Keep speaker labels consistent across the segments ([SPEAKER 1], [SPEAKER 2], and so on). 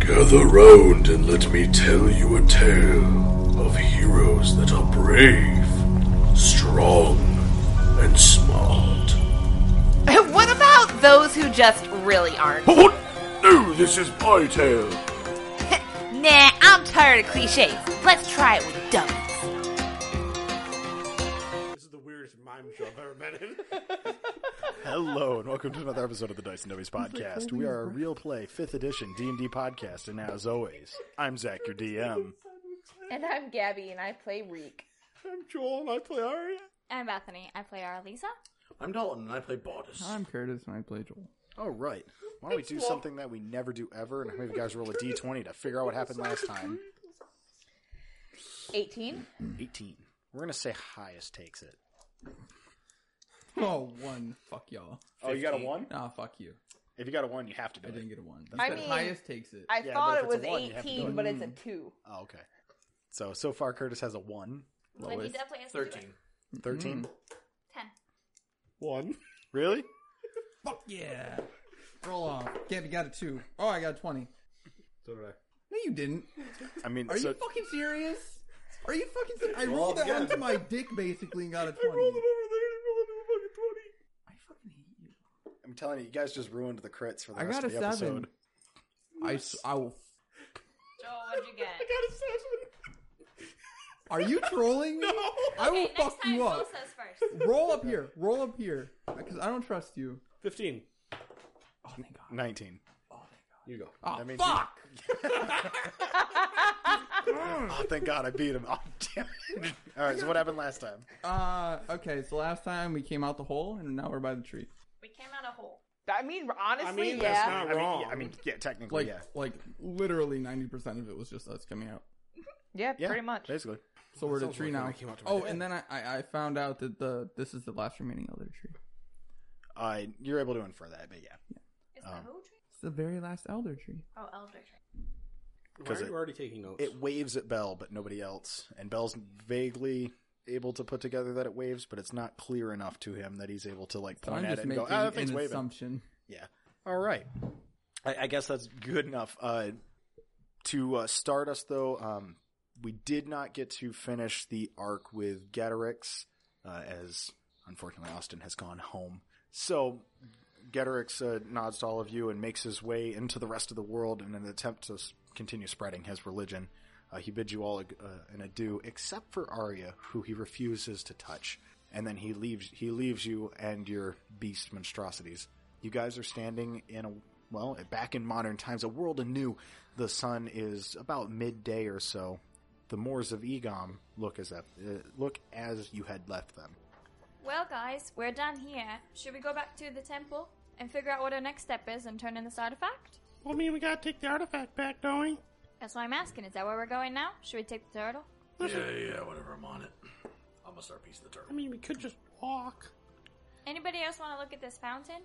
[SPEAKER 1] Gather round and let me tell you a tale of heroes that are brave, strong, and smart.
[SPEAKER 2] what about those who just really aren't?
[SPEAKER 1] What? No, this is my tale.
[SPEAKER 2] Nah, I'm tired of cliches. Let's try it with dummies.
[SPEAKER 3] This is the weirdest mime show I've ever been in.
[SPEAKER 4] Hello and welcome to another episode of the Dice and Dummies podcast. We are a real play fifth edition D and D podcast, and as always, I'm Zach, your DM.
[SPEAKER 5] And I'm Gabby, and I play Reek.
[SPEAKER 3] I'm Joel and I play Arya.
[SPEAKER 6] I'm Bethany. I play Arlisa.
[SPEAKER 3] I'm Dalton and I play Bodice.
[SPEAKER 7] I'm Curtis and I play Joel.
[SPEAKER 4] All right, why don't we do something that we never do ever, and have you guys roll a D twenty to figure out what happened last time?
[SPEAKER 5] 18.
[SPEAKER 4] Eighteen. We're gonna say highest takes it.
[SPEAKER 7] Oh, one. Fuck y'all.
[SPEAKER 4] Oh, you got a one?
[SPEAKER 7] Nah, fuck you.
[SPEAKER 4] If you got a one, you have to do
[SPEAKER 7] I
[SPEAKER 4] it.
[SPEAKER 7] didn't get a one.
[SPEAKER 5] I
[SPEAKER 7] The
[SPEAKER 5] mean-
[SPEAKER 7] highest takes it.
[SPEAKER 5] I
[SPEAKER 4] Yeah,
[SPEAKER 5] thought
[SPEAKER 4] but
[SPEAKER 5] it
[SPEAKER 4] if
[SPEAKER 5] was
[SPEAKER 4] it's a one, you have to
[SPEAKER 5] 18,
[SPEAKER 4] do it.
[SPEAKER 5] but it's a 2.
[SPEAKER 4] Oh, okay. So so far, Curtis has a one.
[SPEAKER 6] But he definitely has to do it. Mm.
[SPEAKER 4] 13?
[SPEAKER 6] Ten.
[SPEAKER 3] One.
[SPEAKER 4] Really?
[SPEAKER 7] Fuck yeah. Roll on. Gabby got a two. Oh, I got a 20.
[SPEAKER 3] So did I.
[SPEAKER 7] No, you didn't.
[SPEAKER 4] I mean,
[SPEAKER 7] Are
[SPEAKER 4] so
[SPEAKER 7] you fucking serious? Are you fucking serious? I rolled it onto my dick basically and got a 20. I fucking hate you.
[SPEAKER 4] I'm telling you, you guys just ruined the crits for the
[SPEAKER 7] I
[SPEAKER 4] rest
[SPEAKER 7] got
[SPEAKER 4] of
[SPEAKER 7] a seven.
[SPEAKER 4] the episode.
[SPEAKER 7] I, s- I will.
[SPEAKER 6] Joel, what'd you get?
[SPEAKER 7] Are you trolling me? I will
[SPEAKER 6] Okay,
[SPEAKER 7] fuck
[SPEAKER 6] next time
[SPEAKER 7] you
[SPEAKER 6] Joel
[SPEAKER 7] up.
[SPEAKER 6] says first.
[SPEAKER 7] Roll up here. Roll up here. Because I don't trust you.
[SPEAKER 3] 15.
[SPEAKER 7] Oh, thank God.
[SPEAKER 4] 19.
[SPEAKER 3] You go.
[SPEAKER 7] Oh,
[SPEAKER 4] means you-
[SPEAKER 7] fuck.
[SPEAKER 4] Oh, thank God I beat him. Oh, damn it. All right, so what happened last time?
[SPEAKER 7] Uh, okay, so last time we came out the hole, and now we're by the tree.
[SPEAKER 6] We came out a hole.
[SPEAKER 5] I mean, honestly,
[SPEAKER 3] I mean, that's
[SPEAKER 5] yeah.
[SPEAKER 3] not
[SPEAKER 4] I mean,
[SPEAKER 3] wrong.
[SPEAKER 4] yeah, I mean, yeah, technically,
[SPEAKER 7] Like,
[SPEAKER 4] yeah.
[SPEAKER 7] like literally ninety percent of it was just us coming out.
[SPEAKER 5] Mm-hmm. Yeah,
[SPEAKER 4] Yeah,
[SPEAKER 5] pretty much.
[SPEAKER 4] Basically.
[SPEAKER 7] So we're at a
[SPEAKER 3] sounds
[SPEAKER 7] tree
[SPEAKER 3] like when
[SPEAKER 7] now.
[SPEAKER 3] I came out to my
[SPEAKER 7] Oh,
[SPEAKER 3] dad.
[SPEAKER 7] and then I, I, I found out that the this is the last remaining elder tree.
[SPEAKER 4] I Uh, you're able to infer that, but yeah.
[SPEAKER 6] Is
[SPEAKER 3] Oh.
[SPEAKER 6] that who? tree?
[SPEAKER 7] It's the very last elder tree.
[SPEAKER 6] Oh, Elder tree.
[SPEAKER 3] Why
[SPEAKER 4] 'Cause
[SPEAKER 3] are
[SPEAKER 4] it-
[SPEAKER 3] you already taking notes?
[SPEAKER 4] It waves at Bell, but nobody else. And Bell's vaguely able to put together that it waves, but it's not clear enough to him that he's able to, like,
[SPEAKER 7] So
[SPEAKER 4] point
[SPEAKER 7] I'm
[SPEAKER 4] at
[SPEAKER 7] just
[SPEAKER 4] it and
[SPEAKER 7] making
[SPEAKER 4] go, ah, that thing's
[SPEAKER 7] an
[SPEAKER 4] waving.
[SPEAKER 7] assumption.
[SPEAKER 4] Yeah. All right. I, I guess that's good enough. Uh, to uh, start us, though, um, we did not get to finish the arc with Gatorix, uh, as unfortunately Austin has gone home. So Gatorix uh, nods to all of you and makes his way into the rest of the world in an attempt to s- continue spreading his religion. Uh, he bids you all a, uh, an adieu, except for Arya, who he refuses to touch. And then he leaves. He leaves you and your beast monstrosities. You guys are standing in a well, back in modern times, a world anew. The sun is about midday or so. The moors of Egom look as if, uh, look as you had left them.
[SPEAKER 6] Well, guys, we're done here. Should we go back to the temple and figure out what our next step is and turn in this artifact?
[SPEAKER 8] Well, I mean, we gotta take the artifact back, don't we?
[SPEAKER 6] That's why I'm asking. Is that where we're going now? Should we take the turtle?
[SPEAKER 1] Yeah, yeah, whatever. I'm on it. I'm gonna start piecing the
[SPEAKER 8] I
[SPEAKER 1] turtle.
[SPEAKER 8] mean, we could just walk.
[SPEAKER 6] Anybody else want to look at this fountain?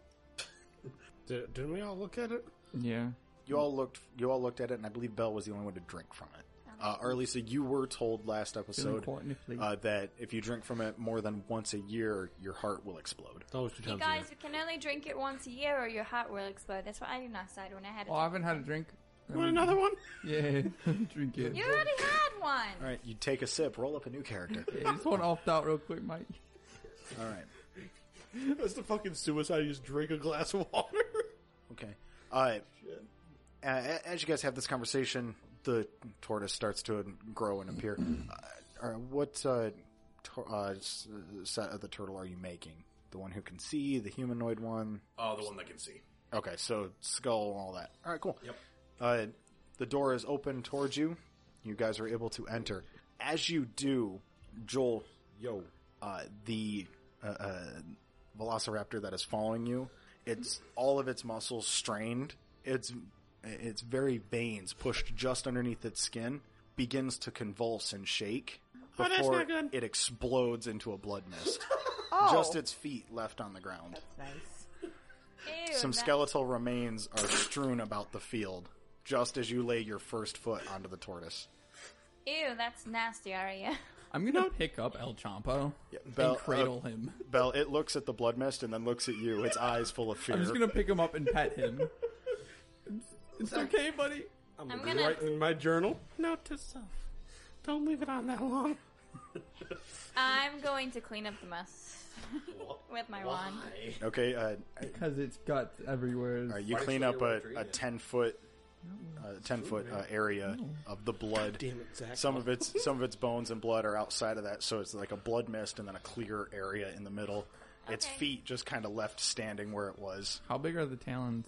[SPEAKER 3] Did, didn't we all look at it?
[SPEAKER 7] Yeah.
[SPEAKER 4] You all looked. You all looked at it, and I believe Bell was the only one to drink from it. Uh, or at least you were told last
[SPEAKER 7] Feeling
[SPEAKER 4] episode
[SPEAKER 7] quite nipply.
[SPEAKER 4] uh, that if you drink from it more than once a year, your heart will explode.
[SPEAKER 3] That was two
[SPEAKER 6] You
[SPEAKER 3] times.
[SPEAKER 6] guys, you can only drink it once a year or your heart will explode. That's what I didn't decide when I had it.
[SPEAKER 7] well, Oh, I haven't had a drink.
[SPEAKER 8] You want another one?
[SPEAKER 7] Yeah, drink it.
[SPEAKER 6] You already had one!
[SPEAKER 4] All right, you take a sip. Roll up a new character.
[SPEAKER 7] Yeah, just want to opt out real quick, Mike.
[SPEAKER 4] all right.
[SPEAKER 3] That's the fucking suicide. You just drink a glass of water.
[SPEAKER 4] Okay. Uh, a- a- as you guys have this conversation, the tortoise starts to grow and appear. Uh, uh, what uh, tor- uh, s- set of the turtle are you making? The one who can see, the humanoid one.
[SPEAKER 1] Oh, the one that can see.
[SPEAKER 4] Okay, so skull and all that. All right, cool. Yep. Uh, the door is open towards you. You guys are able to enter. As you do, Joel, yo, uh, the uh, uh, velociraptor that is following you, it's all of its muscles strained. Its its very veins pushed just underneath its skin begins to convulse and shake
[SPEAKER 8] Oh, that's
[SPEAKER 4] before
[SPEAKER 8] not good.
[SPEAKER 4] it explodes into a blood mist.
[SPEAKER 5] Oh,
[SPEAKER 4] Just its feet left on the ground
[SPEAKER 5] nice.
[SPEAKER 6] Ew,
[SPEAKER 4] some
[SPEAKER 6] that-
[SPEAKER 4] skeletal remains are strewn about the field just as you lay your first foot onto the tortoise.
[SPEAKER 6] Ew, that's nasty, Arya.
[SPEAKER 7] I'm gonna pick up El Champo
[SPEAKER 4] Bell-
[SPEAKER 7] and cradle him.
[SPEAKER 4] Bell, uh, it looks at the blood mist and then looks at you, its eyes full of fear.
[SPEAKER 7] I'm just gonna pick him up and pet him. It's okay, buddy.
[SPEAKER 3] I'm,
[SPEAKER 6] I'm
[SPEAKER 3] gonna,
[SPEAKER 6] gonna-
[SPEAKER 3] write in my journal.
[SPEAKER 8] Note to self. Don't leave it on that long.
[SPEAKER 6] I'm going to clean up the mess with my wand.
[SPEAKER 4] Okay, uh,
[SPEAKER 9] because it's guts everywhere.
[SPEAKER 4] uh, you
[SPEAKER 1] Why
[SPEAKER 4] clean
[SPEAKER 1] should
[SPEAKER 4] up
[SPEAKER 1] you
[SPEAKER 4] a,
[SPEAKER 1] want to
[SPEAKER 4] a
[SPEAKER 1] read it?
[SPEAKER 4] ten foot, uh, ten foot uh, area of the blood.
[SPEAKER 3] Damn it, Zach.
[SPEAKER 4] Some of its some of its bones and blood are outside of that, so it's like a blood mist and then a clear area in the middle. Its
[SPEAKER 6] Okay.
[SPEAKER 4] feet just kind of left standing where it was.
[SPEAKER 7] How big are the talons?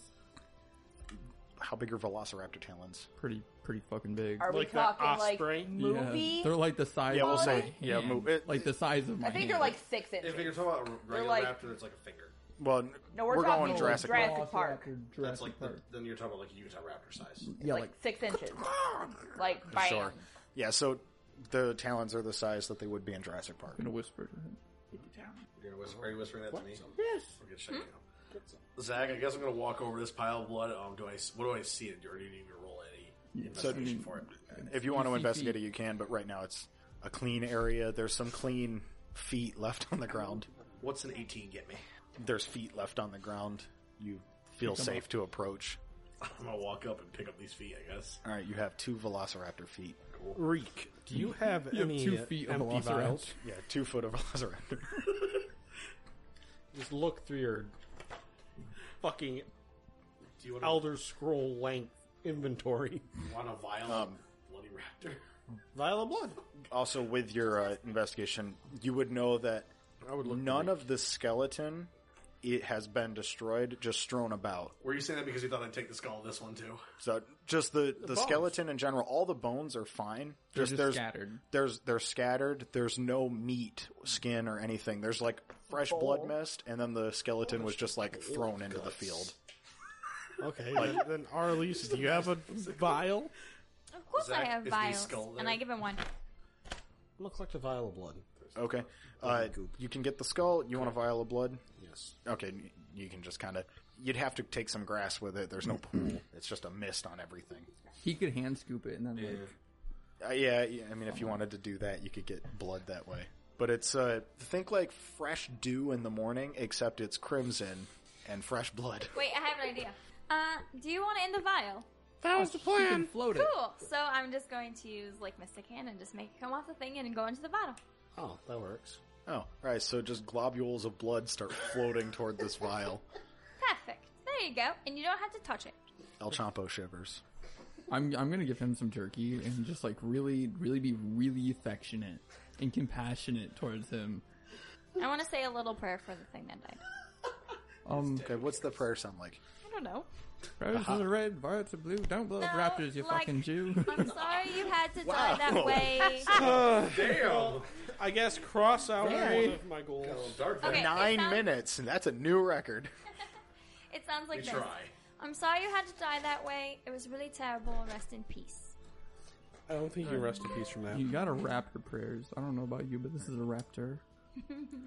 [SPEAKER 4] How big are Velociraptor talons?
[SPEAKER 7] Pretty, pretty fucking big.
[SPEAKER 5] Are
[SPEAKER 8] Like
[SPEAKER 5] we
[SPEAKER 8] that
[SPEAKER 5] talking
[SPEAKER 8] osprey?
[SPEAKER 5] like movie?
[SPEAKER 7] Yeah, they're like the size.
[SPEAKER 4] Yeah,
[SPEAKER 7] of
[SPEAKER 4] we'll
[SPEAKER 7] my
[SPEAKER 4] say- yeah,
[SPEAKER 7] hand.
[SPEAKER 4] mo- it-
[SPEAKER 7] like the size of my.
[SPEAKER 5] I think
[SPEAKER 7] hand.
[SPEAKER 5] they're like six
[SPEAKER 1] If
[SPEAKER 5] inches.
[SPEAKER 1] you're talking about a regular
[SPEAKER 5] like-
[SPEAKER 1] raptor, it's like a finger.
[SPEAKER 4] Well,
[SPEAKER 5] No,
[SPEAKER 4] we're
[SPEAKER 5] we're, talking
[SPEAKER 8] Oh,
[SPEAKER 4] going Oh, Jurassic Park.
[SPEAKER 5] Jurassic Park.
[SPEAKER 1] That's like the, then you're talking about like a Utah raptor size.
[SPEAKER 7] yeah,
[SPEAKER 5] Like,
[SPEAKER 7] like
[SPEAKER 5] six inches. Like bam.
[SPEAKER 4] sure, yeah. So the talons are the size that they would be in Jurassic Park.
[SPEAKER 7] gonna whisper. to him.
[SPEAKER 1] You're gonna whisper, are you whispering that to me? Yes. We're gonna check it out. Zach, I guess I'm gonna walk over this pile of blood. Um, do I? s- What do I see? Do I need to roll any investigation for it?
[SPEAKER 4] If you want to
[SPEAKER 7] feet.
[SPEAKER 4] investigate it, you can, but right now it's a clean area. There's some clean feet left on the ground.
[SPEAKER 1] What's an 18 get me?
[SPEAKER 4] There's feet left on the ground. You feel safe to approach.
[SPEAKER 1] I'm gonna walk up and pick up these feet. I guess.
[SPEAKER 4] All right, you have two velociraptor feet.
[SPEAKER 3] Reek, do you have
[SPEAKER 7] You have
[SPEAKER 3] any
[SPEAKER 7] two feet of
[SPEAKER 3] empty
[SPEAKER 7] velociraptor.
[SPEAKER 3] vials?
[SPEAKER 4] Yeah, two foot of velociraptor.
[SPEAKER 3] Just look through your fucking
[SPEAKER 1] Do you want to
[SPEAKER 3] Elder Scroll length inventory.
[SPEAKER 1] want a violent bloody raptor?
[SPEAKER 3] Vial of blood.
[SPEAKER 4] Um, also, with your uh, investigation, you would know that
[SPEAKER 3] I would look.
[SPEAKER 4] none of the skeleton it has been destroyed, just strewn about.
[SPEAKER 1] Were you saying that because you thought I'd take the skull of this one too?
[SPEAKER 4] So just the, the, skeleton in general, all the bones are fine.
[SPEAKER 7] They're
[SPEAKER 4] Just
[SPEAKER 7] just
[SPEAKER 4] there's
[SPEAKER 7] scattered.
[SPEAKER 4] there's they're scattered. There's no meat, skin, or anything. There's like fresh blood mist, and then the skeleton was just like thrown into the field.
[SPEAKER 3] Okay, then, then Arlise, do you have a vial?
[SPEAKER 6] Of course
[SPEAKER 1] Zach,
[SPEAKER 6] I have
[SPEAKER 1] is the
[SPEAKER 6] vials,
[SPEAKER 1] skull
[SPEAKER 6] and
[SPEAKER 1] there?
[SPEAKER 6] I give him one.
[SPEAKER 3] I'm gonna collect a vial of blood.
[SPEAKER 4] Okay, uh, you can get the skull. You want a vial of blood?
[SPEAKER 1] Yes.
[SPEAKER 4] Okay, you can just kind of. You'd have to take some grass with it. There's no pool. It's just a mist on everything.
[SPEAKER 7] he could hand scoop it and then like
[SPEAKER 4] Uh, yeah, yeah, I mean, if you wanted to do that, you could get blood that way. But it's uh, think like fresh dew in the morning, except it's crimson and fresh blood.
[SPEAKER 6] Wait, I have an idea. Uh, do you want it in the vial?
[SPEAKER 8] That was the
[SPEAKER 7] he Oh, can
[SPEAKER 8] plan.
[SPEAKER 7] float it.
[SPEAKER 6] Cool. So I'm just going to use like Mystic Hand and just make it come off the thing and go into the bottle.
[SPEAKER 1] Oh, that works.
[SPEAKER 4] Oh, all right. So just globules of blood start floating toward this vial.
[SPEAKER 6] Perfect. There you go. And you don't have to touch it.
[SPEAKER 4] El Champo shivers.
[SPEAKER 7] I'm I'm gonna give him some jerky and just like really, really be really affectionate and compassionate towards him.
[SPEAKER 6] I want to say a little prayer for the thing that died.
[SPEAKER 7] Um,
[SPEAKER 4] Okay, what's the prayer sound like?
[SPEAKER 6] I don't know.
[SPEAKER 7] rabbits are red, violets are blue. Don't blow up
[SPEAKER 6] No,
[SPEAKER 7] raptors, you
[SPEAKER 6] like-
[SPEAKER 7] fucking Jew.
[SPEAKER 6] I'm sorry you had to
[SPEAKER 4] Wow.
[SPEAKER 3] Oh.
[SPEAKER 6] die that way.
[SPEAKER 1] Damn.
[SPEAKER 3] I guess cross out
[SPEAKER 4] Very-
[SPEAKER 3] one of my goals.
[SPEAKER 1] Dark
[SPEAKER 6] Okay, it
[SPEAKER 4] Nine
[SPEAKER 6] sounds-
[SPEAKER 4] minutes. and That's a new record.
[SPEAKER 6] It sounds like
[SPEAKER 1] We
[SPEAKER 6] this.
[SPEAKER 1] try.
[SPEAKER 6] I'm sorry you had to die that way. It was really terrible. Rest in peace.
[SPEAKER 3] I don't think you rest in peace from that.
[SPEAKER 7] you gotta raptor prayers. I don't know about you, but this is a raptor.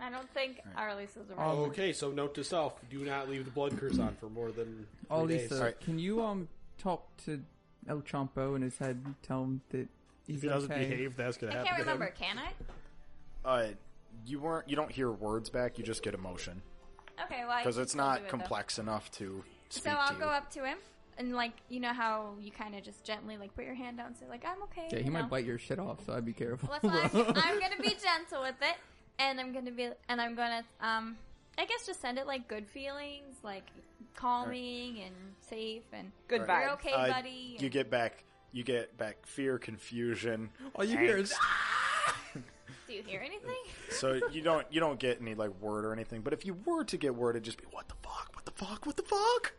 [SPEAKER 6] I don't think Arliss is around.
[SPEAKER 7] Um,
[SPEAKER 3] Okay, so note to self: do not leave the blood curse on for more than three days.
[SPEAKER 7] Alisa,
[SPEAKER 4] Alright.
[SPEAKER 7] can you um talk to El Champo in his head? and Tell him that he's
[SPEAKER 3] If he doesn't
[SPEAKER 7] okay.
[SPEAKER 3] behave, that's gonna
[SPEAKER 6] I
[SPEAKER 3] happen.
[SPEAKER 6] can't
[SPEAKER 3] to him.
[SPEAKER 6] remember. Can I?
[SPEAKER 4] Uh, you weren't. You don't hear words back. You just get emotion
[SPEAKER 6] Okay, well, I
[SPEAKER 4] because
[SPEAKER 6] can
[SPEAKER 4] it's
[SPEAKER 6] still do
[SPEAKER 4] not
[SPEAKER 6] it, though.
[SPEAKER 4] complex enough to speak
[SPEAKER 6] So
[SPEAKER 4] to
[SPEAKER 6] I'll
[SPEAKER 4] you.
[SPEAKER 6] go up to him and like you know how you kind of just gently like put your hand out and say like I'm okay.
[SPEAKER 7] Yeah, he
[SPEAKER 6] you
[SPEAKER 7] might
[SPEAKER 6] know?
[SPEAKER 7] bite your shit off, so I'd be careful.
[SPEAKER 6] Well, that's why I'm, I'm gonna be gentle with it, and I'm gonna be and I'm gonna um I guess just send it like good feelings, like calming and safe and
[SPEAKER 5] Good
[SPEAKER 6] You're
[SPEAKER 5] vibes.
[SPEAKER 6] okay,
[SPEAKER 4] Uh,
[SPEAKER 6] buddy.
[SPEAKER 4] You get back. You get back fear, confusion.
[SPEAKER 7] All you hear is
[SPEAKER 6] Do you hear anything?
[SPEAKER 4] So you don't you don't get any like word or anything. But if you were to get word, it'd just be what the fuck, what the fuck, what the fuck.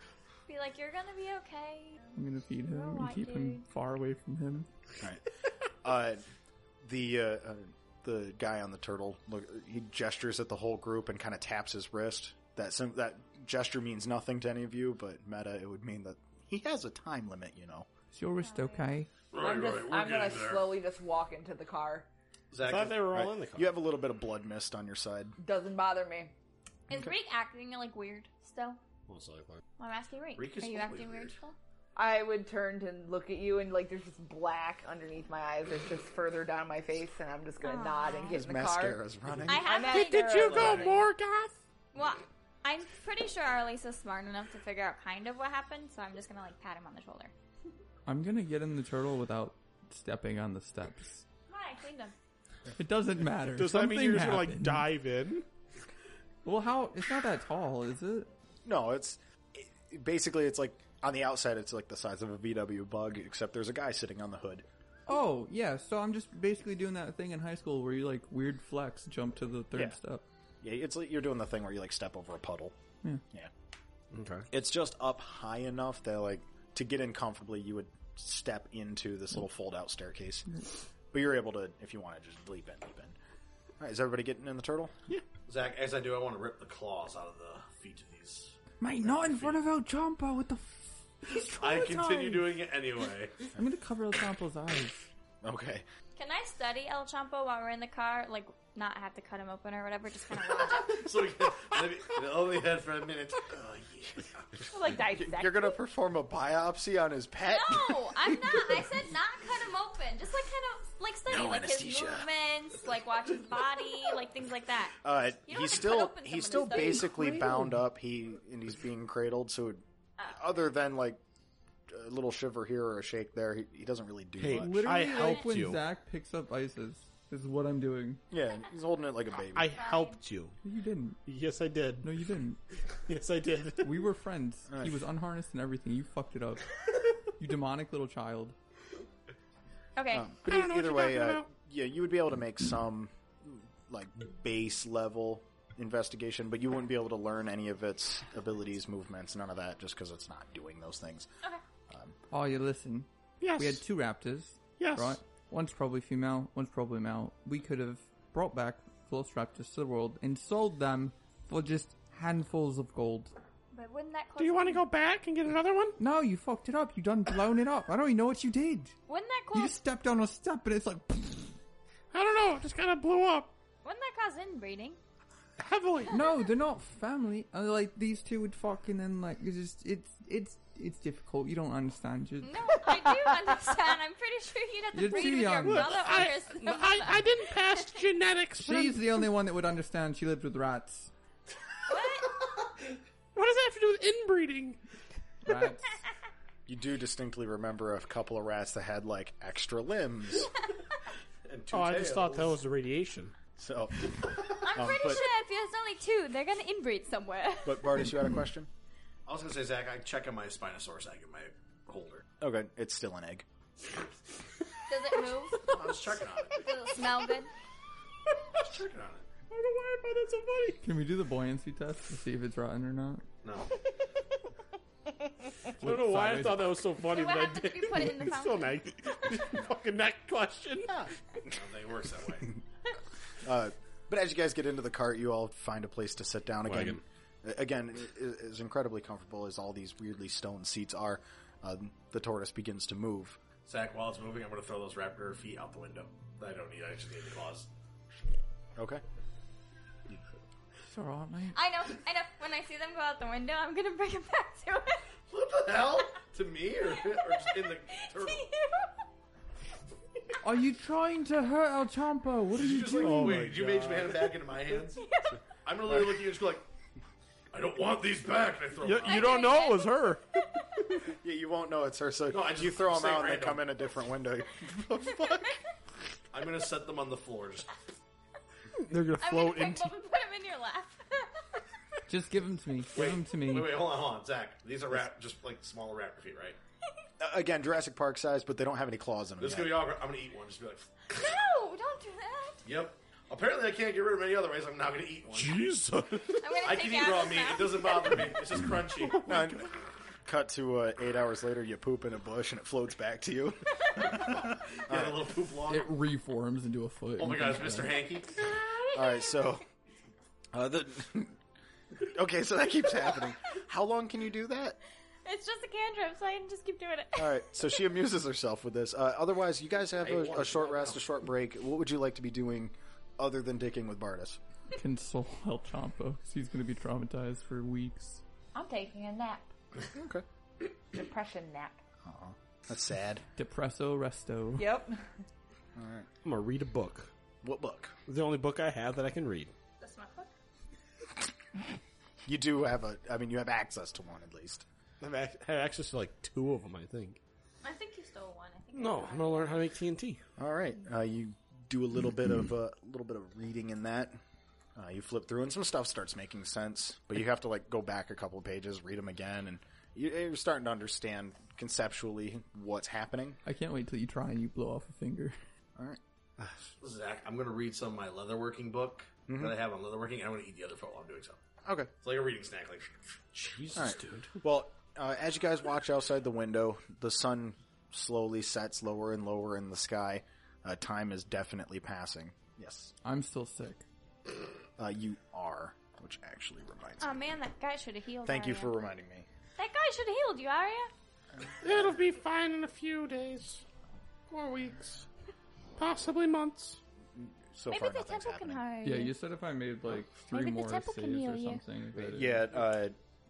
[SPEAKER 6] be like you're gonna be okay.
[SPEAKER 7] I'm gonna feed him
[SPEAKER 6] Oh,
[SPEAKER 7] and
[SPEAKER 6] I
[SPEAKER 7] keep him
[SPEAKER 6] do.
[SPEAKER 7] far away from him.
[SPEAKER 4] Right. uh, the uh, uh, the guy on the turtle look. He gestures at the whole group and kind of taps his wrist. That sim- that gesture means nothing to any of you, but meta it would mean that he has a time limit. You know.
[SPEAKER 7] Is your wrist okay?
[SPEAKER 1] Right,
[SPEAKER 5] I'm just
[SPEAKER 1] right. We're
[SPEAKER 5] I'm gonna
[SPEAKER 1] getting there.
[SPEAKER 5] slowly just walk into the car.
[SPEAKER 3] I
[SPEAKER 1] Zach,
[SPEAKER 3] thought they were all
[SPEAKER 4] Right.
[SPEAKER 3] in the car.
[SPEAKER 4] You have a little bit of blood mist on your side.
[SPEAKER 5] Doesn't bother me.
[SPEAKER 6] Is Reek acting like weird still?
[SPEAKER 1] Most likely.
[SPEAKER 6] I'm asking Reek.
[SPEAKER 1] Reek is
[SPEAKER 6] Are you
[SPEAKER 1] totally
[SPEAKER 6] acting
[SPEAKER 1] weird.
[SPEAKER 6] weird still?
[SPEAKER 5] I would turn to look at you and like there's just black underneath my eyes. It's just further down my face, and I'm just gonna nod and get in the car.
[SPEAKER 4] Mascara's running.
[SPEAKER 6] I have.
[SPEAKER 5] I'm
[SPEAKER 6] like-
[SPEAKER 5] at-
[SPEAKER 8] Did you go
[SPEAKER 5] Sorry.
[SPEAKER 8] more, goth?
[SPEAKER 6] Well, I'm pretty sure Arlisa's smart enough to figure out kind of what happened, so I'm just gonna like pat him on the shoulder.
[SPEAKER 7] I'm gonna get in the turtle without stepping on the steps.
[SPEAKER 6] Hi, I cleaned them.
[SPEAKER 7] It doesn't matter.
[SPEAKER 3] Does that mean you're just
[SPEAKER 7] Something
[SPEAKER 3] gonna like
[SPEAKER 7] happened.
[SPEAKER 3] dive in?
[SPEAKER 7] Well, how? It's not that tall, is it?
[SPEAKER 4] No, it's it, basically it's like on the outside it's like the size of a VW bug, except there's a guy sitting on the hood.
[SPEAKER 7] Oh yeah. So I'm just basically doing that thing in high school where you like weird flex jump to the third
[SPEAKER 4] Yeah.
[SPEAKER 7] step.
[SPEAKER 4] Yeah, it's like you're doing the thing where you like step over a puddle.
[SPEAKER 7] Yeah.
[SPEAKER 1] Okay.
[SPEAKER 4] It's just up high enough that like to get in comfortably, you would step into this little fold-out staircase. But you're able to, if you want to, just leap in, leap in. All right, is everybody getting in the turtle?
[SPEAKER 1] Zach, as I do, I want to rip the claws out of the feet of these.
[SPEAKER 7] Mate, not in front of El Champa. What the? F- He's
[SPEAKER 1] I continue
[SPEAKER 7] traumatized.
[SPEAKER 1] doing it anyway.
[SPEAKER 7] I'm gonna cover El Champa's eyes.
[SPEAKER 4] Okay.
[SPEAKER 6] Can I study El Champo while we're in the car? Like, not have to cut him open or whatever, just kind of watch him.
[SPEAKER 1] so we can, let me, it only had for a minute. Oh, yeah.
[SPEAKER 5] Like dissect.
[SPEAKER 4] You're gonna perform a biopsy on his pet.
[SPEAKER 6] No, I'm not. I said not cut him open. Just like kind of like study
[SPEAKER 4] No
[SPEAKER 6] like his
[SPEAKER 4] anesthesia.
[SPEAKER 6] movements, like watch his body, like things like that.
[SPEAKER 4] Uh,
[SPEAKER 6] You don't have
[SPEAKER 4] he's
[SPEAKER 6] to cut
[SPEAKER 4] still
[SPEAKER 6] open
[SPEAKER 4] he's
[SPEAKER 6] someone
[SPEAKER 4] still
[SPEAKER 6] who's dying.
[SPEAKER 4] basically
[SPEAKER 7] Cradled.
[SPEAKER 4] bound up. He and he's being cradled. So, it-
[SPEAKER 6] Ah.
[SPEAKER 4] other than like a little shiver here or a shake there, he, he doesn't really do
[SPEAKER 3] Hey,
[SPEAKER 4] much.
[SPEAKER 7] Literally,
[SPEAKER 3] I
[SPEAKER 7] like
[SPEAKER 3] helped
[SPEAKER 7] when
[SPEAKER 3] you.
[SPEAKER 7] Zach picks up ices is what I'm doing.
[SPEAKER 4] Yeah, he's holding it like a baby.
[SPEAKER 3] I helped you.
[SPEAKER 7] You didn't.
[SPEAKER 3] Yes, I did.
[SPEAKER 7] No, you didn't.
[SPEAKER 3] Yes, I did.
[SPEAKER 7] We were friends. He was unharnessed and everything. You fucked it up. you demonic little child.
[SPEAKER 6] Okay.
[SPEAKER 3] Oh,
[SPEAKER 4] But e- either way, uh, yeah, you would be able to make some like base level investigation, but you wouldn't be able to learn any of its abilities, movements, none of that, just because it's not doing those things.
[SPEAKER 7] Oh, you listen.
[SPEAKER 3] yes.
[SPEAKER 7] We had two raptors.
[SPEAKER 3] Yes.
[SPEAKER 7] Right? One's probably female, one's probably male. We could have brought back velociraptors to the world and sold them for just handfuls of gold.
[SPEAKER 6] But wouldn't that close
[SPEAKER 3] Do you want to go back and get another one?
[SPEAKER 7] No, you fucked it up. You done blown it up. I don't even know what you did.
[SPEAKER 6] wouldn't that
[SPEAKER 7] You
[SPEAKER 6] cause
[SPEAKER 7] just stepped on a step and it's like,
[SPEAKER 3] I don't know. It just kind of blew up
[SPEAKER 6] wouldn't that cause inbreeding?
[SPEAKER 3] heavily.
[SPEAKER 7] no, they're not family. And, like these two would fuck and then like it's just it's it's it's difficult. You don't understand. You
[SPEAKER 6] No, I do understand. I'm pretty sure you'd have to
[SPEAKER 7] You're
[SPEAKER 6] breed
[SPEAKER 7] too
[SPEAKER 6] with your
[SPEAKER 7] young.
[SPEAKER 6] brother or
[SPEAKER 3] I,
[SPEAKER 6] your
[SPEAKER 3] I, I didn't pass genetics. but I'm-
[SPEAKER 7] She's the only one that would understand. She lived with rats.
[SPEAKER 3] What does that have to do with inbreeding?
[SPEAKER 7] Rats.
[SPEAKER 4] You do distinctly remember a couple of rats that had like extra limbs,
[SPEAKER 1] And two
[SPEAKER 3] Oh, I just thought that
[SPEAKER 1] tails.
[SPEAKER 3] was the radiation.
[SPEAKER 4] so.
[SPEAKER 6] I'm
[SPEAKER 3] Oh,
[SPEAKER 4] Um,
[SPEAKER 6] pretty
[SPEAKER 4] but-
[SPEAKER 6] sure if there's only two, they're gonna inbreed somewhere.
[SPEAKER 4] But Bartis, you had a question?
[SPEAKER 1] I was gonna say, Zach, I check on my Spinosaurus egg in my holder.
[SPEAKER 4] Okay, it's still an egg.
[SPEAKER 6] Does it move?
[SPEAKER 1] I was checking on it.
[SPEAKER 6] Does it smell good?
[SPEAKER 1] I was checking on it.
[SPEAKER 3] I don't know why I find that so funny.
[SPEAKER 7] Can we do the buoyancy test to see if it's rotten or not?
[SPEAKER 1] No.
[SPEAKER 3] I don't know why I
[SPEAKER 7] sideways.
[SPEAKER 3] thought that was so funny,
[SPEAKER 6] What
[SPEAKER 3] but I
[SPEAKER 6] happens
[SPEAKER 3] did.
[SPEAKER 6] if you put it in the
[SPEAKER 3] It's still
[SPEAKER 6] fountain?
[SPEAKER 3] nice. Fucking neck question.
[SPEAKER 1] I don't think it works that way.
[SPEAKER 4] Uh, but as you guys get into the cart, you all find a place to sit down again. Again, i- as incredibly comfortable as all these weirdly stone seats are, uh, the tortoise begins to move.
[SPEAKER 1] Zach, while it's moving, I'm gonna throw those raptor feet out the window. I don't need. I just need the claws.
[SPEAKER 4] Okay.
[SPEAKER 7] It's alright, mate.
[SPEAKER 6] I know, I know. When I see them go out the window, I'm gonna bring it back to it.
[SPEAKER 1] What the hell? to me or, or just in the
[SPEAKER 6] to
[SPEAKER 1] turtle?
[SPEAKER 7] Are you trying to hurt El Champa? What are you,
[SPEAKER 1] Just like,
[SPEAKER 7] doing?
[SPEAKER 1] wait, did you mage man back into my hands? I'm gonna literally look at you and just go like, I don't want these back. And I throw
[SPEAKER 3] You,
[SPEAKER 1] them out.
[SPEAKER 3] you don't know it was her.
[SPEAKER 4] Yeah, you won't know it's her, so
[SPEAKER 1] I
[SPEAKER 4] you
[SPEAKER 1] just
[SPEAKER 4] throw them
[SPEAKER 1] say
[SPEAKER 4] out and they
[SPEAKER 1] random.
[SPEAKER 4] come in a different window. the fuck?
[SPEAKER 1] I'm gonna set them on the floor. Just
[SPEAKER 3] They're gonna
[SPEAKER 6] I'm
[SPEAKER 3] float
[SPEAKER 6] gonna
[SPEAKER 3] into.
[SPEAKER 6] pick them up and put them in your lap.
[SPEAKER 7] Just give them to me. Give them to me.
[SPEAKER 1] wait, wait, hold on, hold on, Zach. These are rap, just like smaller raptor feet, right?
[SPEAKER 4] Uh, Again, Jurassic Park size, but they don't have any claws in them.
[SPEAKER 1] This is
[SPEAKER 4] yet.
[SPEAKER 1] gonna be awkward. I'm gonna eat one. Just be like,
[SPEAKER 6] no, don't do that.
[SPEAKER 1] yep. Apparently, I can't get rid of any other ways. I'm now gonna eat one.
[SPEAKER 3] Jesus.
[SPEAKER 1] Oh
[SPEAKER 6] I'm gonna
[SPEAKER 1] I
[SPEAKER 6] take
[SPEAKER 1] can
[SPEAKER 6] it
[SPEAKER 1] eat
[SPEAKER 6] out
[SPEAKER 1] raw
[SPEAKER 6] of
[SPEAKER 1] meat.
[SPEAKER 6] his mouth.
[SPEAKER 1] It doesn't bother me. It's just crunchy.
[SPEAKER 4] And cut to uh, eight hours later, you poop in a bush and it floats back to you.
[SPEAKER 1] Got a little poop long.
[SPEAKER 7] It reforms into a foot.
[SPEAKER 1] Oh my gosh, Mr. Hanky.
[SPEAKER 4] All right, so uh, the okay, so that keeps happening. How long can you do that?
[SPEAKER 6] It's just a cantrip, so I can just keep doing it.
[SPEAKER 4] All right, so she amuses herself with this. Uh, otherwise, you guys have a, a short rest, a short break. What would you like to be doing other than dicking with Bartis?
[SPEAKER 7] Console El Champa. 'cause He's going to be traumatized for weeks.
[SPEAKER 5] I'm taking a nap.
[SPEAKER 4] Okay,
[SPEAKER 5] Depression nap.
[SPEAKER 4] that's sad.
[SPEAKER 7] Depresso resto.
[SPEAKER 5] Yep.
[SPEAKER 3] I'm gonna read a book.
[SPEAKER 4] What book?
[SPEAKER 3] The only book I have that I can read.
[SPEAKER 6] That's my book.
[SPEAKER 4] You do have a. I mean, you have access to one at least.
[SPEAKER 3] I've ac- had access to like two of them, I think.
[SPEAKER 6] I think you stole one. I think. I
[SPEAKER 3] No,
[SPEAKER 6] got
[SPEAKER 3] I'm
[SPEAKER 6] it.
[SPEAKER 3] gonna learn how to make TNT.
[SPEAKER 4] All right, uh, you do a little bit of a little bit of reading in that. Uh, you flip through, and some stuff starts making sense, but you have to like go back a couple of pages, read them again, and you, you're starting to understand conceptually what's happening.
[SPEAKER 7] I can't wait till you try and you blow off a finger.
[SPEAKER 4] All right.
[SPEAKER 1] Zach, I'm going to read some of my leatherworking book that I have on leatherworking, and I'm going to eat the other foot while I'm doing something.
[SPEAKER 4] Mm-hmm. Okay.
[SPEAKER 1] It's like a reading snack. Like,
[SPEAKER 3] Jesus,
[SPEAKER 4] All right.
[SPEAKER 3] dude.
[SPEAKER 4] Well, uh, as you guys watch outside the window, the sun slowly sets lower and lower in the sky. Uh, time is definitely passing. Yes,
[SPEAKER 7] I'm still sick.
[SPEAKER 4] uh, you are, which actually reminds me.
[SPEAKER 6] Oh man, that guy should have healed.
[SPEAKER 4] Thank you
[SPEAKER 6] Arya.
[SPEAKER 4] for reminding me.
[SPEAKER 6] That guy should have healed you, Arya.
[SPEAKER 8] It'll be fine in a few days, or weeks, possibly months.
[SPEAKER 4] So
[SPEAKER 6] Maybe
[SPEAKER 4] far,
[SPEAKER 6] the
[SPEAKER 4] nothing's
[SPEAKER 6] temple
[SPEAKER 4] happening.
[SPEAKER 6] can hire
[SPEAKER 7] Yeah,
[SPEAKER 6] you.
[SPEAKER 7] you said if I made like three
[SPEAKER 6] Maybe the
[SPEAKER 7] more
[SPEAKER 6] temple
[SPEAKER 7] saves
[SPEAKER 6] can heal
[SPEAKER 7] or
[SPEAKER 6] you.
[SPEAKER 7] something. that it-
[SPEAKER 4] Yeah, uh,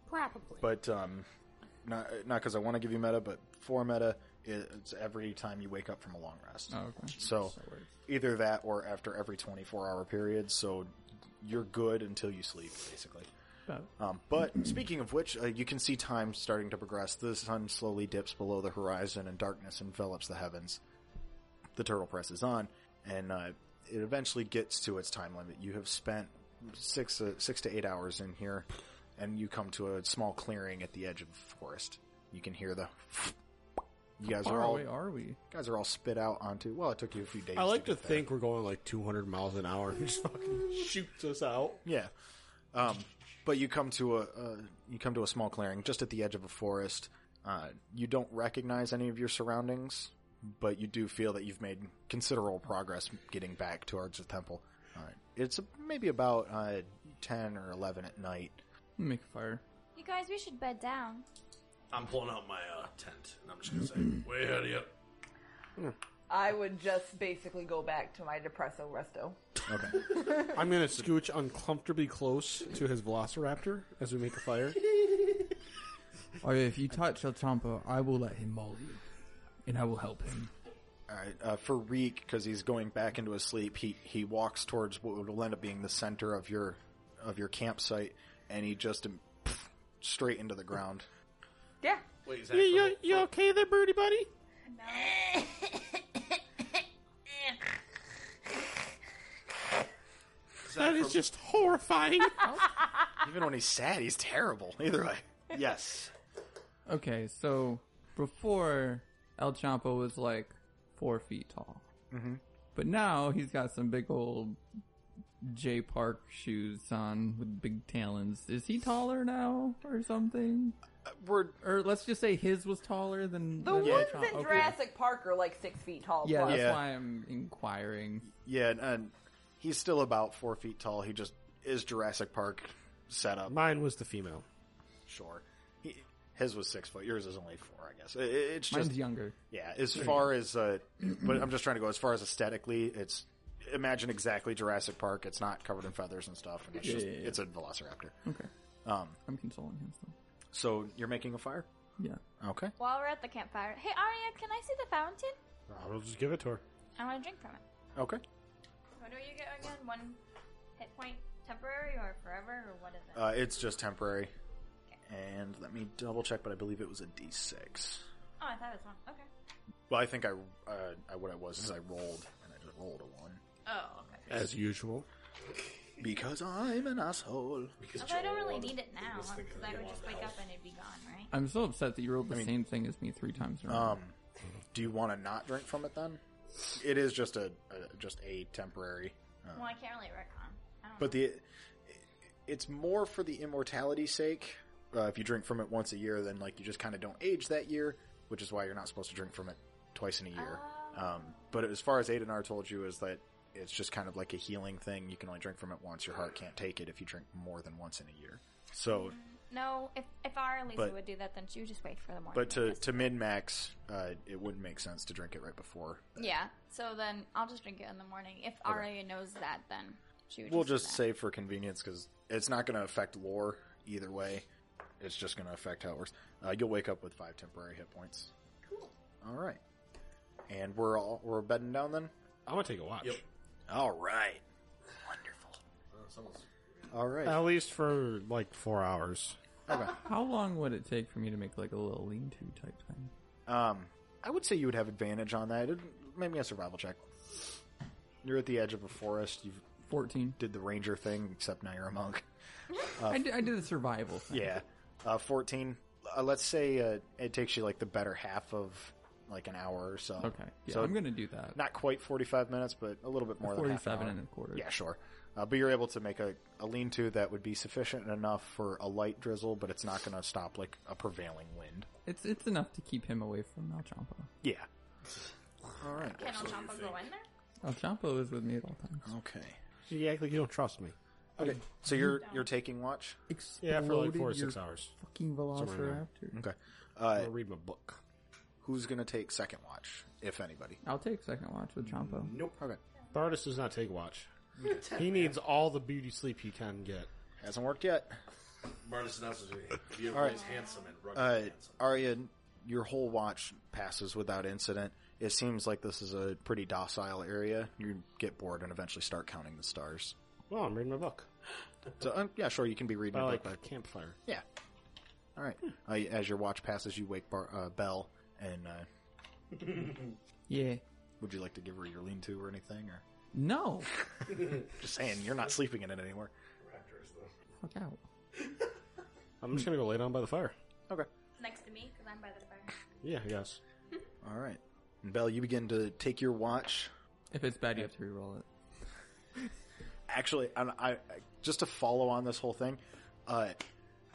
[SPEAKER 8] Probably.
[SPEAKER 4] but um, not not because I want to give you meta, but for meta, it- it's every time you wake up from a long rest.
[SPEAKER 7] Oh, okay.
[SPEAKER 4] So
[SPEAKER 7] That works.
[SPEAKER 4] either that or after every twenty four hour period. So you're good until you sleep, basically.
[SPEAKER 7] But-
[SPEAKER 4] Um, but speaking of which, uh, you can see time starting to progress. The sun slowly dips below the horizon, and darkness envelops the heavens. The turtle press is on, and uh, it eventually gets to its time limit. You have spent six uh, six to eight hours in here, and you come to a small clearing at the edge of the forest. You can hear the. You guys
[SPEAKER 7] Far
[SPEAKER 4] are all
[SPEAKER 7] away are we?
[SPEAKER 4] guys are all spit out onto. Well, it took you a few days.
[SPEAKER 3] I like to
[SPEAKER 4] get there.
[SPEAKER 3] think we're going like 200 miles an hour and just fucking shoots us out.
[SPEAKER 4] Yeah. Um, but you come to a uh, you come to a small clearing just at the edge of a forest. Uh, you don't recognize any of your surroundings, but you do feel that you've made considerable progress getting back towards the temple. Uh, it's maybe about uh, ten or eleven at night.
[SPEAKER 7] Make a fire.
[SPEAKER 6] You guys, we should bed down.
[SPEAKER 1] I'm pulling out my uh, tent, and I'm just going to say, way ahead of you.
[SPEAKER 5] I would just basically go back to my depresso resto.
[SPEAKER 4] Okay.
[SPEAKER 3] I'm gonna scooch uncomfortably close to his velociraptor as we make a fire.
[SPEAKER 7] Oh, yeah, if you touch El Champa, I will let him maul you, and I will help him.
[SPEAKER 4] All right. Uh, for Reek, because he's going back into his sleep, he he walks towards what will end up being the center of your of your campsite, and he just um, pff, straight into the ground.
[SPEAKER 5] Yeah.
[SPEAKER 1] Wait, is
[SPEAKER 8] You,
[SPEAKER 1] that
[SPEAKER 8] you, you okay there, birdie buddy? That is just horrifying.
[SPEAKER 4] Even when he's sad, he's terrible. Either way. Yes.
[SPEAKER 7] Okay, so before El Champa was like four feet tall, mm-hmm. but now he's got some big old J Park shoes on with big talons. Is he taller now or something?
[SPEAKER 4] We're
[SPEAKER 7] Or let's just say his was taller than
[SPEAKER 5] The
[SPEAKER 7] than El
[SPEAKER 5] ones
[SPEAKER 7] Champa.
[SPEAKER 8] Oh,
[SPEAKER 5] in
[SPEAKER 7] Okay.
[SPEAKER 5] Jurassic Park are like six feet tall.
[SPEAKER 7] Yeah,
[SPEAKER 5] plus.
[SPEAKER 7] that's
[SPEAKER 4] Yeah.
[SPEAKER 7] why I'm inquiring.
[SPEAKER 4] yeah, and, and he's still about four feet tall. He just is Jurassic Park setup.
[SPEAKER 3] Mine was the female.
[SPEAKER 4] Sure, he, his was six foot. Yours is only four, I guess. It, it- it's just
[SPEAKER 7] Mine's younger.
[SPEAKER 4] yeah. As far as uh, but I'm just trying to go as far as aesthetically. It's imagine exactly Jurassic Park. It's not covered in feathers and stuff, and it's just
[SPEAKER 7] yeah, yeah.
[SPEAKER 4] it's a Velociraptor.
[SPEAKER 7] Okay,
[SPEAKER 4] Um,
[SPEAKER 7] I'm consoling him still.
[SPEAKER 4] so you're making a fire.
[SPEAKER 7] Yeah.
[SPEAKER 4] Okay.
[SPEAKER 6] While we're at the campfire, hey Arya, can I see the fountain?
[SPEAKER 3] I'll just give it to her.
[SPEAKER 6] I want to drink from it.
[SPEAKER 4] Okay.
[SPEAKER 6] What do you get again? One hit point, temporary or forever, or what is it?
[SPEAKER 4] Uh, it's just temporary. And let me double check, but I believe it was a D6.
[SPEAKER 6] oh, I thought it was one. Okay.
[SPEAKER 4] Well, I think I, uh, I what I was is I rolled, and I just rolled a one
[SPEAKER 6] Oh, okay.
[SPEAKER 3] As usual.
[SPEAKER 4] because I'm an asshole.
[SPEAKER 6] Although I don't really need it now, because I would just wake up and it'd be gone, right?
[SPEAKER 7] I'm so upset that you rolled the same thing as me three times in a row.
[SPEAKER 4] Um, do you want to not drink from it then? It is just a, a just a temporary, uh,
[SPEAKER 6] Well, I can't really retcon. I don't
[SPEAKER 4] but
[SPEAKER 6] know.
[SPEAKER 4] the it's more for the immortality sake. Uh, if you drink from it once a year, then like you just kind of don't age that year, which is why you're not supposed to drink from it twice in a year. Um, but as far as Aidenar told you, is that it's just kind of like a healing thing. You can only drink from it once. Your heart can't take it if you drink more than once in a year. So
[SPEAKER 6] no, if if Arya Lisa
[SPEAKER 4] but-
[SPEAKER 6] would do that, then she would just wait for the morning.
[SPEAKER 4] But
[SPEAKER 6] I
[SPEAKER 4] to,
[SPEAKER 6] guess.
[SPEAKER 4] to min max, uh, it wouldn't make sense to drink it right before.
[SPEAKER 6] yeah, so then I'll just drink it in the morning. If Arya knows that, then she would.
[SPEAKER 4] We'll
[SPEAKER 6] just,
[SPEAKER 4] just
[SPEAKER 6] do that.
[SPEAKER 4] say for convenience because it's not going to affect lore either way. It's just going to affect how it works. Uh, you'll wake up with five temporary hit points. Cool. All right, and we're all we're bedding down then.
[SPEAKER 3] I'm gonna take a watch.
[SPEAKER 1] Yep.
[SPEAKER 4] All right, wonderful. All right,
[SPEAKER 3] At least for like four hours.
[SPEAKER 4] okay.
[SPEAKER 7] How long would it take for me to make like a little lean-to type thing?
[SPEAKER 4] Um, I would say you would have advantage on that. It, make me a survival check. You're at the edge of a forest. You
[SPEAKER 7] 14.
[SPEAKER 4] did the ranger thing, except now you're a monk.
[SPEAKER 7] I, did, I did the survival thing.
[SPEAKER 4] Yeah, uh, fourteen. Uh, let's say uh, it takes you like the better half of like an hour or so.
[SPEAKER 7] Okay. Yeah,
[SPEAKER 4] so
[SPEAKER 7] I'm going to do that.
[SPEAKER 4] not quite forty-five minutes, but a little bit more than half an
[SPEAKER 7] 47
[SPEAKER 4] hour.
[SPEAKER 7] and a quarter.
[SPEAKER 4] Yeah, sure. Uh, but you're able to make a, a lean-to that would be sufficient enough for a light drizzle, but it's not going to stop like a prevailing wind.
[SPEAKER 7] It's it's enough to keep him away from El Champo.
[SPEAKER 4] Yeah. All right.
[SPEAKER 6] Can El Champa go in there?
[SPEAKER 7] El Champo is with me at all times.
[SPEAKER 4] Okay.
[SPEAKER 3] You act like you don't trust me.
[SPEAKER 4] Okay. So you're
[SPEAKER 7] Mm-hmm.
[SPEAKER 4] you're taking watch.
[SPEAKER 3] Yeah, for like four or
[SPEAKER 7] Exploded your
[SPEAKER 3] six hours.
[SPEAKER 7] Fucking
[SPEAKER 3] Somewhere
[SPEAKER 7] Velociraptor.
[SPEAKER 4] Okay. Uh,
[SPEAKER 3] I'll read my book.
[SPEAKER 4] who's going to take second watch, if anybody?
[SPEAKER 7] I'll take second watch with Champo.
[SPEAKER 4] Nope. Okay.
[SPEAKER 3] Bardis does not take watch. He needs all the beauty sleep he can get.
[SPEAKER 4] Hasn't worked yet.
[SPEAKER 1] Martis announces me. Beautiful,
[SPEAKER 4] All right.
[SPEAKER 1] he's handsome and rugged.
[SPEAKER 4] Uh,
[SPEAKER 1] and handsome.
[SPEAKER 4] Arya, your whole watch passes without incident. It seems like this is a pretty docile area. You get bored and eventually start counting the stars.
[SPEAKER 3] Well, I'm reading my book.
[SPEAKER 4] So, um, yeah, sure, you can be reading
[SPEAKER 3] By
[SPEAKER 4] a
[SPEAKER 3] like
[SPEAKER 4] book. but-
[SPEAKER 3] campfire.
[SPEAKER 4] Yeah. All right. Uh, as your watch passes, you wake Bar- uh, Bell, and uh,
[SPEAKER 7] Yeah.
[SPEAKER 4] would you like to give her your lean-to or anything? Or
[SPEAKER 7] No.
[SPEAKER 4] just saying, you're not sleeping in it anymore.
[SPEAKER 7] Fuck out.
[SPEAKER 3] I'm just gonna go lay down by the fire.
[SPEAKER 4] Okay.
[SPEAKER 6] Next to me, because I'm by the fire.
[SPEAKER 3] Yeah, I guess.
[SPEAKER 4] All right. And Bell, you begin to take your watch.
[SPEAKER 7] If it's bad, you have to reroll it.
[SPEAKER 4] actually, I, I I- just to follow on this whole thing, uh,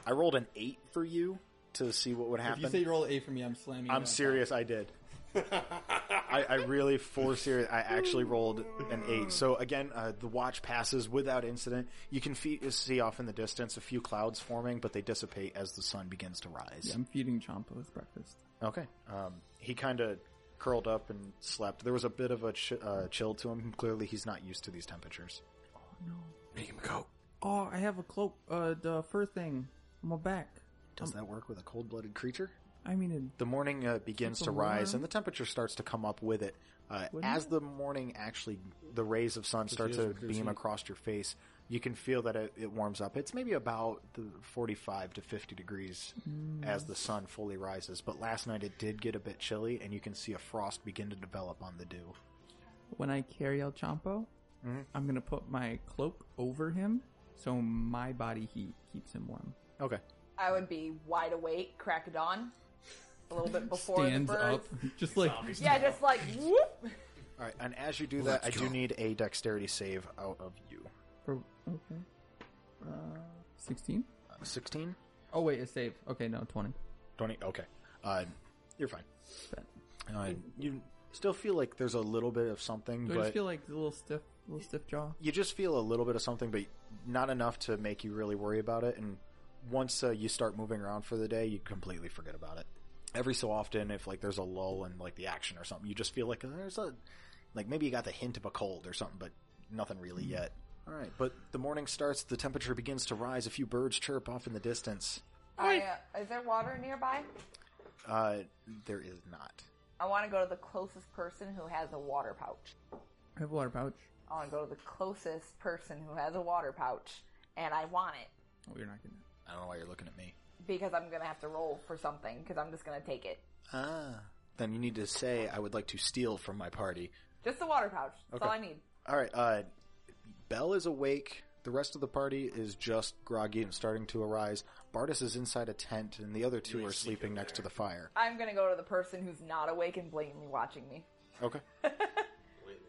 [SPEAKER 4] I rolled an eight for you to see what would happen.
[SPEAKER 7] If you say you roll eight for me, I'm slamming. you
[SPEAKER 4] I'm
[SPEAKER 7] out.
[SPEAKER 4] serious, I did. I, I really, for serious, I actually rolled an eight. So again, uh, the watch passes without incident. You can fe- see off in the distance a few clouds forming, but they dissipate as the sun begins to rise.
[SPEAKER 7] Yeah, I'm feeding Champa his breakfast.
[SPEAKER 4] Okay. Um, he kind of curled up and slept. There was a bit of a ch- uh, chill to him. Clearly, he's not used to these temperatures.
[SPEAKER 7] Oh, I have a cloak, uh, the fur thing on my back. Um,
[SPEAKER 4] Does that work with a cold-blooded creature?
[SPEAKER 7] I mean,
[SPEAKER 4] The morning uh, begins to
[SPEAKER 7] Something
[SPEAKER 4] rise,
[SPEAKER 7] warm.
[SPEAKER 4] and the temperature starts to come up with it. Uh,
[SPEAKER 7] Wouldn't
[SPEAKER 4] as the morning actually, the rays of sun start to beam across your face. You can feel that it, it warms up. It's maybe about the 45 to 50 degrees as the sun fully rises. But last night it did get a bit chilly, and you can see a frost begin to develop on the dew.
[SPEAKER 7] when I carry El Champo,
[SPEAKER 4] Mm-hmm.
[SPEAKER 7] I'm gonna put my cloak over him so my body heat keeps him warm.
[SPEAKER 4] Okay.
[SPEAKER 5] I would be wide awake, crack of dawn, a little bit before
[SPEAKER 7] Stands
[SPEAKER 5] the
[SPEAKER 7] up,
[SPEAKER 5] birds.
[SPEAKER 7] just like
[SPEAKER 5] Yeah, just like whoop.
[SPEAKER 4] All right. And as you do that, I do need a dexterity save out of you.
[SPEAKER 7] for, okay, sixteen.
[SPEAKER 4] Uh, 16?
[SPEAKER 7] oh wait, it's saved. Okay, no, twenty.
[SPEAKER 4] 20? Okay. Uh, you're fine.
[SPEAKER 7] But-
[SPEAKER 4] Uh, you still feel like there's a little bit of something,
[SPEAKER 7] Do I
[SPEAKER 4] but.
[SPEAKER 7] just feel like a little stiff, little stiff jaw?
[SPEAKER 4] you just feel a little bit of something, but not enough to make you really worry about it. And once uh, you start moving around for the day, you completely forget about it. Every so often, if like there's a lull in like the action or something, you just feel like uh, there's a like maybe you got the hint of a cold or something, but nothing really
[SPEAKER 7] Hmm.
[SPEAKER 4] yet. All right, but the morning starts. The temperature begins to rise. A few birds chirp off in the distance.
[SPEAKER 5] I, uh, is there water nearby?
[SPEAKER 4] Uh, there is not.
[SPEAKER 5] I want to go to the closest person who has a water pouch.
[SPEAKER 7] I have a water pouch.
[SPEAKER 5] I want to go to the closest person who has a water pouch, and I want it
[SPEAKER 7] Oh, you're not gonna.
[SPEAKER 4] I don't know why you're looking at me.
[SPEAKER 5] because I'm gonna have to roll for something because I'm just gonna take it.
[SPEAKER 4] Ah, then you need to say I would like to steal from my party.
[SPEAKER 5] Just the water pouch. That's all I need.
[SPEAKER 4] All right. Uh, Belle is awake. The rest of the party is just groggy and starting to arise. Bartis is inside a tent, and the other two are sleeping next to the fire.
[SPEAKER 5] I'm gonna go to the person who's not awake and blatantly watching me.
[SPEAKER 4] Okay.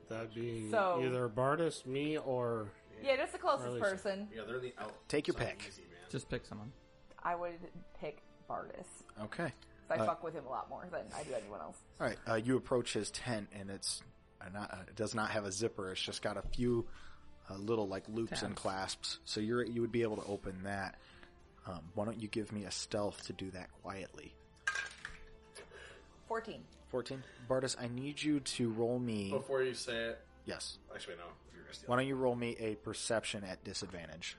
[SPEAKER 3] That'd be
[SPEAKER 5] So-
[SPEAKER 3] either Bardis, me, or
[SPEAKER 5] Yeah, just the closest
[SPEAKER 3] Early
[SPEAKER 5] person.
[SPEAKER 1] yeah, they're in the out.
[SPEAKER 4] Take your
[SPEAKER 1] something
[SPEAKER 4] pick.
[SPEAKER 1] easy, man.
[SPEAKER 7] Just pick someone.
[SPEAKER 5] I would pick Bardis.
[SPEAKER 4] Okay.
[SPEAKER 5] 'Cause I
[SPEAKER 4] Uh,
[SPEAKER 5] fuck with him a lot more than I do anyone else.
[SPEAKER 4] All right. Uh, you approach his tent, and it's uh, not, uh, it does not have a zipper. It's just got a few uh, little like loops and
[SPEAKER 7] Tabs.
[SPEAKER 4] clasps. So you're you would be able to open that. Um, why don't you give me a stealth to do that quietly?
[SPEAKER 5] 14.
[SPEAKER 4] Fourteen. Bartis, I need you to roll me.
[SPEAKER 1] Before you say it,
[SPEAKER 4] Yes.
[SPEAKER 1] actually no, you're gonna steal.
[SPEAKER 4] Why don't you roll me a perception at disadvantage?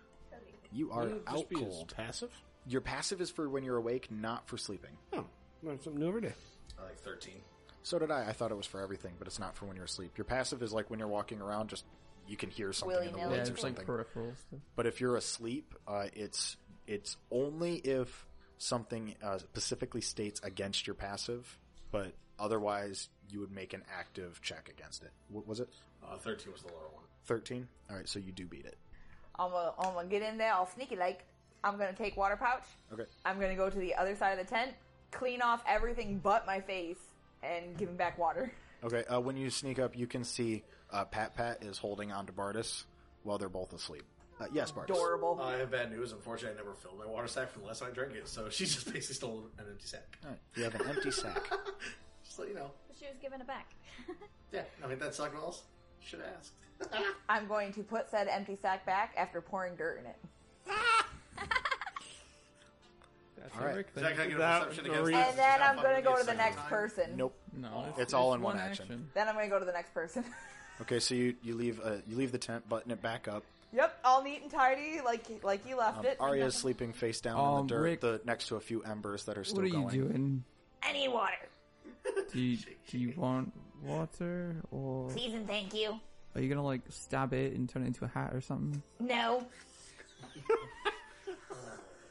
[SPEAKER 4] You are
[SPEAKER 3] Wouldn't it
[SPEAKER 4] out
[SPEAKER 3] just be his
[SPEAKER 4] cold.
[SPEAKER 3] passive.
[SPEAKER 4] Your passive is for when you're awake, not for sleeping.
[SPEAKER 3] Oh, learn something new every day.
[SPEAKER 1] I like thirteen.
[SPEAKER 4] So did I. I thought it was for everything, but it's not for when you're asleep. Your passive is like when you're walking around, just you can hear something in the
[SPEAKER 5] Willy-nilly.
[SPEAKER 7] Yeah,
[SPEAKER 4] woods or
[SPEAKER 7] it's like
[SPEAKER 4] something.
[SPEAKER 7] peripherals.
[SPEAKER 4] but if you're asleep, uh, it's it's only if something uh, specifically states against your passive. But Otherwise, you would make an active check against it. What was it?
[SPEAKER 1] Uh, 13 was the lower one.
[SPEAKER 4] 13? All right, so you do beat it.
[SPEAKER 5] I'm gonna, I'm gonna get in there all sneaky like. I'm gonna take water pouch.
[SPEAKER 4] Okay.
[SPEAKER 5] I'm gonna go to the other side of the tent, clean off everything but my face, and give him back water.
[SPEAKER 4] Okay, uh, when you sneak up, you can see uh, Pat Pat is holding on to Bardis while they're both asleep. Uh, yes, Bardis.
[SPEAKER 5] Adorable.
[SPEAKER 1] I have bad news. Unfortunately, I never filled my water sack from the last time I drank it, so she's just basically stole an empty sack.
[SPEAKER 4] All right, you have an empty sack.
[SPEAKER 1] Just let you know.
[SPEAKER 6] She was given it back.
[SPEAKER 1] Yeah, I mean, that's something else. Should have asked.
[SPEAKER 5] I'm going to put said empty sack back after pouring dirt in it.
[SPEAKER 7] That's
[SPEAKER 4] All right.
[SPEAKER 7] Rick
[SPEAKER 1] Zach, can I get a
[SPEAKER 3] That-
[SPEAKER 1] perception
[SPEAKER 3] the
[SPEAKER 1] against
[SPEAKER 3] reason-
[SPEAKER 1] this?
[SPEAKER 5] And then
[SPEAKER 1] Stop
[SPEAKER 5] I'm gonna
[SPEAKER 1] fucking
[SPEAKER 5] go
[SPEAKER 1] me
[SPEAKER 5] to the
[SPEAKER 1] a
[SPEAKER 5] next
[SPEAKER 1] second time.
[SPEAKER 5] person.
[SPEAKER 4] Nope.
[SPEAKER 7] No,
[SPEAKER 4] It's all in one action.
[SPEAKER 5] Then I'm gonna go to the next person.
[SPEAKER 4] Okay, so you, you leave uh, you leave the tent, button it back up.
[SPEAKER 5] yep, all neat and tidy, like like you left
[SPEAKER 4] Um,
[SPEAKER 5] it.
[SPEAKER 4] Arya is sleeping face down in
[SPEAKER 7] Um,
[SPEAKER 4] the dirt,
[SPEAKER 7] Rick-
[SPEAKER 4] the, next to a few embers that are still
[SPEAKER 7] What are you
[SPEAKER 4] going.
[SPEAKER 7] doing?
[SPEAKER 2] Any water.
[SPEAKER 7] Do you, do you want water or
[SPEAKER 2] Please and thank you.
[SPEAKER 7] are you gonna like stab it and turn it into a hat or something?
[SPEAKER 2] No.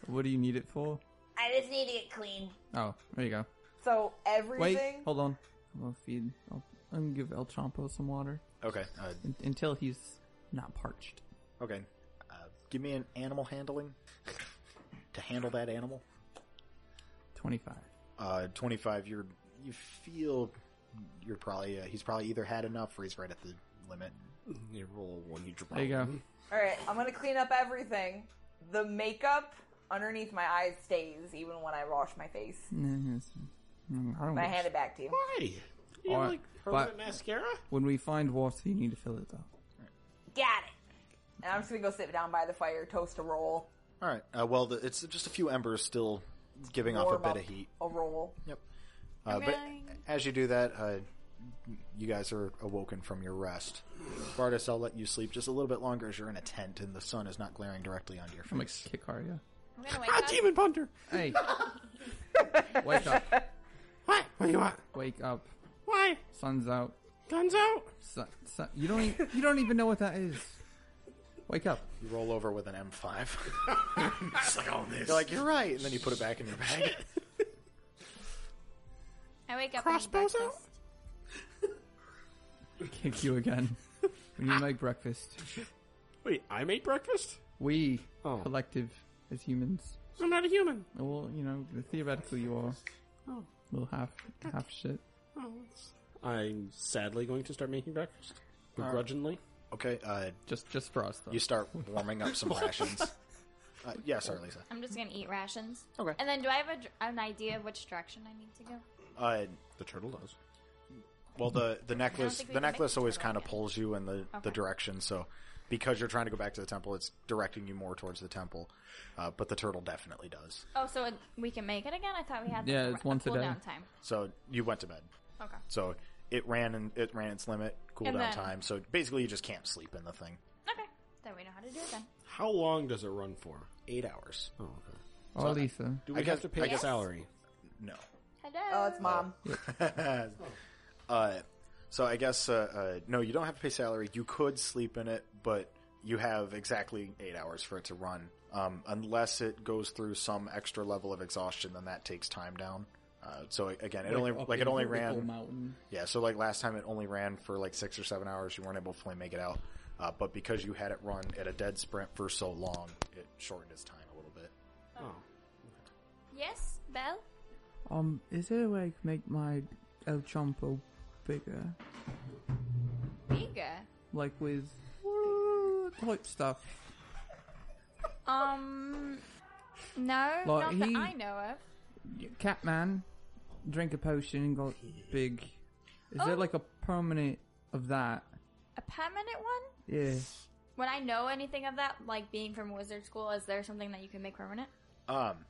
[SPEAKER 7] What do you need it for?
[SPEAKER 2] I just need to get clean.
[SPEAKER 7] Oh, there you go.
[SPEAKER 5] So
[SPEAKER 7] Wait,
[SPEAKER 5] everything.
[SPEAKER 7] hold on. I'm gonna feed. I'll, I'm gonna give El Champo some water
[SPEAKER 4] Okay, uh,
[SPEAKER 7] un- until he's not parched.
[SPEAKER 4] okay. Uh, give me an animal handling to handle that animal.
[SPEAKER 7] Twenty-five.
[SPEAKER 4] uh, 25 you're you feel you're probably uh, he's probably either had enough or he's right at the limit
[SPEAKER 3] You roll one, you drop.
[SPEAKER 7] There you go.
[SPEAKER 5] All right, I'm gonna clean up everything. The makeup underneath my eyes stays even when I wash my face.
[SPEAKER 7] Mm, yes. Mm, I don't.
[SPEAKER 5] But I
[SPEAKER 7] know.
[SPEAKER 5] hand it back to you.
[SPEAKER 3] Why? You
[SPEAKER 7] All
[SPEAKER 3] have,
[SPEAKER 7] right,
[SPEAKER 3] like permanent
[SPEAKER 7] but-
[SPEAKER 3] mascara?
[SPEAKER 7] When we find water, you need to fill it up.
[SPEAKER 2] Got it.
[SPEAKER 5] And I'm just gonna go sit down by the fire, toast a roll,
[SPEAKER 4] all right uh, well the, it's just a few embers still giving off a
[SPEAKER 5] warm
[SPEAKER 4] bit
[SPEAKER 5] up
[SPEAKER 4] of heat
[SPEAKER 5] a roll.
[SPEAKER 4] yep uh, but as you do that uh, you guys are awoken from your rest Bardis I'll let you sleep just a little bit longer as you're in a tent and the sun is not glaring directly onto your face
[SPEAKER 7] I'm gonna kick Arya.
[SPEAKER 6] I'm gonna
[SPEAKER 3] Ah,
[SPEAKER 6] wake up.
[SPEAKER 8] Demon punter.
[SPEAKER 7] Hey, wake up!
[SPEAKER 8] What? What do you want?
[SPEAKER 7] Wake up!
[SPEAKER 8] Why?
[SPEAKER 7] Sun's out.
[SPEAKER 8] Guns out.
[SPEAKER 7] Sun, sun, you don't. e- You don't even know what that is. Wake up!
[SPEAKER 4] you roll over with an M5
[SPEAKER 1] Suck
[SPEAKER 5] oh,
[SPEAKER 1] on this.
[SPEAKER 4] you're like you're right and then you put it back in your bag
[SPEAKER 6] I wake up.
[SPEAKER 8] Crossbows
[SPEAKER 6] and eat
[SPEAKER 8] out?
[SPEAKER 6] breakfast.
[SPEAKER 7] Kick you again. When you make breakfast,
[SPEAKER 3] Wait, I made breakfast?
[SPEAKER 7] we
[SPEAKER 3] Oh.
[SPEAKER 7] collective as humans.
[SPEAKER 8] I'm not a human.
[SPEAKER 7] Well, you know, theoretically you are.
[SPEAKER 8] Oh.
[SPEAKER 7] Little half half shit.
[SPEAKER 8] Oh, it's-
[SPEAKER 3] I'm sadly going to start making breakfast. Begrudgingly.
[SPEAKER 4] okay uh,
[SPEAKER 7] Just just for us though.
[SPEAKER 4] you start warming up some rations uh, yeah sorry Lisa
[SPEAKER 6] I'm just gonna eat rations.
[SPEAKER 4] Okay.
[SPEAKER 6] And then, do I have a, dr- an idea of which direction I need to go?
[SPEAKER 4] uh,
[SPEAKER 1] The turtle does.
[SPEAKER 4] Well, the the necklace
[SPEAKER 6] think we
[SPEAKER 4] the
[SPEAKER 6] can make
[SPEAKER 4] necklace
[SPEAKER 6] it
[SPEAKER 4] always
[SPEAKER 6] turtle
[SPEAKER 4] kind of
[SPEAKER 6] again.
[SPEAKER 4] pulls you in the, the
[SPEAKER 6] Okay.
[SPEAKER 4] direction. So, because you're trying to go back to the temple, it's directing you more towards the temple. Uh, but the turtle definitely does.
[SPEAKER 6] Oh, so it, we can make it again. I thought we had like,
[SPEAKER 7] Yeah,
[SPEAKER 6] a
[SPEAKER 7] it's
[SPEAKER 6] ra- a
[SPEAKER 7] once a
[SPEAKER 6] cool
[SPEAKER 7] day.
[SPEAKER 6] down time.
[SPEAKER 4] So you went to bed.
[SPEAKER 6] Okay.
[SPEAKER 4] So it ran and it ran its limit cooldown
[SPEAKER 6] And then-
[SPEAKER 4] time. So basically, you just can't sleep in the thing.
[SPEAKER 6] Okay. Then we know how to do it then.
[SPEAKER 3] How long does it run for?
[SPEAKER 4] Eight hours.
[SPEAKER 3] Oh, okay.
[SPEAKER 7] Oh Lisa.
[SPEAKER 3] Do
[SPEAKER 4] I
[SPEAKER 3] we
[SPEAKER 4] guess-
[SPEAKER 3] have to pay
[SPEAKER 4] I
[SPEAKER 3] a
[SPEAKER 4] guess-
[SPEAKER 3] salary?
[SPEAKER 4] No.
[SPEAKER 6] Hello.
[SPEAKER 5] Oh, it's mom.
[SPEAKER 4] uh, so I guess uh, uh, no, you don't have to pay salary. You could sleep in it, but you have exactly eight hours for it to run. Um, unless it goes through some extra level of exhaustion, then that takes time down. Uh, so again, it only
[SPEAKER 7] up
[SPEAKER 4] like it
[SPEAKER 7] in
[SPEAKER 4] only
[SPEAKER 7] the whole
[SPEAKER 4] ran
[SPEAKER 7] mountain.
[SPEAKER 4] yeah. So like last time, it only ran for like six or seven hours. You weren't able to fully make it out, uh, but because you had it run at a dead sprint for so long, it shortened its time a little bit.
[SPEAKER 6] Yes, Belle.
[SPEAKER 7] Um, is there a way I can make my El Champo bigger?
[SPEAKER 6] Bigger.
[SPEAKER 7] Like with uh, type stuff.
[SPEAKER 6] Um. No,
[SPEAKER 7] Like,
[SPEAKER 6] not that
[SPEAKER 7] he-
[SPEAKER 6] I know of.
[SPEAKER 7] Catman drank a potion and got big. Is there
[SPEAKER 6] Oh.
[SPEAKER 7] like a permanent of that?
[SPEAKER 6] A permanent one?
[SPEAKER 7] Yeah.
[SPEAKER 6] When I know anything of that, like being from wizard school, is there something that you can make permanent?
[SPEAKER 4] Um,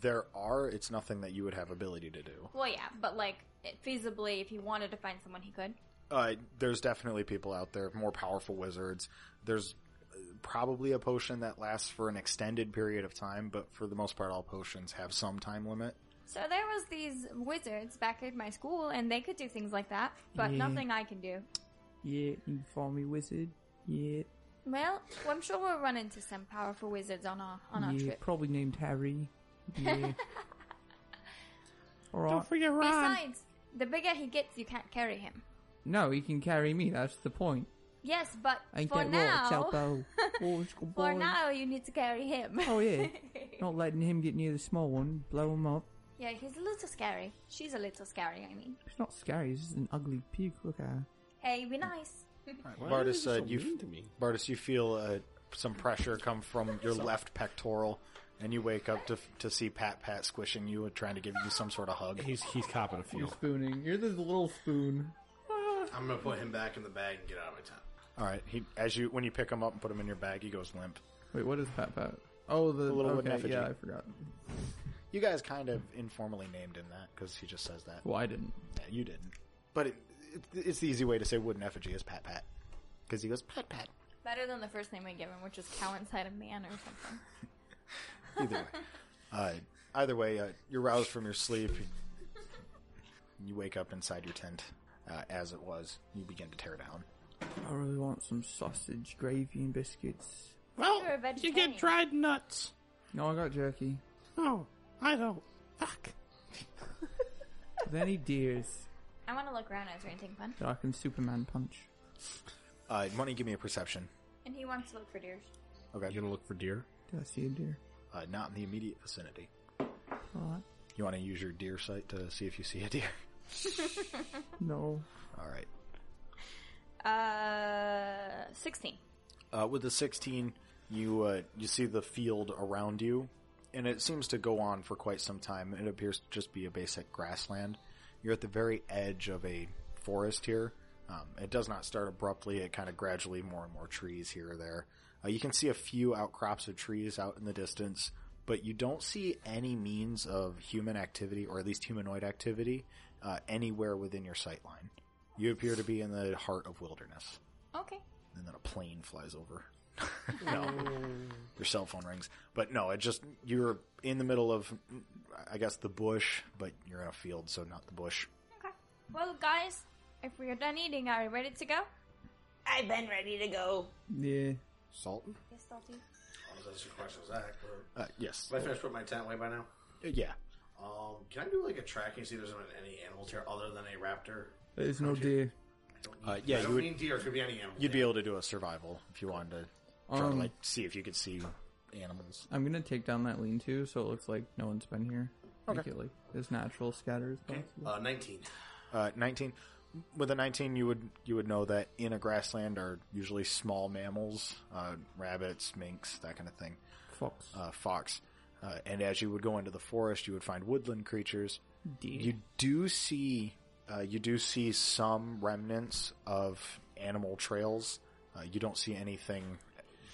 [SPEAKER 4] there are. It's nothing that you would have ability to do.
[SPEAKER 6] Well, yeah, but like it, feasibly, if he wanted to find someone, he could.
[SPEAKER 4] uh, there's definitely people out there, more powerful wizards. There's uh, probably a potion that lasts for an extended period of time, but for the most part, all potions have some time limit.
[SPEAKER 6] So there was these wizards back at my school, and they could do things like that, but
[SPEAKER 7] Yeah.
[SPEAKER 6] nothing I can do.
[SPEAKER 7] Yeah, you follow me, wizard. Yeah.
[SPEAKER 6] Well, well, I'm sure we'll run into some powerful wizards on our on our
[SPEAKER 7] yeah,
[SPEAKER 6] trip.
[SPEAKER 7] probably named Harry. Yeah. Alright.
[SPEAKER 8] Don't forget Ron.
[SPEAKER 6] Besides, The bigger he gets, you can't carry him.
[SPEAKER 7] No, he can carry me. That's the point.
[SPEAKER 6] Yes, but
[SPEAKER 7] Ain't
[SPEAKER 6] for
[SPEAKER 7] that
[SPEAKER 6] now,
[SPEAKER 7] right, Chapo? Oh, it's good
[SPEAKER 6] for
[SPEAKER 7] boy.
[SPEAKER 6] now you need to carry him.
[SPEAKER 7] Oh yeah, not letting him get near the small one, blow him up.
[SPEAKER 6] yeah, he's a little scary. She's a little scary. I mean,
[SPEAKER 7] It's not scary. It's just an ugly pig. Look at her.
[SPEAKER 6] hey, be nice.
[SPEAKER 4] Bartis, uh, you,
[SPEAKER 3] mean to me?
[SPEAKER 4] Bartis, you feel uh, some pressure come from your left pectoral, and you wake up to to see Pat Pat squishing you and trying to give you some sort of hug.
[SPEAKER 3] He's he's copping a few.
[SPEAKER 7] spooning. You're this little spoon. Ah.
[SPEAKER 1] I'm gonna put him back in the bag and get out of my tent.
[SPEAKER 4] All right, he as you when you pick him up and put him in your bag, he goes limp.
[SPEAKER 7] Wait, what is Pat Pat? Oh, the,
[SPEAKER 4] little wooden
[SPEAKER 7] okay,
[SPEAKER 4] effigy.
[SPEAKER 7] Yeah, I forgot.
[SPEAKER 4] You guys kind of informally named him that because he just says that.
[SPEAKER 7] Well, I didn't.
[SPEAKER 4] Yeah, you didn't, but it, it, it's the easy way to say wooden effigy is Pat Pat because he goes Pat Pat.
[SPEAKER 6] Better than the first name we give him, which is cow inside a man or something.
[SPEAKER 4] Either way, uh, either way, uh, you're roused from your sleep. You wake up inside your tent, uh, as it was. You begin to tear down.
[SPEAKER 7] I really want some sausage, gravy, and biscuits.
[SPEAKER 8] Well,
[SPEAKER 6] You're a
[SPEAKER 8] you
[SPEAKER 6] vegetarian.
[SPEAKER 8] get dried nuts.
[SPEAKER 7] No, I got jerky.
[SPEAKER 8] Oh, I don't. Fuck.
[SPEAKER 7] Are there any deers
[SPEAKER 6] I want to look around. Is there anything fun?
[SPEAKER 7] that I can Superman punch?
[SPEAKER 4] Uh, money, give me a perception.
[SPEAKER 6] And he wants to look for deers.
[SPEAKER 4] Okay.
[SPEAKER 3] You gonna look for deer?
[SPEAKER 7] Did I see a deer?
[SPEAKER 4] Uh, not in the immediate vicinity.
[SPEAKER 7] Alright.
[SPEAKER 4] You want to use your deer sight to see if you see a deer?
[SPEAKER 7] No.
[SPEAKER 4] All right.
[SPEAKER 6] Uh, sixteen.
[SPEAKER 4] Uh, with the 16, you uh, you see the field around you, and it seems to go on for quite some time. It appears to just be a basic grassland. You're at the very edge of a forest here. Um, it does not start abruptly. It kind of gradually more and more trees here or there. Uh, you can see a few outcrops of trees out in the distance, but you don't see any means of human activity, or at least humanoid activity, uh, anywhere within your sight line. You appear to be in the heart of wilderness
[SPEAKER 6] Okay.
[SPEAKER 4] and then a plane flies over. no,
[SPEAKER 7] Oh.
[SPEAKER 4] your cell phone rings, but no, it just you're in the middle of, I guess, the bush, but you're in a field, so not the bush.
[SPEAKER 6] Okay. Well, guys, if we are done eating, are we ready to go?
[SPEAKER 5] I've been ready to go.
[SPEAKER 7] Yeah.
[SPEAKER 4] Salt?
[SPEAKER 6] Yes, Salty.
[SPEAKER 1] I was asking questions, Zach. but-
[SPEAKER 4] Uh, yes.
[SPEAKER 1] Have I finished with my tent way by now?
[SPEAKER 4] Yeah.
[SPEAKER 1] Um, can I do like a tracking see if there's any animals here other than a raptor?
[SPEAKER 7] There's no deer.
[SPEAKER 4] Uh, yeah,
[SPEAKER 1] I
[SPEAKER 4] you
[SPEAKER 1] don't
[SPEAKER 4] would
[SPEAKER 1] mean deer. It's gonna be any animal.
[SPEAKER 4] you'd be able to do a survival if you wanted to try to
[SPEAKER 7] Um,
[SPEAKER 4] like see if you could see animals.
[SPEAKER 7] I'm gonna take down that lean-to so it looks like no one's been here. Make it like as natural scatter as possible.
[SPEAKER 1] Uh, nineteen.
[SPEAKER 4] Uh, nineteen. With a nineteen, you would you would know that in a grassland are usually small mammals, uh, rabbits, minks, that kind of thing.
[SPEAKER 7] Fox.
[SPEAKER 4] uh, fox. Uh, and as you would go into the forest, you would find woodland creatures.
[SPEAKER 7] Deer.
[SPEAKER 4] You do see, uh, you do see some remnants of animal trails. Uh, you don't see anything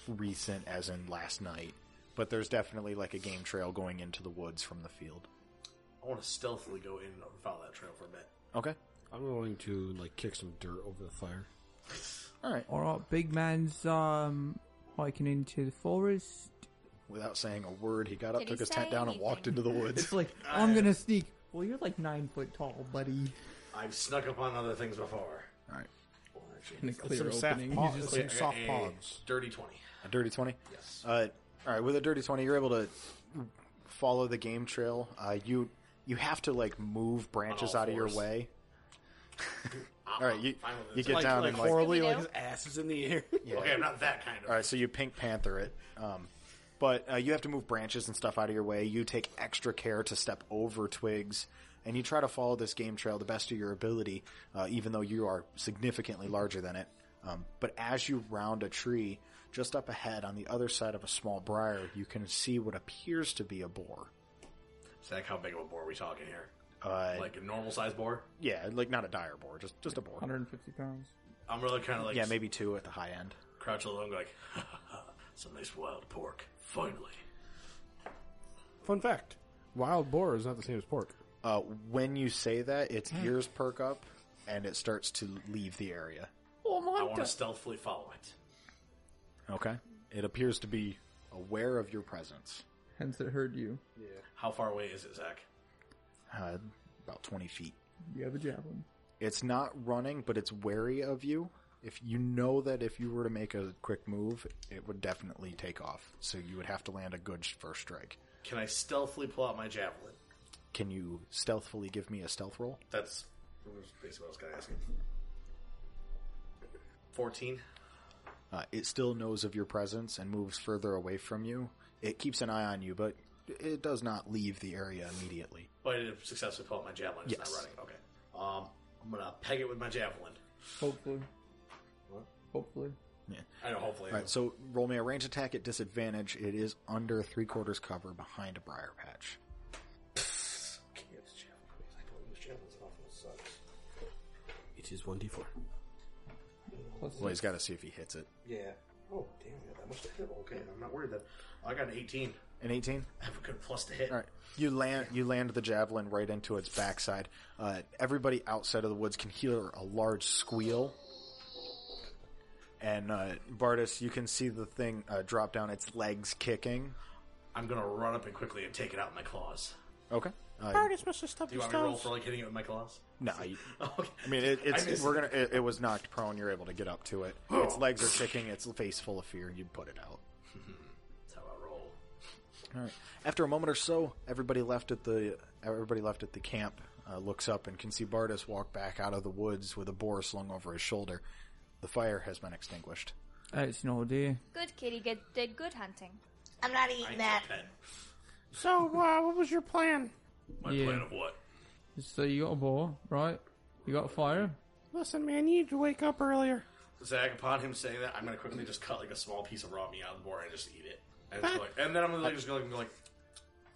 [SPEAKER 4] recent, as in last night, but there's definitely like a game trail going into the woods from the field.
[SPEAKER 1] I want to stealthily go in and follow that trail for a bit.
[SPEAKER 4] Okay,
[SPEAKER 8] I'm willing to like kick some dirt over the fire.
[SPEAKER 4] all right.
[SPEAKER 7] Alright, big man's um hiking into the forest.
[SPEAKER 4] Without saying a word, he got up,
[SPEAKER 6] Did he
[SPEAKER 4] took his
[SPEAKER 6] say
[SPEAKER 4] tent down, and walked into
[SPEAKER 6] anything?
[SPEAKER 4] the woods.
[SPEAKER 7] It's like I'm gonna sneak. Well, you're like nine foot tall, buddy.
[SPEAKER 1] I've snuck upon other things before.
[SPEAKER 4] all right,
[SPEAKER 7] In a clear
[SPEAKER 3] saf-
[SPEAKER 7] opening,
[SPEAKER 3] paw-
[SPEAKER 7] he's just
[SPEAKER 3] some
[SPEAKER 7] like,
[SPEAKER 3] soft
[SPEAKER 1] A
[SPEAKER 3] pods.
[SPEAKER 1] Dirty twenty.
[SPEAKER 4] a dirty twenty.
[SPEAKER 1] Yes.
[SPEAKER 4] Uh, all right, with a dirty twenty, you're able to follow the game trail. Uh, you you have to like move
[SPEAKER 8] Oh,
[SPEAKER 4] branches
[SPEAKER 1] all
[SPEAKER 4] out of your
[SPEAKER 1] fours.
[SPEAKER 4] way. all right, you
[SPEAKER 1] fine with
[SPEAKER 4] you
[SPEAKER 1] it.
[SPEAKER 4] get
[SPEAKER 1] Like-
[SPEAKER 4] down and like all
[SPEAKER 6] Scooby-Doo? like, his
[SPEAKER 3] ass is in the air.
[SPEAKER 1] Okay, I'm not that kind of.
[SPEAKER 4] right, so you pink panther it. Um, but uh, you have to move branches and stuff out of your way. You take extra care to step over twigs, and you try to follow this game trail the best of your ability, uh, even though you are significantly larger than it. Um, but as you round a tree, just up ahead on the other side of a small briar, you can see what appears to be a boar.
[SPEAKER 1] Zach, how big of a boar are we talking here?
[SPEAKER 4] Uh,
[SPEAKER 1] Like a normal size boar?
[SPEAKER 4] Yeah, like not a dire boar, just just a boar.
[SPEAKER 7] 150 pounds.
[SPEAKER 1] I'm really kind of like
[SPEAKER 4] Yeah, maybe two at the high end.
[SPEAKER 1] crouch low and go like, some nice wild pork. Finally.
[SPEAKER 3] Fun fact: wild boar is not the same as pork.
[SPEAKER 4] Uh, when you say that, its ears perk up and it starts to leave the area.
[SPEAKER 7] Oh,
[SPEAKER 1] I want to stealthily follow it.
[SPEAKER 4] Okay, it appears to be aware of your presence.
[SPEAKER 7] Hence, it heard you.
[SPEAKER 1] How far away is it, Zach?
[SPEAKER 4] Uh, about twenty feet.
[SPEAKER 7] You have a javelin.
[SPEAKER 4] It's not running, but it's wary of you. If you know that if you were to make a quick move, it would definitely take off. So you would have to land a good sh- first strike.
[SPEAKER 1] Can I stealthily pull out my javelin?
[SPEAKER 4] Can you stealthily give me a stealth roll?
[SPEAKER 1] That's That's basically what I was kind of asking. 14.
[SPEAKER 4] Uh, it still knows of your presence and moves further away from you. It keeps an eye on you, but it does not leave the area immediately.
[SPEAKER 1] But Oh, I did successfully pull out my javelin. It's
[SPEAKER 4] Yes.
[SPEAKER 1] not running. Okay. Um, I'm going to peg it with my javelin.
[SPEAKER 7] Hopefully. Hopefully.
[SPEAKER 1] I know, hopefully.
[SPEAKER 4] All right, so roll me a range attack at disadvantage. It is under three quarters cover behind a briar patch.
[SPEAKER 1] Can't use javelin. please. I don't use javelins often. It sucks.
[SPEAKER 10] It is 1d4.
[SPEAKER 4] Well, he's got to see if he hits it.
[SPEAKER 1] Yeah. Oh, damn. Yeah, that must hit. Okay, I'm not worried that. I got an 18.
[SPEAKER 4] An eighteen.
[SPEAKER 1] I have a good plus to hit.
[SPEAKER 4] All right, you land you land the javelin right into its backside. Uh, everybody outside of the woods can hear a large squeal. And uh, Bardis, you can see the thing uh, drop down. Its legs kicking.
[SPEAKER 1] I'm going to run up and quickly and take it out with my claws.
[SPEAKER 4] Okay. Uh,
[SPEAKER 8] Artist must have stubbed
[SPEAKER 1] Do you
[SPEAKER 8] his
[SPEAKER 1] want me to roll
[SPEAKER 8] toes.
[SPEAKER 1] for like hitting it with my claws?
[SPEAKER 4] no, you- I mean it,
[SPEAKER 1] I
[SPEAKER 4] it's
[SPEAKER 1] missed
[SPEAKER 4] we're
[SPEAKER 1] it.
[SPEAKER 4] gonna. It, it was knocked prone. You're able to get up to it. Its legs are kicking. Its face full of fear. You put it out.
[SPEAKER 1] That's how I roll.
[SPEAKER 4] All right. After a moment or so, everybody left at the everybody left at the camp uh, looks up and can see Bardis walk back out of the woods with a boar slung over his shoulder. The fire has been extinguished.
[SPEAKER 7] It's no day.
[SPEAKER 6] Good kitty get, did good hunting.
[SPEAKER 2] I'm not eating that.
[SPEAKER 8] So, uh, what was your plan?
[SPEAKER 1] My plan of what?
[SPEAKER 7] So you got a ball, right? You got fire.
[SPEAKER 8] Listen, man, you need to wake up earlier.
[SPEAKER 1] Zach, upon him saying that, I'm gonna quickly just cut like a small piece of raw meat out of the boar and just eat it. And,
[SPEAKER 4] Ah.
[SPEAKER 1] it's
[SPEAKER 8] That-
[SPEAKER 1] like, and then I'm gonna like, just go like, and be like,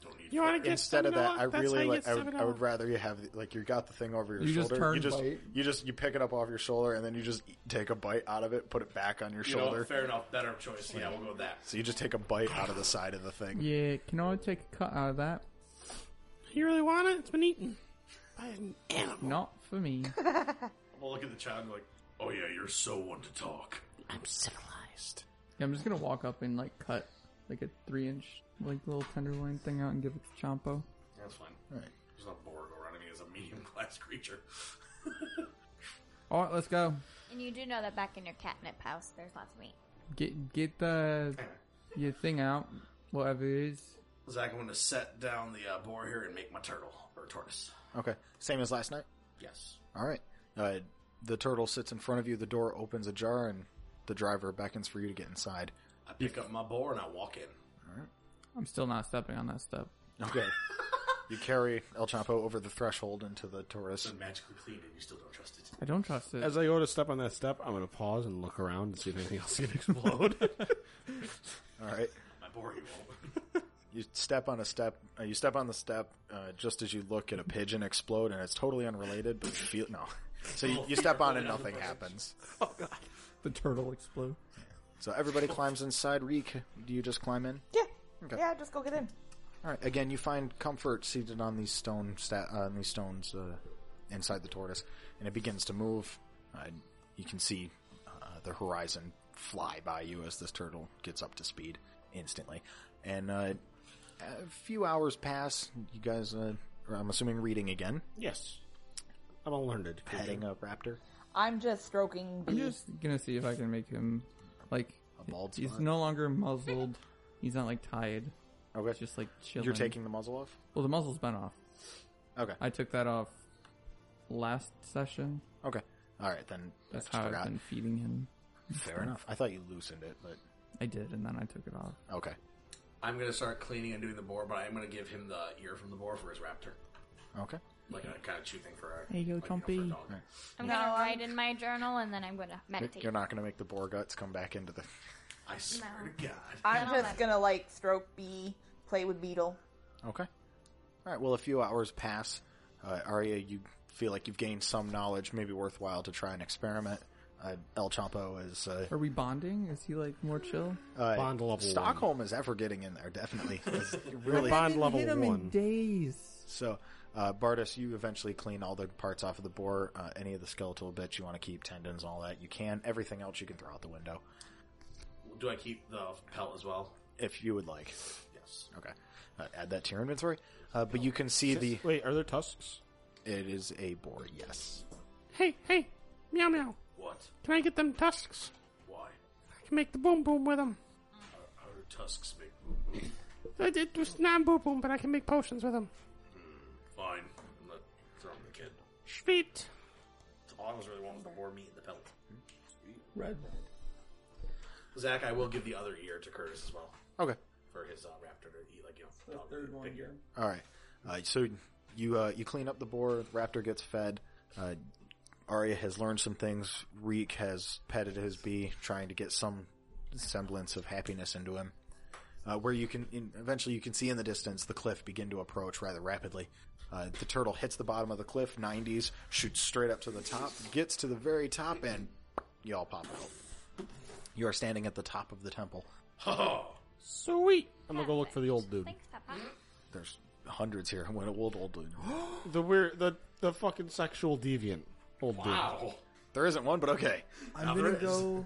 [SPEAKER 1] don't need.
[SPEAKER 8] You wanna get
[SPEAKER 4] Instead of that, I
[SPEAKER 8] salmonella? That's how
[SPEAKER 4] really
[SPEAKER 8] you
[SPEAKER 4] like.
[SPEAKER 8] get
[SPEAKER 4] I would, I
[SPEAKER 8] salmonella.
[SPEAKER 4] would rather you have like you got the thing over your
[SPEAKER 7] You just
[SPEAKER 4] shoulder.
[SPEAKER 7] turn
[SPEAKER 4] you just
[SPEAKER 7] bite.
[SPEAKER 4] you just you pick it up off your shoulder and then you just eat- take a bite out of it, put it back on your
[SPEAKER 1] You know,
[SPEAKER 4] shoulder.
[SPEAKER 1] fair enough. Better choice. Yeah, we'll go with that.
[SPEAKER 4] So you just take a bite out of the side of the thing.
[SPEAKER 7] Yeah, can I take a cut out of that?
[SPEAKER 8] You really want it? It's been eaten by an animal.
[SPEAKER 7] Not for me.
[SPEAKER 1] I'm gonna look at the child and be like, oh yeah, you're so one to talk.
[SPEAKER 8] I'm civilized.
[SPEAKER 7] Yeah, I'm just gonna walk up and like cut like a three inch like little tenderloin thing out and give it to Chompo.
[SPEAKER 1] That's fine.
[SPEAKER 4] Alright.
[SPEAKER 1] There's not a boar go around. I mean, it's a medium class creature.
[SPEAKER 7] All right, let's go.
[SPEAKER 6] And you do know that back in your catnip house, there's lots of meat.
[SPEAKER 7] Get get the your thing out, whatever it is.
[SPEAKER 1] Zach, I'm gonna set down the uh, boar here and make my turtle or tortoise.
[SPEAKER 4] Okay, same as last night.
[SPEAKER 1] Yes.
[SPEAKER 4] All right. Uh, the turtle sits in front of you. The door opens ajar, and the driver beckons for you to get inside.
[SPEAKER 1] I pick up my boar and I walk in.
[SPEAKER 7] I'm still not stepping on that stuff.
[SPEAKER 4] Okay. you carry El Chapo over the threshold into the
[SPEAKER 1] It's
[SPEAKER 4] torus.
[SPEAKER 1] magically clean, and you still don't trust it.
[SPEAKER 7] I don't trust it.
[SPEAKER 10] As I go to step on that step, I'm going to pause and look around and see if anything else can explode.
[SPEAKER 4] All right.
[SPEAKER 1] My boar, he won't.
[SPEAKER 4] You step on a step. Uh, you step on the step uh, just as you look at a pigeon explode, and it's totally unrelated. But you feel no. So you, you step on and nothing happens.
[SPEAKER 7] the turtle explode.
[SPEAKER 4] So everybody climbs inside. Reek, do you just climb in?
[SPEAKER 5] Yeah.
[SPEAKER 4] Okay.
[SPEAKER 5] Yeah, just go get in.
[SPEAKER 4] All right. Again, you find comfort seated on these stone sta- uh, on these stones uh, inside the tortoise, and it begins to move. Uh, you can see uh, the horizon fly by you as this turtle gets up to speed instantly. And uh, a few hours pass. You guys, uh, or I'm assuming, reading again,
[SPEAKER 10] yes. I'm a learned. creature.
[SPEAKER 4] petting a raptor.
[SPEAKER 5] I'm just stroking
[SPEAKER 7] I'm
[SPEAKER 5] the
[SPEAKER 7] just gonna see if I can make him like
[SPEAKER 4] A bald
[SPEAKER 7] he's
[SPEAKER 4] spot.
[SPEAKER 7] no longer muzzled. He's not like tied.
[SPEAKER 4] Okay.
[SPEAKER 7] It's just like chilling.
[SPEAKER 4] You're taking the muzzle off.
[SPEAKER 7] Well, the muzzle's been off.
[SPEAKER 4] Okay.
[SPEAKER 7] I took that off last session.
[SPEAKER 4] Okay. All right then.
[SPEAKER 7] That's
[SPEAKER 4] I
[SPEAKER 7] how
[SPEAKER 4] forgot.
[SPEAKER 7] I've been feeding him.
[SPEAKER 4] Fair enough. I thought you loosened it, but
[SPEAKER 7] I did, and then I took it off.
[SPEAKER 4] okay.
[SPEAKER 1] I'm gonna start cleaning and doing the boar, but I'm gonna give him the ear from the boar for his raptor,
[SPEAKER 4] Okay.
[SPEAKER 1] like a kind of chew thing for our.
[SPEAKER 7] There you go,
[SPEAKER 1] like, for a
[SPEAKER 7] Chompy.
[SPEAKER 1] dog.
[SPEAKER 6] I'm gonna write in my journal and then I'm gonna meditate.
[SPEAKER 4] You're not going to make the boar guts come back into the
[SPEAKER 1] I swear to God.
[SPEAKER 5] I'm just gonna like stroke B, play with Beetle.
[SPEAKER 4] Okay. All right. Well, a few hours pass. Uh, Arya, you feel like you've gained some knowledge, maybe worthwhile to try an experiment. Uh, El Champo is uh,
[SPEAKER 7] Are we bonding? Is he like more chill?
[SPEAKER 4] uh,
[SPEAKER 10] Bond level
[SPEAKER 4] Stockholm is ever getting in there, definitely. It's
[SPEAKER 10] We're
[SPEAKER 4] really.
[SPEAKER 10] bond level
[SPEAKER 7] hit him in
[SPEAKER 10] one.
[SPEAKER 7] days.
[SPEAKER 4] so, uh, Bardus, you eventually clean all the parts off of the boar. Uh, any of the skeletal bits you want to keep, tendons, all that you can. Everything else you can throw out the window
[SPEAKER 1] Do I keep the pelt as well?
[SPEAKER 4] if you would like.
[SPEAKER 1] Yes.
[SPEAKER 4] Okay. Uh, add that to your inventory. Uh, but you can see the.
[SPEAKER 10] Wait, are there tusks?
[SPEAKER 4] It is a boar. Yes.
[SPEAKER 8] Hey, hey, meow meow.
[SPEAKER 1] What?
[SPEAKER 8] Can I get them tusks?
[SPEAKER 1] Why?
[SPEAKER 8] I can make the boom boom with them.
[SPEAKER 1] How do tusks make?
[SPEAKER 8] It, it was non boom boom, but I can make potions with them.
[SPEAKER 1] Fine. I'm not throwing the kid.
[SPEAKER 8] Sweet.
[SPEAKER 1] All I was really wanting was the more meat in the pelt. Hmm.
[SPEAKER 9] Red.
[SPEAKER 1] Zach, I will give the other ear to Curtis as well.
[SPEAKER 4] Okay.
[SPEAKER 1] For his uh, raptor to eat, like you know, dog
[SPEAKER 9] third one
[SPEAKER 1] big ear.
[SPEAKER 4] All right. Uh, so you uh, you clean up the boar. Raptor gets fed. Uh, Arya has learned some things. Reek has petted his bee, trying to get some semblance of happiness into him. Uh, where you can in, eventually you can see in the distance the cliff begin to approach rather rapidly. Uh, the turtle hits the bottom of the cliff, 90s, shoots straight up to the top, gets to the very top, and you all pop out. You are standing at the top of the temple.
[SPEAKER 3] Sweet.
[SPEAKER 10] I'm gonna go look for the old dude.
[SPEAKER 6] Thanks, Papa.
[SPEAKER 4] There's hundreds here. I'm an old old dude.
[SPEAKER 3] the weird, the the fucking sexual deviant. Old dude.
[SPEAKER 1] Wow.
[SPEAKER 4] There isn't one, but okay.
[SPEAKER 9] I'm gonna go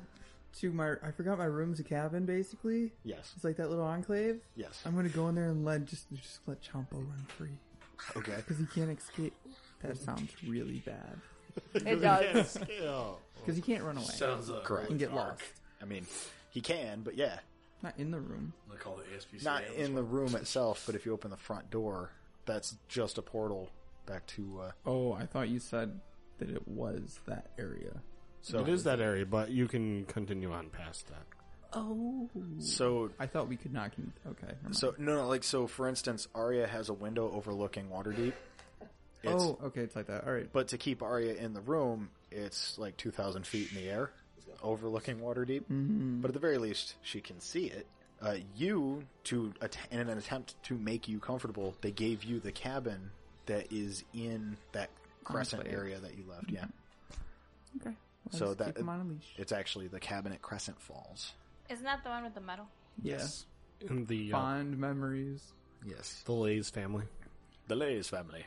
[SPEAKER 9] to my. I forgot my room's a cabin, basically.
[SPEAKER 4] Yes.
[SPEAKER 9] It's like that little enclave.
[SPEAKER 4] Yes.
[SPEAKER 9] I'm gonna go in there and let just just let Chompo run free
[SPEAKER 4] Okay.
[SPEAKER 9] because he can't escape. That sounds really bad
[SPEAKER 5] It does.
[SPEAKER 9] because he can't run away.
[SPEAKER 1] Sounds uh,
[SPEAKER 4] Correct.
[SPEAKER 9] and get lost.
[SPEAKER 4] I mean, he can, but yeah,
[SPEAKER 9] Not in the room.
[SPEAKER 1] They call the ASPCA.
[SPEAKER 4] not in the room itself. But if you open the front door, that's just a portal back to. Uh,
[SPEAKER 7] Oh, I thought you said that it was that area.
[SPEAKER 4] so
[SPEAKER 10] it is that area, but you can continue on past that.
[SPEAKER 9] Oh.
[SPEAKER 4] So
[SPEAKER 7] I thought we could not. Con- okay. never mind.
[SPEAKER 4] so no, no, like so. For instance, Arya has a window overlooking Waterdeep. It's,
[SPEAKER 7] oh, okay. It's like that. All right.
[SPEAKER 4] But to keep Arya in the room, it's like two thousand feet in the air, overlooking Waterdeep.
[SPEAKER 7] Mhm.
[SPEAKER 4] But at the very least, she can see it. Uh, you, to att- in an attempt to make you comfortable, they gave you the cabin that is in that crescent
[SPEAKER 7] Enclave.
[SPEAKER 4] area that you left.
[SPEAKER 7] Mm-hmm.
[SPEAKER 4] Yeah,
[SPEAKER 7] Okay. Well,
[SPEAKER 4] So
[SPEAKER 7] just
[SPEAKER 4] that-
[SPEAKER 7] keep him on a leash.
[SPEAKER 4] it's actually the cabin at Crescent Falls.
[SPEAKER 6] Isn't that the one with the metal?
[SPEAKER 7] yes.
[SPEAKER 10] In the uh,
[SPEAKER 7] Fond memories.
[SPEAKER 4] Yes,
[SPEAKER 10] the Lays family.
[SPEAKER 4] the Lays family.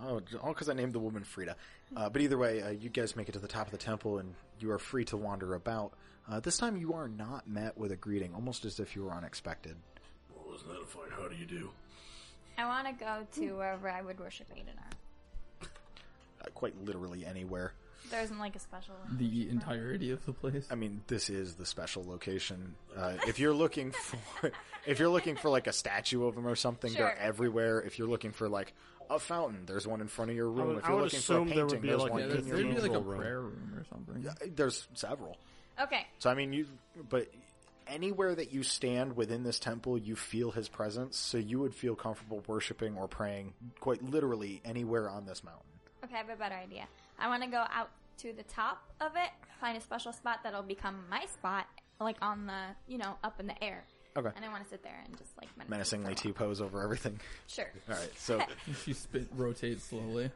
[SPEAKER 4] Oh, j- all because I named the woman Frida. Uh, but either way, uh, you guys make it to the top of the temple, and you are free to wander about. Uh, this time, you are not met with a greeting, almost as if you were unexpected.
[SPEAKER 1] Well, isn't that a fine? How do you do?
[SPEAKER 6] I want to go to wherever I would worship Adenar.
[SPEAKER 4] Uh, quite literally anywhere.
[SPEAKER 6] There isn't like a special.
[SPEAKER 7] The entirety of the place.
[SPEAKER 4] I mean, this is the special location. Uh, if you're looking for, if you're looking for like a statue of them or something,
[SPEAKER 6] Sure.
[SPEAKER 4] they're everywhere. If you're looking for like a fountain, there's one in front of your room.
[SPEAKER 3] would-
[SPEAKER 4] if
[SPEAKER 3] I
[SPEAKER 4] you're
[SPEAKER 3] would
[SPEAKER 4] looking for a
[SPEAKER 3] assume there would
[SPEAKER 4] painting,
[SPEAKER 3] be,
[SPEAKER 4] there's
[SPEAKER 3] like,
[SPEAKER 4] one
[SPEAKER 3] a-
[SPEAKER 7] there's,
[SPEAKER 4] in your
[SPEAKER 7] there'd
[SPEAKER 4] room.
[SPEAKER 7] be like a
[SPEAKER 10] Cathedral room.
[SPEAKER 7] prayer room or something.
[SPEAKER 4] Uh, There's several.
[SPEAKER 6] Okay.
[SPEAKER 4] So I mean, you, but anywhere that you stand within this temple, you feel his presence. So you would feel comfortable worshiping or praying, quite literally anywhere on this mountain.
[SPEAKER 6] Okay, I have a better idea. I want to go out to the top of it, find a special spot that'll become my spot, like on the, you know, up in the air.
[SPEAKER 4] Okay.
[SPEAKER 6] And I want to sit there and just like meditate
[SPEAKER 4] Menacingly
[SPEAKER 6] for a
[SPEAKER 4] T pose over everything.
[SPEAKER 6] while. Sure.
[SPEAKER 4] All right, so. um,
[SPEAKER 7] She spit rotates slowly.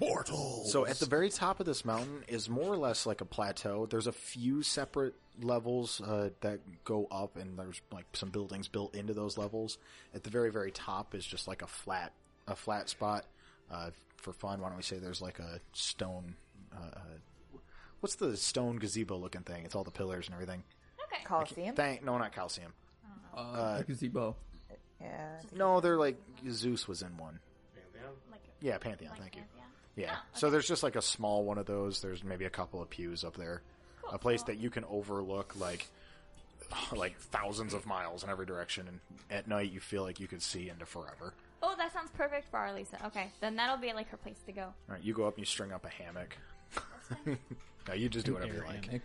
[SPEAKER 10] Mortals.
[SPEAKER 4] So at the very top of this mountain is more or less like a plateau. There's a few separate levels uh, that go up, and there's like some buildings built into those levels. At the very very top is just like a flat a flat spot. Uh, for fun, why don't we say there's like a stone? Uh, uh, what's the stone gazebo looking thing? It's all the pillars and everything.
[SPEAKER 6] Okay.
[SPEAKER 5] Coliseum.
[SPEAKER 4] Thank no, not Calcium.
[SPEAKER 7] Uh, a gazebo.
[SPEAKER 5] Yeah.
[SPEAKER 4] No, they're like Zeus was in one.
[SPEAKER 6] Like,
[SPEAKER 4] Yeah, Pantheon.
[SPEAKER 6] like
[SPEAKER 4] thank you.
[SPEAKER 6] Pantheon.
[SPEAKER 4] Yeah. So there's just like a small one of those. There's maybe a couple of pews up there, a place that you can overlook like like thousands of miles in every direction, and at night you feel like you could see into forever.
[SPEAKER 6] Oh, that sounds perfect for our Lisa. Okay, then that'll be like her place to go.
[SPEAKER 4] All right, you go up and you string up a hammock. no, you just do whatever you like.
[SPEAKER 7] Hammock.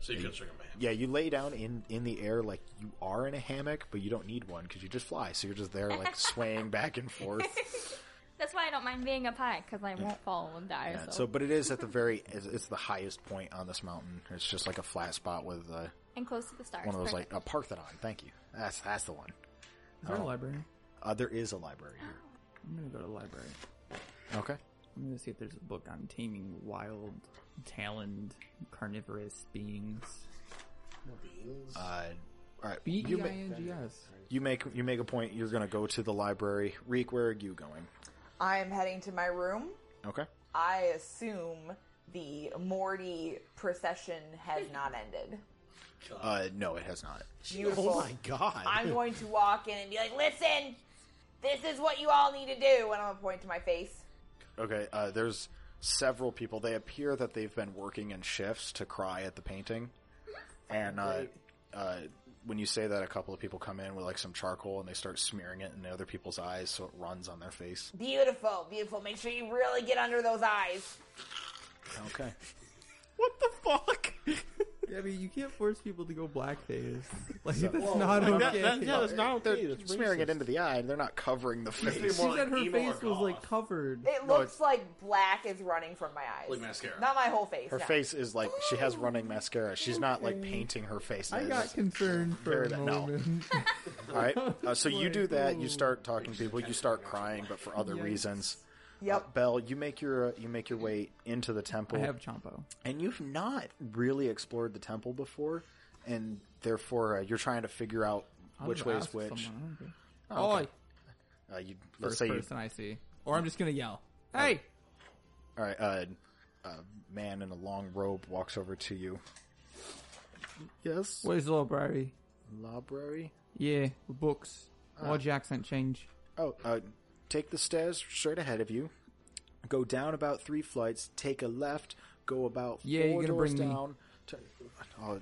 [SPEAKER 1] So you can string a man.
[SPEAKER 4] Yeah, you lay down in in the air like you are in a hammock, but you don't need one because you just fly. So you're just there like swaying back and forth.
[SPEAKER 6] That's why I don't mind being up high because I won't fall and die.
[SPEAKER 4] Yeah,
[SPEAKER 6] so.
[SPEAKER 4] so, but it is at the very it's- it's the highest point on this mountain. It's just like a flat spot with uh,
[SPEAKER 6] and close to the stars.
[SPEAKER 4] one of those
[SPEAKER 6] Perfect.
[SPEAKER 4] like a Parthenon. Thank you. That's that's the one.
[SPEAKER 7] Is there a library?
[SPEAKER 4] Uh, there is a library here.
[SPEAKER 7] I'm gonna go to the library.
[SPEAKER 4] Okay.
[SPEAKER 7] I'm gonna see if there's a book on taming wild, taloned, carnivorous beings.
[SPEAKER 4] Uh, all right.
[SPEAKER 7] B
[SPEAKER 4] You,
[SPEAKER 7] E I
[SPEAKER 4] ma-
[SPEAKER 7] N G S.
[SPEAKER 4] you make you make a point. You're going to go to the library. Reek, where are you going?
[SPEAKER 5] I am heading to my room.
[SPEAKER 4] Okay.
[SPEAKER 5] I assume the Morty procession has not ended.
[SPEAKER 4] Uh, no, it has not.
[SPEAKER 5] Beautiful.
[SPEAKER 10] Oh my god.
[SPEAKER 5] I'm going to walk in and be like, listen, this is what you all need to do. And I'm going to point to my face.
[SPEAKER 4] Okay. Uh, there's several people. They appear that they've been working in shifts to cry at the painting, and uh, uh, when you say that, a couple of people come in with like some charcoal and they start smearing it in other people's eyes so it runs on their face.
[SPEAKER 5] Beautiful, beautiful. Make sure you really get under those eyes.
[SPEAKER 4] Okay.
[SPEAKER 7] Yeah, I mean, you can't force people to go blackface. Like,
[SPEAKER 4] So-
[SPEAKER 7] that's
[SPEAKER 4] Whoa.
[SPEAKER 7] not
[SPEAKER 4] Like,
[SPEAKER 7] okay.
[SPEAKER 4] that- that- yeah,
[SPEAKER 7] that's
[SPEAKER 4] not They're smearing it into the eye. and They're not covering the
[SPEAKER 7] She
[SPEAKER 4] face.
[SPEAKER 7] said her face was like covered.
[SPEAKER 5] It
[SPEAKER 4] No,
[SPEAKER 5] looks like black is running from my eyes.
[SPEAKER 4] Like mascara.
[SPEAKER 5] Not my whole face.
[SPEAKER 4] Her
[SPEAKER 5] no.
[SPEAKER 4] face is like she has running mascara. She's not like
[SPEAKER 7] Okay.
[SPEAKER 4] painting her face.
[SPEAKER 7] I
[SPEAKER 4] That
[SPEAKER 7] got
[SPEAKER 4] is-
[SPEAKER 7] concerned for
[SPEAKER 4] Very
[SPEAKER 7] a
[SPEAKER 4] bad. No.
[SPEAKER 7] moment.
[SPEAKER 4] All right. Uh, so you do that. You start talking to people. You start crying, but for other
[SPEAKER 7] Yikes.
[SPEAKER 4] reasons. Uh,
[SPEAKER 5] Yep.
[SPEAKER 4] Belle, you make your uh, you make your way into the temple.
[SPEAKER 7] I have Chompo.
[SPEAKER 4] and you've not really explored the temple before, and therefore uh, you're trying to figure out
[SPEAKER 7] I'll
[SPEAKER 4] which
[SPEAKER 7] just
[SPEAKER 4] way is
[SPEAKER 7] ask
[SPEAKER 4] which.
[SPEAKER 7] someone, I don't care.
[SPEAKER 4] Oh, okay.
[SPEAKER 7] Oi.
[SPEAKER 4] Uh, you, let's
[SPEAKER 7] First
[SPEAKER 4] say you, Uh,
[SPEAKER 7] person I see. Or I'm just going to yell. Hey!
[SPEAKER 4] all right. Uh, a man in a long robe walks over to you. Yes.
[SPEAKER 7] Where's the library?
[SPEAKER 4] Library.
[SPEAKER 7] Yeah, books.
[SPEAKER 4] Ah.
[SPEAKER 7] Why'd your accent change?
[SPEAKER 4] Oh, uh, take the stairs straight ahead of you. Go down about three flights. Take a left. Go about
[SPEAKER 7] Yeah,
[SPEAKER 4] four
[SPEAKER 7] you're gonna
[SPEAKER 4] doors
[SPEAKER 7] bring me.
[SPEAKER 4] down. To, oh,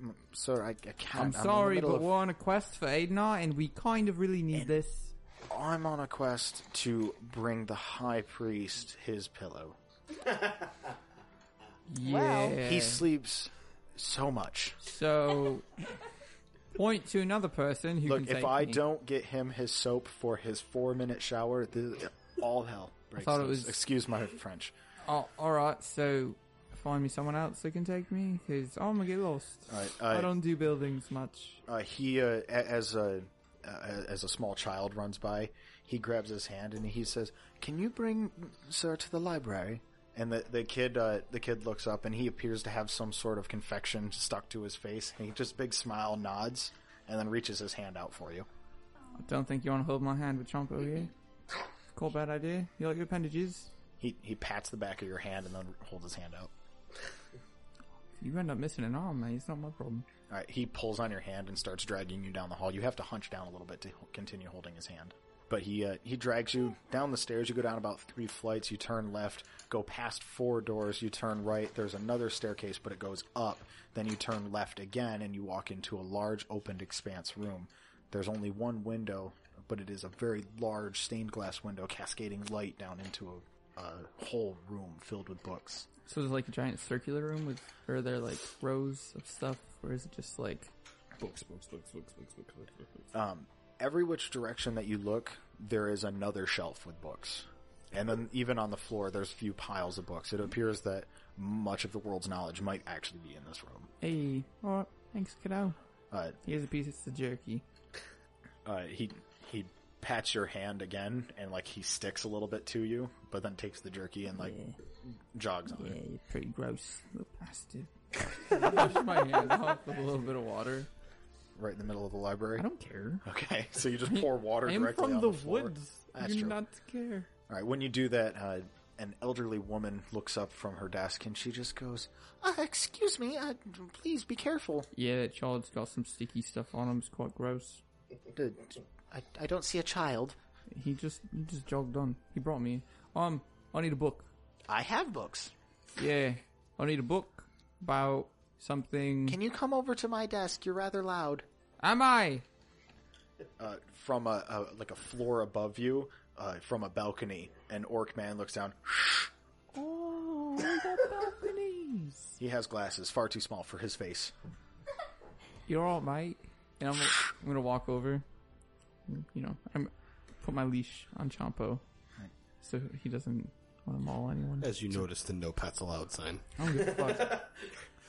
[SPEAKER 4] m- sir, I, I can't.
[SPEAKER 7] I'm
[SPEAKER 4] in the
[SPEAKER 7] sorry,
[SPEAKER 4] middle
[SPEAKER 7] but
[SPEAKER 4] of-
[SPEAKER 7] we're on a quest for Aidnar, and we kind of really need this.
[SPEAKER 4] I'm on a quest to bring the high priest his pillow.
[SPEAKER 7] Yeah.
[SPEAKER 4] He sleeps so much.
[SPEAKER 7] So, point to another person who
[SPEAKER 4] Look,
[SPEAKER 7] can
[SPEAKER 4] if
[SPEAKER 7] take
[SPEAKER 4] I
[SPEAKER 7] me.
[SPEAKER 4] don't get him his soap for his four minute shower, th- all hell breaks
[SPEAKER 7] thought it
[SPEAKER 4] loose.
[SPEAKER 7] was-
[SPEAKER 4] Excuse my French.
[SPEAKER 7] Oh, all right. So, find me someone else who can take me, because I'm gonna get lost.
[SPEAKER 4] All right,
[SPEAKER 7] I
[SPEAKER 4] I-
[SPEAKER 7] don't do buildings much.
[SPEAKER 4] Uh, he, uh, a- as a uh, as a small child runs by, he grabs his hand and he says, "Can you bring sir to the library?" And the the kid uh, the kid looks up and he appears to have some sort of confection stuck to his face. He just big smile, nods, and then reaches his hand out for you.
[SPEAKER 7] I don't think you want to hold my hand with Chompo here. Cool, bad idea. You like your appendages?
[SPEAKER 4] He he pats the back of your hand and then holds his hand out.
[SPEAKER 7] You end up missing an arm, mate. It's not my problem.
[SPEAKER 4] All right, he pulls on your hand and starts dragging you down the hall. You have to hunch down a little bit to h- continue holding his hand. But he uh, he drags you down the stairs. You go down about three flights. You turn left, go past four doors. You turn right. There's another staircase, but it goes up. Then you turn left again, and you walk into a large, opened expanse room. There's only one window, but it is a very large stained glass window, cascading light down into a, a whole room filled with books.
[SPEAKER 7] So there's like a giant circular room with, or are there like rows of stuff, or is it just like
[SPEAKER 10] Books, books, books, books, books, books, books, books, books.
[SPEAKER 4] um, every which direction that you look, there is another shelf with books. And then even on the floor, there's a few piles of books. It appears that much of the world's knowledge might actually be in this room.
[SPEAKER 7] Hey, alright, thanks, kiddo.
[SPEAKER 4] Uh,
[SPEAKER 7] Here's a piece of jerky.
[SPEAKER 4] uh, he he pats your hand again, and like he sticks a little bit to you, but then takes the jerky and like jogs on
[SPEAKER 7] Yeah,
[SPEAKER 4] it.
[SPEAKER 7] you're pretty gross, little bastard. Wash my hand off with a little bit of water.
[SPEAKER 4] Right in the middle of the library.
[SPEAKER 7] I don't care.
[SPEAKER 4] Okay, so you just pour water
[SPEAKER 7] I am
[SPEAKER 4] directly
[SPEAKER 7] from
[SPEAKER 4] on
[SPEAKER 7] the,
[SPEAKER 4] floor.
[SPEAKER 7] woods.
[SPEAKER 4] That's
[SPEAKER 7] you
[SPEAKER 4] true.
[SPEAKER 7] not care.
[SPEAKER 4] All right, when you do that, uh, an elderly woman looks up from her desk and she just goes, Uh, excuse me, uh, please be careful.
[SPEAKER 7] Yeah, that child's got some sticky stuff on him. It's quite gross.
[SPEAKER 4] "D- d- oh, I, I don't see a child.
[SPEAKER 7] He just he just jogged on. He brought me. Um, I need a book.
[SPEAKER 4] I have books.
[SPEAKER 7] Yeah, I need a book about something.
[SPEAKER 4] Can you come over to my desk? You're rather loud.
[SPEAKER 7] Am I?
[SPEAKER 4] Uh, from a, a like a floor above you, uh, from a balcony, an orc man looks down.
[SPEAKER 7] Oh, we got balconies.
[SPEAKER 4] He has glasses far too small for his face.
[SPEAKER 7] You're all right. And I'm, gonna- I'm gonna walk over. You know, I'm put my leash on Chompo, so he doesn't want to maul anyone.
[SPEAKER 10] As you notice, the no pets allowed sign.
[SPEAKER 7] I don't give a fuck.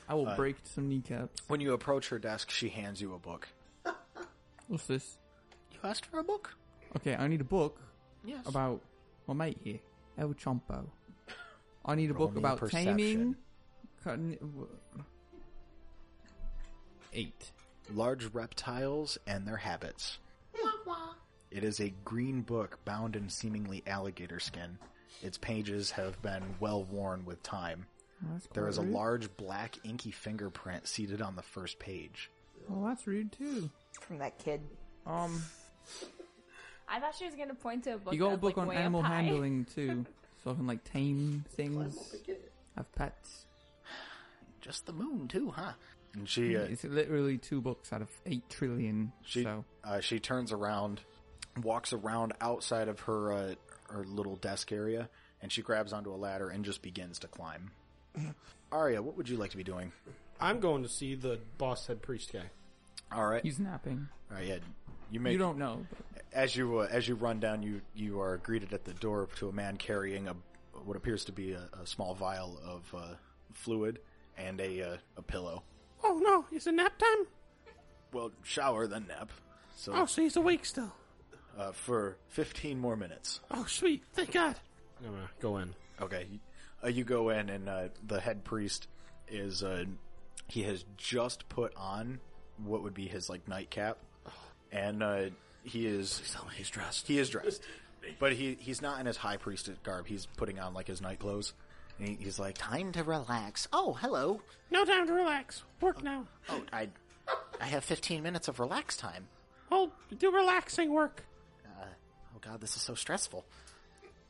[SPEAKER 7] I will
[SPEAKER 4] Uh,
[SPEAKER 7] break some kneecaps.
[SPEAKER 4] When you approach her desk, she hands you a book.
[SPEAKER 7] What's this?
[SPEAKER 4] You asked for a book?
[SPEAKER 7] Okay, I need a book
[SPEAKER 4] Yes.
[SPEAKER 7] about my mate here, El Chompo. I need a
[SPEAKER 4] Roll
[SPEAKER 7] book
[SPEAKER 4] me a
[SPEAKER 7] about
[SPEAKER 4] perception.
[SPEAKER 7] taming. Cutting, w- eight.
[SPEAKER 4] Large reptiles and their habits. It is a green book bound in seemingly alligator skin. Its pages have been well worn with time.
[SPEAKER 7] Oh, that's
[SPEAKER 4] There
[SPEAKER 7] quite
[SPEAKER 4] is a
[SPEAKER 7] rude.
[SPEAKER 4] large black inky fingerprint seated on the first page.
[SPEAKER 7] Oh, that's rude too.
[SPEAKER 5] From that kid.
[SPEAKER 7] Um,
[SPEAKER 6] I thought she was gonna point to a book.
[SPEAKER 7] you got a
[SPEAKER 6] that was,
[SPEAKER 7] book
[SPEAKER 6] like,
[SPEAKER 7] on
[SPEAKER 6] way up
[SPEAKER 7] animal
[SPEAKER 6] high.
[SPEAKER 7] handling too, so I can like tame things, have pets.
[SPEAKER 4] Just the moon, too, huh? And she, uh,
[SPEAKER 7] it's literally two books out of eight trillion.
[SPEAKER 4] She
[SPEAKER 7] so
[SPEAKER 4] uh, she turns around, walks around outside of her uh, her little desk area, and she grabs onto a ladder and just begins to climb. Arya, what would you like to be doing?
[SPEAKER 3] I'm going to see the boss head priest guy.
[SPEAKER 4] All right,
[SPEAKER 7] he's napping.
[SPEAKER 4] All right, yeah, you make
[SPEAKER 7] You don't know,
[SPEAKER 4] As you uh, as you run down, you you are greeted at the door to a man carrying a what appears to be a, a small vial of uh, fluid and a uh, a pillow.
[SPEAKER 8] Oh no, is it nap time?
[SPEAKER 4] Well, shower then nap. So
[SPEAKER 8] Oh, so he's awake still.
[SPEAKER 4] uh, for 15 more minutes.
[SPEAKER 8] Oh, sweet, thank God.
[SPEAKER 4] I'm gonna go in. Okay, uh, you go in, and uh, the head priest is uh, he has just put on what would be his like nightcap, and uh, he is he's dressed. He is dressed, but he he's not in his high priest garb. He's putting on like his night clothes. And he, he's like, time to relax. Oh, hello.
[SPEAKER 8] No time to relax. Work now.
[SPEAKER 4] Oh, I I have 15 minutes of relax time.
[SPEAKER 8] Oh, do relaxing work.
[SPEAKER 4] Uh, oh God, this is so stressful.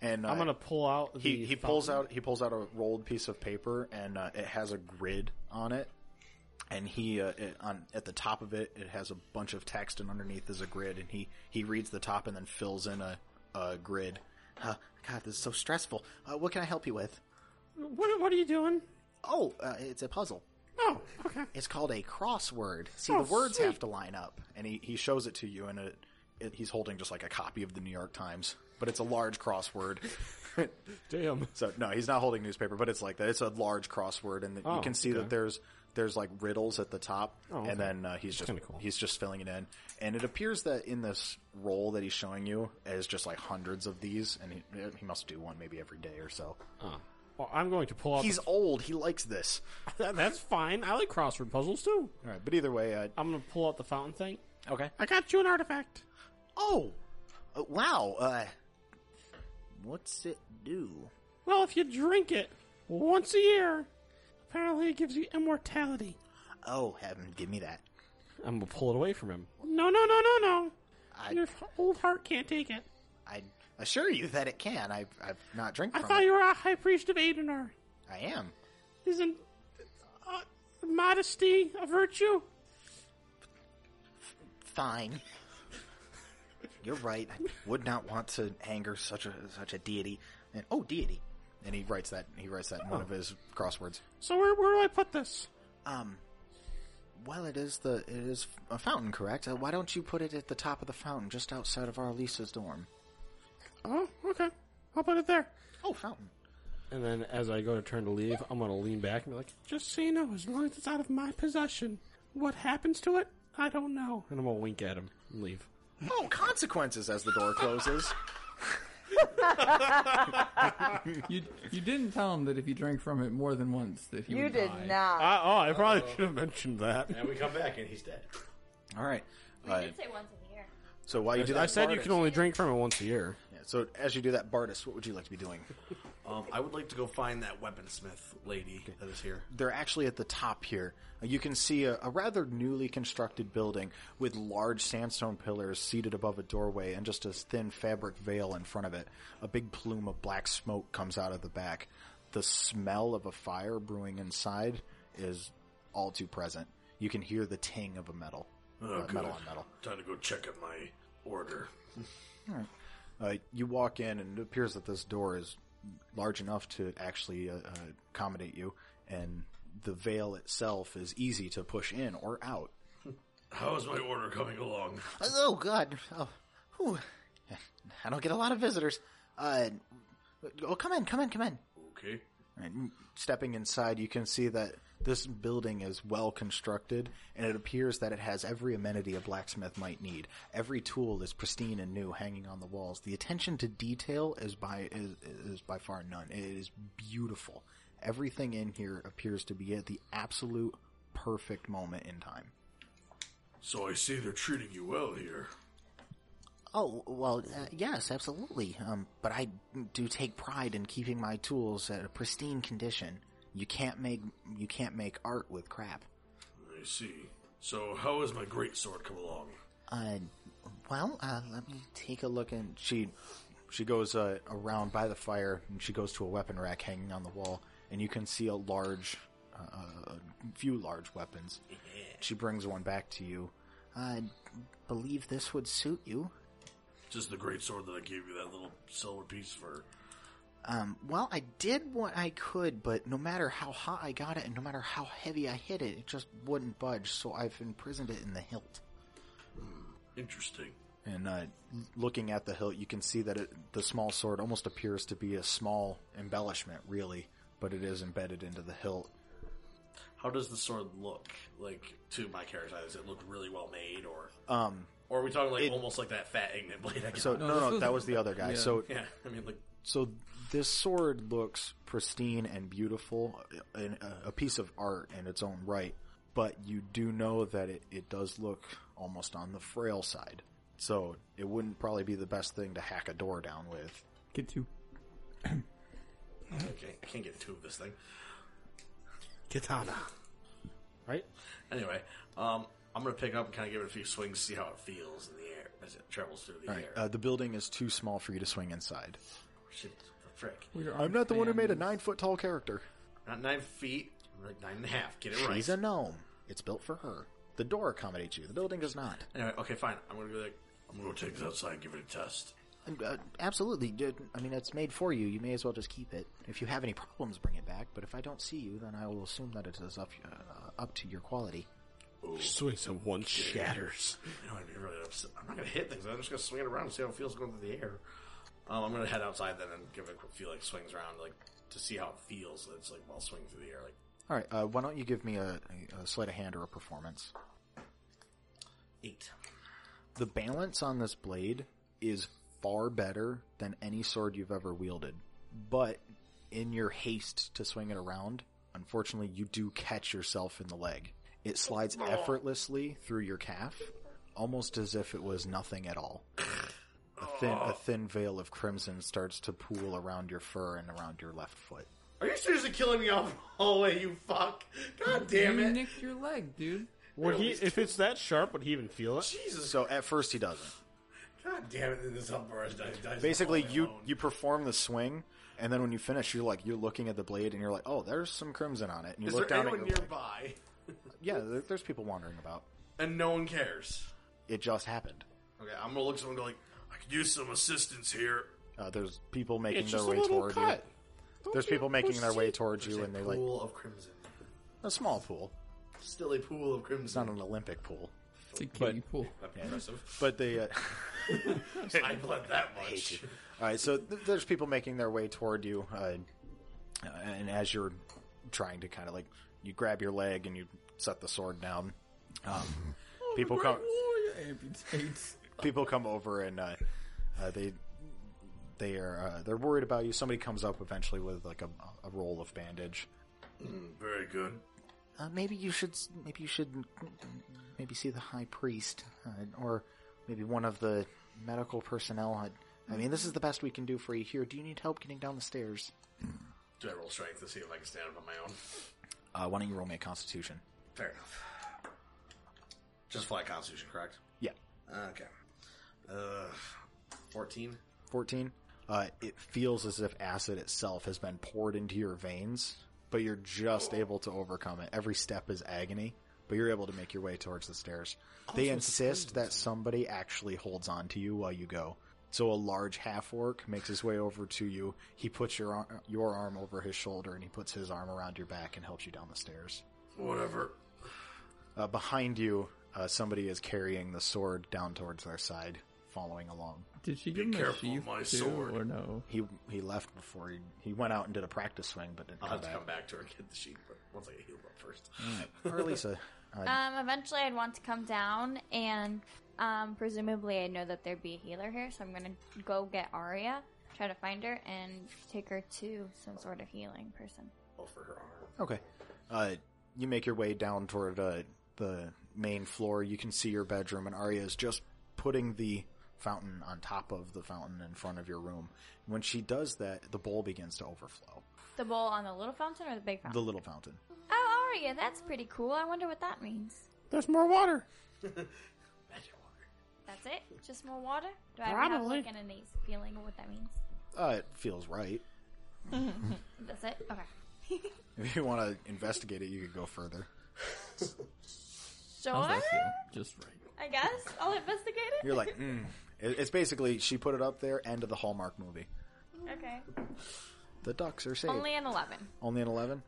[SPEAKER 4] And uh,
[SPEAKER 3] I'm gonna pull out. The
[SPEAKER 4] he he pulls
[SPEAKER 3] fountain.
[SPEAKER 4] out he pulls out a rolled piece of paper and uh, it has a grid on it and he uh, it, on at the top of it it has a bunch of text and underneath is a grid and he he reads the top and then fills in a, a grid uh, god this is so stressful uh, what can i help you with
[SPEAKER 8] What What are you doing?
[SPEAKER 4] oh uh, it's a puzzle
[SPEAKER 8] Oh, okay.
[SPEAKER 4] It's called a crossword. See,
[SPEAKER 8] Oh,
[SPEAKER 4] the words
[SPEAKER 8] sweet.
[SPEAKER 4] have to line up, and he, he shows it to you, and it, it, he's holding just like a copy of the New York Times, but it's a large crossword. Damn. So no, he's not holding newspaper, but it's like that. It's a large crossword, and
[SPEAKER 10] Oh,
[SPEAKER 4] you can see
[SPEAKER 10] okay.
[SPEAKER 4] that there's there's like riddles at the top,
[SPEAKER 10] Oh, okay.
[SPEAKER 4] and then uh, he's just he's just filling it in, and it appears that in this roll that he's showing you is just like hundreds of these, and he, he must do one maybe every day or so.
[SPEAKER 3] Oh. Well, I'm going to pull out.
[SPEAKER 4] He's old. He likes this.
[SPEAKER 3] That- that's fine. I like crossword puzzles too.
[SPEAKER 4] All right, but either way, uh,
[SPEAKER 3] I'm gonna pull out the fountain thing.
[SPEAKER 4] Okay.
[SPEAKER 8] I got you an artifact.
[SPEAKER 4] Oh, uh, wow. Uh, what's it do?
[SPEAKER 8] Well, if you drink it once a year, apparently it gives you immortality.
[SPEAKER 4] Oh, heaven, give me that.
[SPEAKER 10] I'm gonna pull it away from him.
[SPEAKER 8] No, no, no, no, no.
[SPEAKER 4] I-
[SPEAKER 8] Your f- old heart can't take it.
[SPEAKER 4] I assure you that it can. I've, I've not drank
[SPEAKER 8] I
[SPEAKER 4] from
[SPEAKER 8] thought
[SPEAKER 4] it.
[SPEAKER 8] you were a high priest of Adenar.
[SPEAKER 4] I am.
[SPEAKER 8] Isn't uh, modesty a virtue?
[SPEAKER 4] Fine. You're right. I would not want to anger such a such a deity. And oh, deity. And he writes that he writes that in one
[SPEAKER 10] Oh.
[SPEAKER 4] of his crosswords.
[SPEAKER 8] So where where do I put this?
[SPEAKER 4] Um. Well, it is the it is a fountain, correct? Uh, why don't you put it at the top of the fountain, just outside of Arlisa's dorm?
[SPEAKER 8] Oh, okay. I'll put it there.
[SPEAKER 4] Uh-huh. Oh, fountain.
[SPEAKER 10] And then as I go to turn to leave, I'm gonna lean back and be like,
[SPEAKER 8] Just so you know, as long as it's out of my possession, what happens to it, I don't know.
[SPEAKER 10] and I'm gonna wink at him and leave.
[SPEAKER 4] Oh, consequences as the door closes.
[SPEAKER 7] you you didn't tell him that if you drank from it more than once that he
[SPEAKER 5] You
[SPEAKER 7] would
[SPEAKER 5] did
[SPEAKER 7] die.
[SPEAKER 5] not.
[SPEAKER 4] Ah,
[SPEAKER 10] oh, I probably should have mentioned that.
[SPEAKER 1] And we come back and he's dead.
[SPEAKER 4] All right.
[SPEAKER 6] We did say once a year.
[SPEAKER 4] So while you do that,
[SPEAKER 10] I said you
[SPEAKER 4] Bardas-
[SPEAKER 10] can only drink from it once a year.
[SPEAKER 4] Yeah, so as you do that, Bartis, what would you like to be doing?
[SPEAKER 1] Um, I would like to go find that weaponsmith lady that is here.
[SPEAKER 4] They're actually at the top here. Uh, You can see a, a rather newly constructed building with large sandstone pillars seated above a doorway and just a thin fabric veil in front of it. A big plume of black smoke comes out of the back. The smell of a fire brewing inside is all too present. You can hear the ting of a metal.
[SPEAKER 1] Oh,
[SPEAKER 4] uh,
[SPEAKER 1] good.
[SPEAKER 4] metal on metal.
[SPEAKER 1] Time to go check at my order.
[SPEAKER 4] Uh, you walk in, and it appears that this door is large enough to actually uh, uh, accommodate you, and the veil itself is easy to push in or out.
[SPEAKER 1] How is my order coming along?
[SPEAKER 4] Oh God! Oh, whew. I don't get a lot of visitors. Uh, oh, come in, come in, come in.
[SPEAKER 1] Okay.
[SPEAKER 4] And stepping inside, you can see that this building is well constructed, and it appears that it has every amenity a blacksmith might need. Every tool is pristine and new, hanging on the walls. The attention to detail is by is, is by far none. It is beautiful. Everything in here appears to be at the absolute perfect moment in time.
[SPEAKER 1] So I see they're treating you well here.
[SPEAKER 4] Oh well, uh, yes, absolutely. Um, but I do take pride in keeping my tools at a pristine condition. You can't make you can't make art with crap.
[SPEAKER 1] I see. So how has my great sword come along?
[SPEAKER 4] Uh, well, uh, let me take a look. And she, she goes uh, around by the fire, and she goes to a weapon rack hanging on the wall, and you can see a large, uh, uh, a few large weapons. She brings one back to you. uh, I believe this would suit you.
[SPEAKER 1] Just the great sword that I gave you, that little silver piece for.
[SPEAKER 4] Um, well, I did what I could, but no matter how hot I got it and no matter how heavy I hit it, it just wouldn't budge, so I've imprisoned it in the hilt.
[SPEAKER 1] Interesting.
[SPEAKER 4] And uh, looking at the hilt, you can see that it, the small sword almost appears to be a small embellishment, really, but it is embedded into the hilt.
[SPEAKER 1] How does the sword look? Like to my character's eye, does it look really well made, or
[SPEAKER 4] Um,
[SPEAKER 1] or are we talking like
[SPEAKER 4] it-
[SPEAKER 1] almost like that fat ignorant blade? I got?
[SPEAKER 4] So no, no, that was the other guy.
[SPEAKER 1] Yeah.
[SPEAKER 4] So
[SPEAKER 1] yeah, I mean like
[SPEAKER 4] so this sword looks pristine and beautiful, and uh, a, a piece of art in its own right. But you do know that it, it does look almost on the frail side. So it wouldn't probably be the best thing to hack a door down with.
[SPEAKER 7] Get two.
[SPEAKER 1] okay, I can't get two of this thing.
[SPEAKER 10] Katana. Right.
[SPEAKER 1] Anyway, um, I'm gonna pick up and kind of give it a few swings, see how it feels in the air as it travels through the
[SPEAKER 4] All right,
[SPEAKER 1] air.
[SPEAKER 4] uh, the building is too small for you to swing inside.
[SPEAKER 1] Oh, Shit, the frick.
[SPEAKER 4] I'm not the one who made a nine foot tall character.
[SPEAKER 1] Not nine feet, like nine and a half. Get it right.
[SPEAKER 4] She's a gnome. It's built for her. The door accommodates you. The building does not.
[SPEAKER 1] Anyway, okay, fine. I'm gonna go like, I'm gonna go take this outside and give it a test.
[SPEAKER 4] And, Uh, absolutely. dude. I mean, it's made for you. You may as well just keep it. If you have any problems, bring it back. But if I don't see you, then I will assume that it is up uh, up to your quality.
[SPEAKER 10] Swings and one shatters.
[SPEAKER 1] You know, I'd be really upset. I'm not gonna hit things. I'm just gonna swing it around and see how it feels going through the air. Um, I'm gonna head outside then and give it a quick few like swings around, like to see how it feels. It's like while swinging through the air, like
[SPEAKER 4] All right. Uh, why don't you give me a, a sleight of hand or a performance?
[SPEAKER 1] eight.
[SPEAKER 4] The balance on this blade is far better than any sword you've ever wielded. But in your haste to swing it around, unfortunately, you do catch yourself in the leg. It slides effortlessly through your calf, almost as if it was nothing at all. A thin, a thin veil of crimson starts to pool around your fur and around your left foot.
[SPEAKER 1] Are you seriously killing me off the hallway? You fuck! God damn
[SPEAKER 7] You
[SPEAKER 1] it!
[SPEAKER 7] nicked your leg, dude.
[SPEAKER 3] Would he, if it's that sharp, would he even feel it?
[SPEAKER 1] Jesus!
[SPEAKER 4] So at first he doesn't.
[SPEAKER 1] God damn it! This Alvarez dies. dies
[SPEAKER 4] Basically, you you perform the swing, and then when you finish, you're like you're looking at the blade, and you're like, oh, there's some crimson on it. And you
[SPEAKER 1] Is
[SPEAKER 4] look
[SPEAKER 1] there
[SPEAKER 4] down at
[SPEAKER 1] anyone
[SPEAKER 4] your
[SPEAKER 1] nearby?
[SPEAKER 4] Yeah, there, there's people wandering about.
[SPEAKER 1] And no one cares.
[SPEAKER 4] It just happened.
[SPEAKER 1] Okay, I'm gonna look at someone and go like, I could use some assistance here.
[SPEAKER 4] Uh, there's people making
[SPEAKER 1] It's
[SPEAKER 4] their
[SPEAKER 1] just a
[SPEAKER 4] way
[SPEAKER 1] little
[SPEAKER 4] toward
[SPEAKER 1] cut.
[SPEAKER 4] you. There's people making their way towards you,
[SPEAKER 1] There's
[SPEAKER 4] and
[SPEAKER 1] a
[SPEAKER 4] they like
[SPEAKER 1] pool of crimson.
[SPEAKER 4] a small pool.
[SPEAKER 1] Still a pool of crimson.
[SPEAKER 4] It's not an Olympic pool.
[SPEAKER 7] It's a
[SPEAKER 4] But-
[SPEAKER 7] kiddie pool.
[SPEAKER 1] That'd be impressive.
[SPEAKER 4] But they. Uh,
[SPEAKER 1] I bled that much.
[SPEAKER 4] all right, so th- there's people making their way toward you, uh, and as you're trying to kind of like you grab your leg and you set the sword down, um, people come.
[SPEAKER 7] amputates.
[SPEAKER 4] people come over and uh, uh, they they are uh, they're worried about you. Somebody comes up eventually with like a, a roll of bandage.
[SPEAKER 1] Mm, very good.
[SPEAKER 4] Uh, maybe you should s- maybe you should mm, maybe see the high priest uh, or maybe one of the medical personnel. I, I mean, this is the best we can do for you here. Do you need help getting down the stairs?
[SPEAKER 1] Do I roll strength to see if I can stand up on my own?
[SPEAKER 4] Uh, why don't you roll me a Constitution?
[SPEAKER 1] Fair enough. Just fly Constitution, correct?
[SPEAKER 4] Yeah,
[SPEAKER 1] Okay. Uh, fourteen.
[SPEAKER 4] fourteen. Uh, it feels as if acid itself has been poured into your veins, but you're just able to overcome it. Every step is agony, but you're able to make your way towards the stairs. They insist that somebody actually holds on to you while you go. So a large half orc makes his way over to you. He puts your ar- your arm over his shoulder and he puts his arm around your back and helps you down the stairs.
[SPEAKER 1] Whatever.
[SPEAKER 4] Uh, behind you, uh, somebody is carrying the sword down towards their side, following along.
[SPEAKER 7] Did she
[SPEAKER 1] Be
[SPEAKER 7] give him a
[SPEAKER 1] careful of
[SPEAKER 7] sheath
[SPEAKER 1] my
[SPEAKER 7] too,
[SPEAKER 1] sword.
[SPEAKER 7] or no?
[SPEAKER 4] He he left before he he went out and did a practice swing, but didn't
[SPEAKER 1] I'll
[SPEAKER 4] come
[SPEAKER 1] have to
[SPEAKER 4] back.
[SPEAKER 1] come back to her and get the sheet, but once I get healed up first.
[SPEAKER 4] Or Lisa, uh,
[SPEAKER 6] Um, eventually I'd want to come down and um, presumably I know that there'd be a healer here, so I'm gonna go get Arya, try to find her, and take her to some sort of healing person.
[SPEAKER 1] Oh, for her arm.
[SPEAKER 4] okay. Uh, you make your way down toward uh, the main floor. You can see your bedroom, and Arya is just putting the fountain on top of the fountain in front of your room. When she does that, the bowl begins to overflow.
[SPEAKER 6] The bowl on the little fountain or the big fountain?
[SPEAKER 4] The little fountain.
[SPEAKER 6] oh, Arya, that's pretty cool. I wonder what that means.
[SPEAKER 8] There's more water.
[SPEAKER 6] That's it? Just more water? Do I have
[SPEAKER 8] Probably.
[SPEAKER 6] like an innate feeling of what that means?
[SPEAKER 4] Uh, it feels right.
[SPEAKER 6] That's it? Okay.
[SPEAKER 4] If you want to investigate it, you could go further.
[SPEAKER 6] Sure.
[SPEAKER 7] Just
[SPEAKER 6] I
[SPEAKER 7] right.
[SPEAKER 6] guess I'll investigate it.
[SPEAKER 4] You're like, mm. It- it's basically she put it up there. End of the Hallmark movie.
[SPEAKER 6] okay.
[SPEAKER 4] The ducks are saved.
[SPEAKER 6] Only an eleven.
[SPEAKER 4] Only an eleven.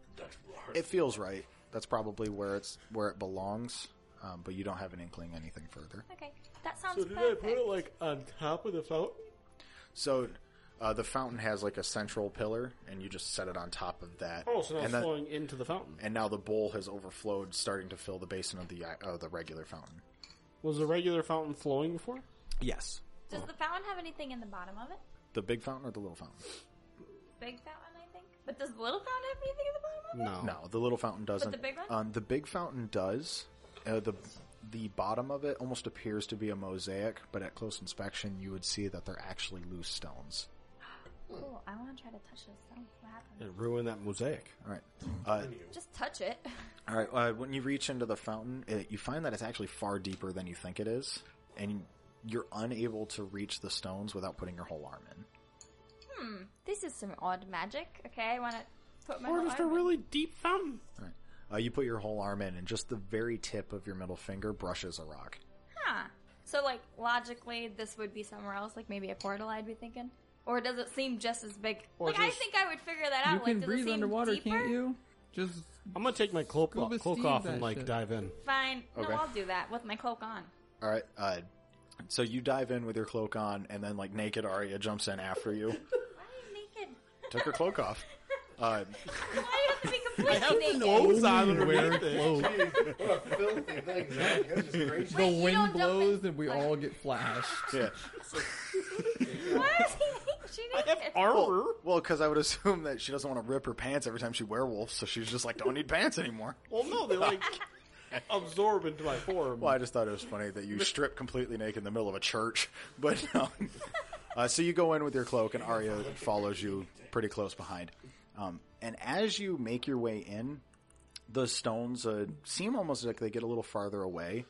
[SPEAKER 4] It feels right. That's probably where it's where it belongs. Um, but you don't have an inkling anything further.
[SPEAKER 6] Okay, that sounds
[SPEAKER 11] So did I
[SPEAKER 6] perfect.
[SPEAKER 11] put it like on top of the fountain?
[SPEAKER 4] So uh, the fountain has like a central pillar, and you just set it on top of that.
[SPEAKER 3] Oh, so now
[SPEAKER 4] and
[SPEAKER 3] it's
[SPEAKER 4] that-
[SPEAKER 3] flowing into the fountain.
[SPEAKER 4] and now the bowl has overflowed, starting to fill the basin of the uh, the regular fountain.
[SPEAKER 3] Was the regular fountain flowing before?
[SPEAKER 4] Yes,
[SPEAKER 6] Does the fountain have anything in the bottom of it?
[SPEAKER 4] the big fountain or the little fountain?
[SPEAKER 6] Big fountain, I think. But does the little fountain have anything in the bottom of it?
[SPEAKER 4] no, the little fountain doesn't.
[SPEAKER 6] the big one?
[SPEAKER 4] Um, the big fountain does. Uh, the the bottom of it almost appears to be a mosaic, but at close inspection, you would see that they're actually loose stones.
[SPEAKER 6] Cool. I want to try to touch this. Tell me what happens.
[SPEAKER 4] And ruin that mosaic. All right. Uh,
[SPEAKER 6] Just touch it.
[SPEAKER 4] All right. Uh, when you reach into the fountain, it, you find that it's actually far deeper than you think it is, and you're unable to reach the stones without putting your whole arm in.
[SPEAKER 6] Hmm. This is some odd magic. Okay, I want to put my.
[SPEAKER 8] Or
[SPEAKER 6] whole
[SPEAKER 8] just a
[SPEAKER 6] arm in.
[SPEAKER 8] really deep fountain.
[SPEAKER 4] Uh, you put your whole arm in, and just the very tip of your middle finger brushes a rock.
[SPEAKER 6] Huh. So, like, logically, this would be somewhere else, like maybe a portal, I'd be thinking. Or does it seem just as big? like, I think I would figure that out.
[SPEAKER 7] You
[SPEAKER 6] like,
[SPEAKER 7] can
[SPEAKER 6] does it
[SPEAKER 7] breathe
[SPEAKER 6] seem
[SPEAKER 7] underwater,
[SPEAKER 6] deeper?
[SPEAKER 7] can't you? Just
[SPEAKER 3] I'm gonna take my cloak,
[SPEAKER 7] Scuba
[SPEAKER 3] cloak
[SPEAKER 7] Steve
[SPEAKER 3] off
[SPEAKER 7] that
[SPEAKER 3] and like
[SPEAKER 7] shit.
[SPEAKER 3] dive in.
[SPEAKER 6] Fine.
[SPEAKER 4] Okay.
[SPEAKER 6] No, I'll do that with my cloak on.
[SPEAKER 4] All right. Uh, so you dive in with your cloak on, and then like naked Arya jumps in after you.
[SPEAKER 6] Naked.
[SPEAKER 4] Took her cloak off.
[SPEAKER 6] Why
[SPEAKER 4] Uh,
[SPEAKER 6] do you have to be completely naked?
[SPEAKER 7] wear cloak.
[SPEAKER 11] What a filthy thing, Zach. That's just crazy.
[SPEAKER 7] the wind blows and we all get flashed.
[SPEAKER 4] Yeah.
[SPEAKER 6] Why is he naked? She naked.
[SPEAKER 4] Well, because I would assume that she doesn't want to rip her pants every time she werewolf, so she's just like, don't need pants anymore.
[SPEAKER 11] Well, no, they like absorb into my form.
[SPEAKER 4] Well, I just thought it was funny that you strip completely naked in the middle of a church, but no. uh, so you go in with your cloak, and Arya follows you pretty close behind. Um, and as you make your way in, the stones uh, seem almost like they get a little farther away,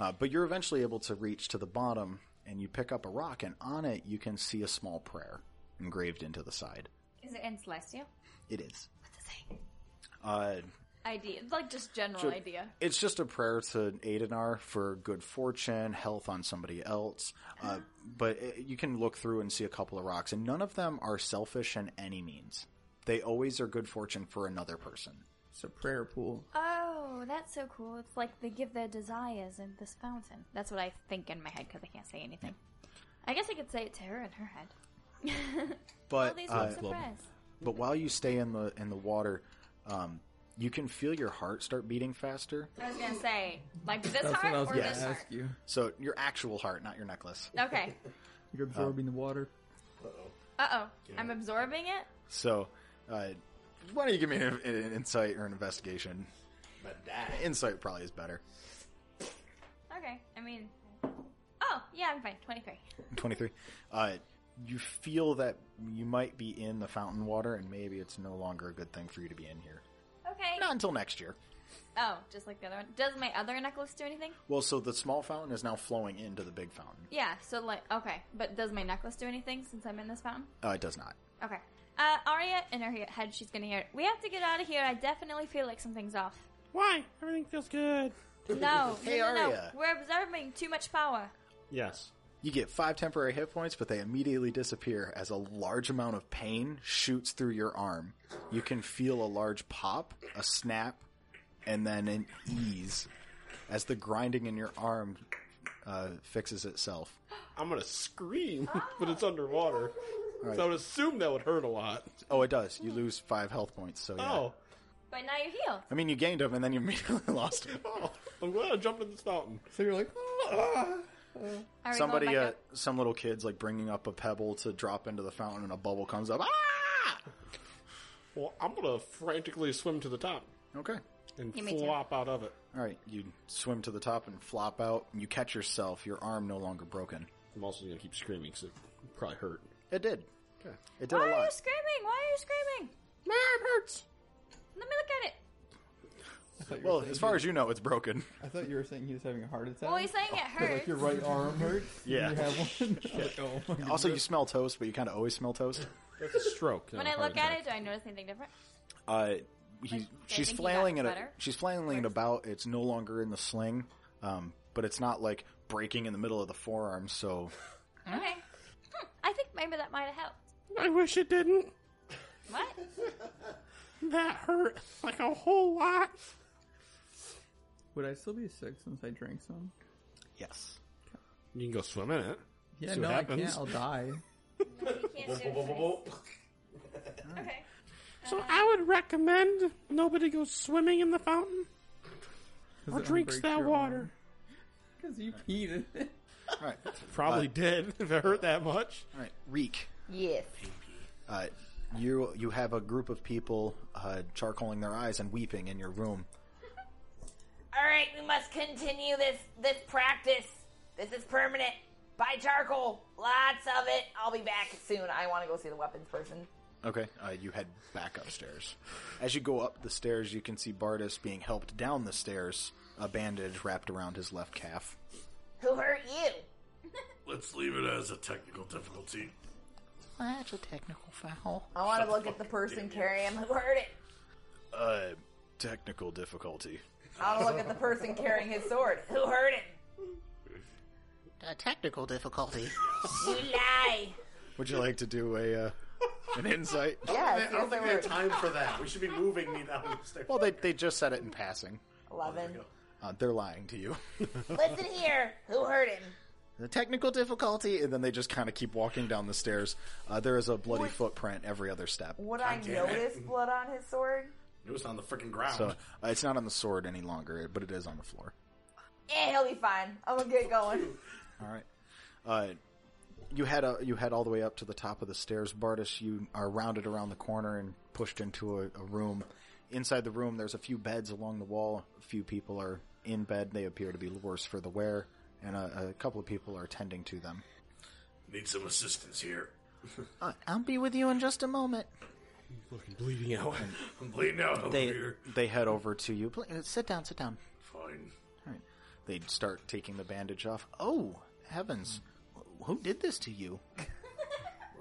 [SPEAKER 4] uh, but you're eventually able to reach to the bottom, and you pick up a rock, and on it you can see a small prayer engraved into the side.
[SPEAKER 6] Is it in Celestial?
[SPEAKER 4] It is.
[SPEAKER 6] What's it say?
[SPEAKER 4] Uh,
[SPEAKER 6] Idea. Like, just general
[SPEAKER 4] Ju-
[SPEAKER 6] idea.
[SPEAKER 4] It's just a prayer to Adenar for good fortune, health on somebody else. Uh, but it, you can look through and see a couple of rocks, and none of them are selfish in any means. They always are good fortune for another person.
[SPEAKER 7] It's a prayer pool.
[SPEAKER 6] Oh, that's so cool. It's like they give their desires in this fountain. That's what I think in my head because I can't say anything. I guess I could say it to her in her head.
[SPEAKER 4] But
[SPEAKER 6] All these
[SPEAKER 4] uh,
[SPEAKER 6] looks surprised.
[SPEAKER 4] but while you stay in the in the water, um, you can feel your heart start beating faster.
[SPEAKER 6] I was gonna say, like this
[SPEAKER 7] That's
[SPEAKER 6] heart
[SPEAKER 7] what I was
[SPEAKER 6] or
[SPEAKER 7] gonna
[SPEAKER 6] this heart?
[SPEAKER 7] ask you.
[SPEAKER 4] So your actual heart, not your necklace.
[SPEAKER 6] Okay.
[SPEAKER 7] You're absorbing the water.
[SPEAKER 6] Uh oh. I'm absorbing it.
[SPEAKER 4] So, uh, why don't you give me an, an insight or an investigation? Uh, Insight probably is better.
[SPEAKER 6] Okay. I mean, oh yeah, I'm fine. Twenty three.
[SPEAKER 4] 23. Uh, you feel that you might be in the fountain water, and maybe it's no longer a good thing for you to be in here.
[SPEAKER 6] Okay.
[SPEAKER 4] Not until next year.
[SPEAKER 6] Oh, just like the other one. Does my other necklace do anything?
[SPEAKER 4] Well, so the small fountain is now flowing into the big fountain.
[SPEAKER 6] Yeah. So like, okay, but does my necklace do anything since I'm in this fountain?
[SPEAKER 4] Uh, it does not.
[SPEAKER 6] Okay. Uh, Arya, in her he- head, she's gonna hear it. We have to get out of here. I definitely feel like something's off.
[SPEAKER 8] Why? Everything feels good.
[SPEAKER 6] No,
[SPEAKER 4] Hey,
[SPEAKER 6] no, no, no.
[SPEAKER 4] Arya.
[SPEAKER 6] We're absorbing too much power.
[SPEAKER 4] Yes. You get five temporary hit points, but they immediately disappear as a large amount of pain shoots through your arm. You can feel a large pop, a snap, and then an ease as the grinding in your arm uh, fixes itself.
[SPEAKER 11] I'm gonna scream, but it's underwater.
[SPEAKER 4] Right.
[SPEAKER 11] So I would assume that would hurt a lot.
[SPEAKER 4] Oh, it does. You lose five health points. So yeah.
[SPEAKER 11] Oh.
[SPEAKER 6] But now you're healed.
[SPEAKER 4] I mean, you gained them and then you immediately lost them.
[SPEAKER 11] Oh, I'm glad I jumped in this fountain.
[SPEAKER 7] So you're like,
[SPEAKER 4] "Ah."
[SPEAKER 6] Are we going
[SPEAKER 4] Somebody,
[SPEAKER 6] back
[SPEAKER 4] uh,
[SPEAKER 6] up?
[SPEAKER 4] some little kids like bringing up a pebble to drop into the fountain, and a bubble comes up. Ah!
[SPEAKER 11] Well, I'm gonna frantically swim to the top.
[SPEAKER 4] Okay.
[SPEAKER 11] And
[SPEAKER 6] You may too.
[SPEAKER 11] flop out of it.
[SPEAKER 4] All right, you swim to the top and flop out, and you catch yourself. Your arm no longer broken.
[SPEAKER 10] I'm also gonna keep screaming because it probably hurt.
[SPEAKER 4] It did.
[SPEAKER 10] Okay.
[SPEAKER 4] It did
[SPEAKER 6] Why
[SPEAKER 4] a
[SPEAKER 6] are you
[SPEAKER 4] lot.
[SPEAKER 6] screaming? Why are you screaming?
[SPEAKER 8] My arm hurts.
[SPEAKER 6] Let me look at it.
[SPEAKER 4] Well, as far as you know, it's broken.
[SPEAKER 7] I thought you were saying he was having a heart attack.
[SPEAKER 6] Well, he's saying it
[SPEAKER 7] Like
[SPEAKER 6] hurts.
[SPEAKER 7] your right arm hurts.
[SPEAKER 4] Yeah.
[SPEAKER 7] You have one. I was like, oh my
[SPEAKER 4] Also, you smell toast, but you kind of always smell toast.
[SPEAKER 10] That's a stroke.
[SPEAKER 6] when I look at it, do I notice anything different?
[SPEAKER 4] Uh, he's,
[SPEAKER 6] they think he
[SPEAKER 4] she's
[SPEAKER 6] got
[SPEAKER 4] flailing it.
[SPEAKER 6] better?
[SPEAKER 4] She's flailing it about. It's no longer in the sling, um, but it's not like breaking in the middle of the forearm. So
[SPEAKER 6] Okay. Hmm, I think maybe that might have helped.
[SPEAKER 8] I wish it didn't.
[SPEAKER 6] What?
[SPEAKER 8] That hurt like a whole lot.
[SPEAKER 7] Would I still be sick since I drank some?
[SPEAKER 4] Yes.
[SPEAKER 10] You can go swim in it.
[SPEAKER 7] Yeah,
[SPEAKER 10] See
[SPEAKER 7] no,
[SPEAKER 10] what
[SPEAKER 7] I
[SPEAKER 10] happens.
[SPEAKER 7] can't. I'll die.
[SPEAKER 12] Mm.
[SPEAKER 6] okay. Uh-huh.
[SPEAKER 8] So I would recommend nobody goes swimming in the fountain or
[SPEAKER 7] it
[SPEAKER 8] drinks
[SPEAKER 7] unbreaks
[SPEAKER 8] that
[SPEAKER 7] your
[SPEAKER 8] water.
[SPEAKER 7] Because you peed.
[SPEAKER 4] right.
[SPEAKER 10] Probably
[SPEAKER 4] Uh,
[SPEAKER 10] did if it hurt that much.
[SPEAKER 4] All right, Reek.
[SPEAKER 5] Yes.
[SPEAKER 4] Uh, you you have a group of people uh, charcoaling their eyes and weeping in your room.
[SPEAKER 2] All right, we must continue this this practice.
[SPEAKER 5] This is permanent. Buy charcoal. Lots of it. I'll be back soon. I want to go see the weapons person.
[SPEAKER 4] Okay. Uh, you head back upstairs. As you go up the stairs, you can see Bardis being helped down the stairs, a bandage wrapped around his left calf.
[SPEAKER 5] Who hurt you?
[SPEAKER 1] Let's leave it as a technical difficulty.
[SPEAKER 4] That's a technical foul.
[SPEAKER 5] I want to look at the person carrying who hurt it.
[SPEAKER 4] Uh, technical difficulty.
[SPEAKER 5] I want to look at the person carrying his sword. Who hurt him?
[SPEAKER 4] A technical difficulty.
[SPEAKER 5] You lie.
[SPEAKER 4] Would you like to do a uh, an insight?
[SPEAKER 1] I don't think we have time for that. We should be moving me down the stairs.
[SPEAKER 4] Well, they they just said it in passing.
[SPEAKER 5] Eleven.
[SPEAKER 4] Uh, they're lying to you.
[SPEAKER 5] Listen here. Who hurt him?
[SPEAKER 4] the technical difficulty, and then they just kind of keep walking down the stairs. Uh, there is a bloody footprint every other step.
[SPEAKER 5] Would
[SPEAKER 1] God
[SPEAKER 5] I
[SPEAKER 1] damn it.
[SPEAKER 5] notice blood on his sword?
[SPEAKER 1] It was on the freaking ground.
[SPEAKER 4] So uh, it's not on the sword any longer, but it is on the floor.
[SPEAKER 5] Eh, he'll be fine. I'm gonna get going.
[SPEAKER 4] All right. Uh, you head uh, you head all the way up to the top of the stairs, Bartis. You are rounded around the corner and pushed into a, a room. Inside the room, there's a few beds along the wall. A few people are in bed. They appear to be the worse for the wear, and a, a couple of people are tending to them.
[SPEAKER 1] Need some assistance here.
[SPEAKER 4] Uh, I'll be with you in just a moment.
[SPEAKER 10] Fucking bleeding out.
[SPEAKER 1] I'm bleeding out over
[SPEAKER 4] They
[SPEAKER 1] here.
[SPEAKER 4] they head over to you. Pl- uh, Sit down. Sit down.
[SPEAKER 1] Fine.
[SPEAKER 4] All right. They start taking the bandage off. Oh heavens! Wh- Who did this to you?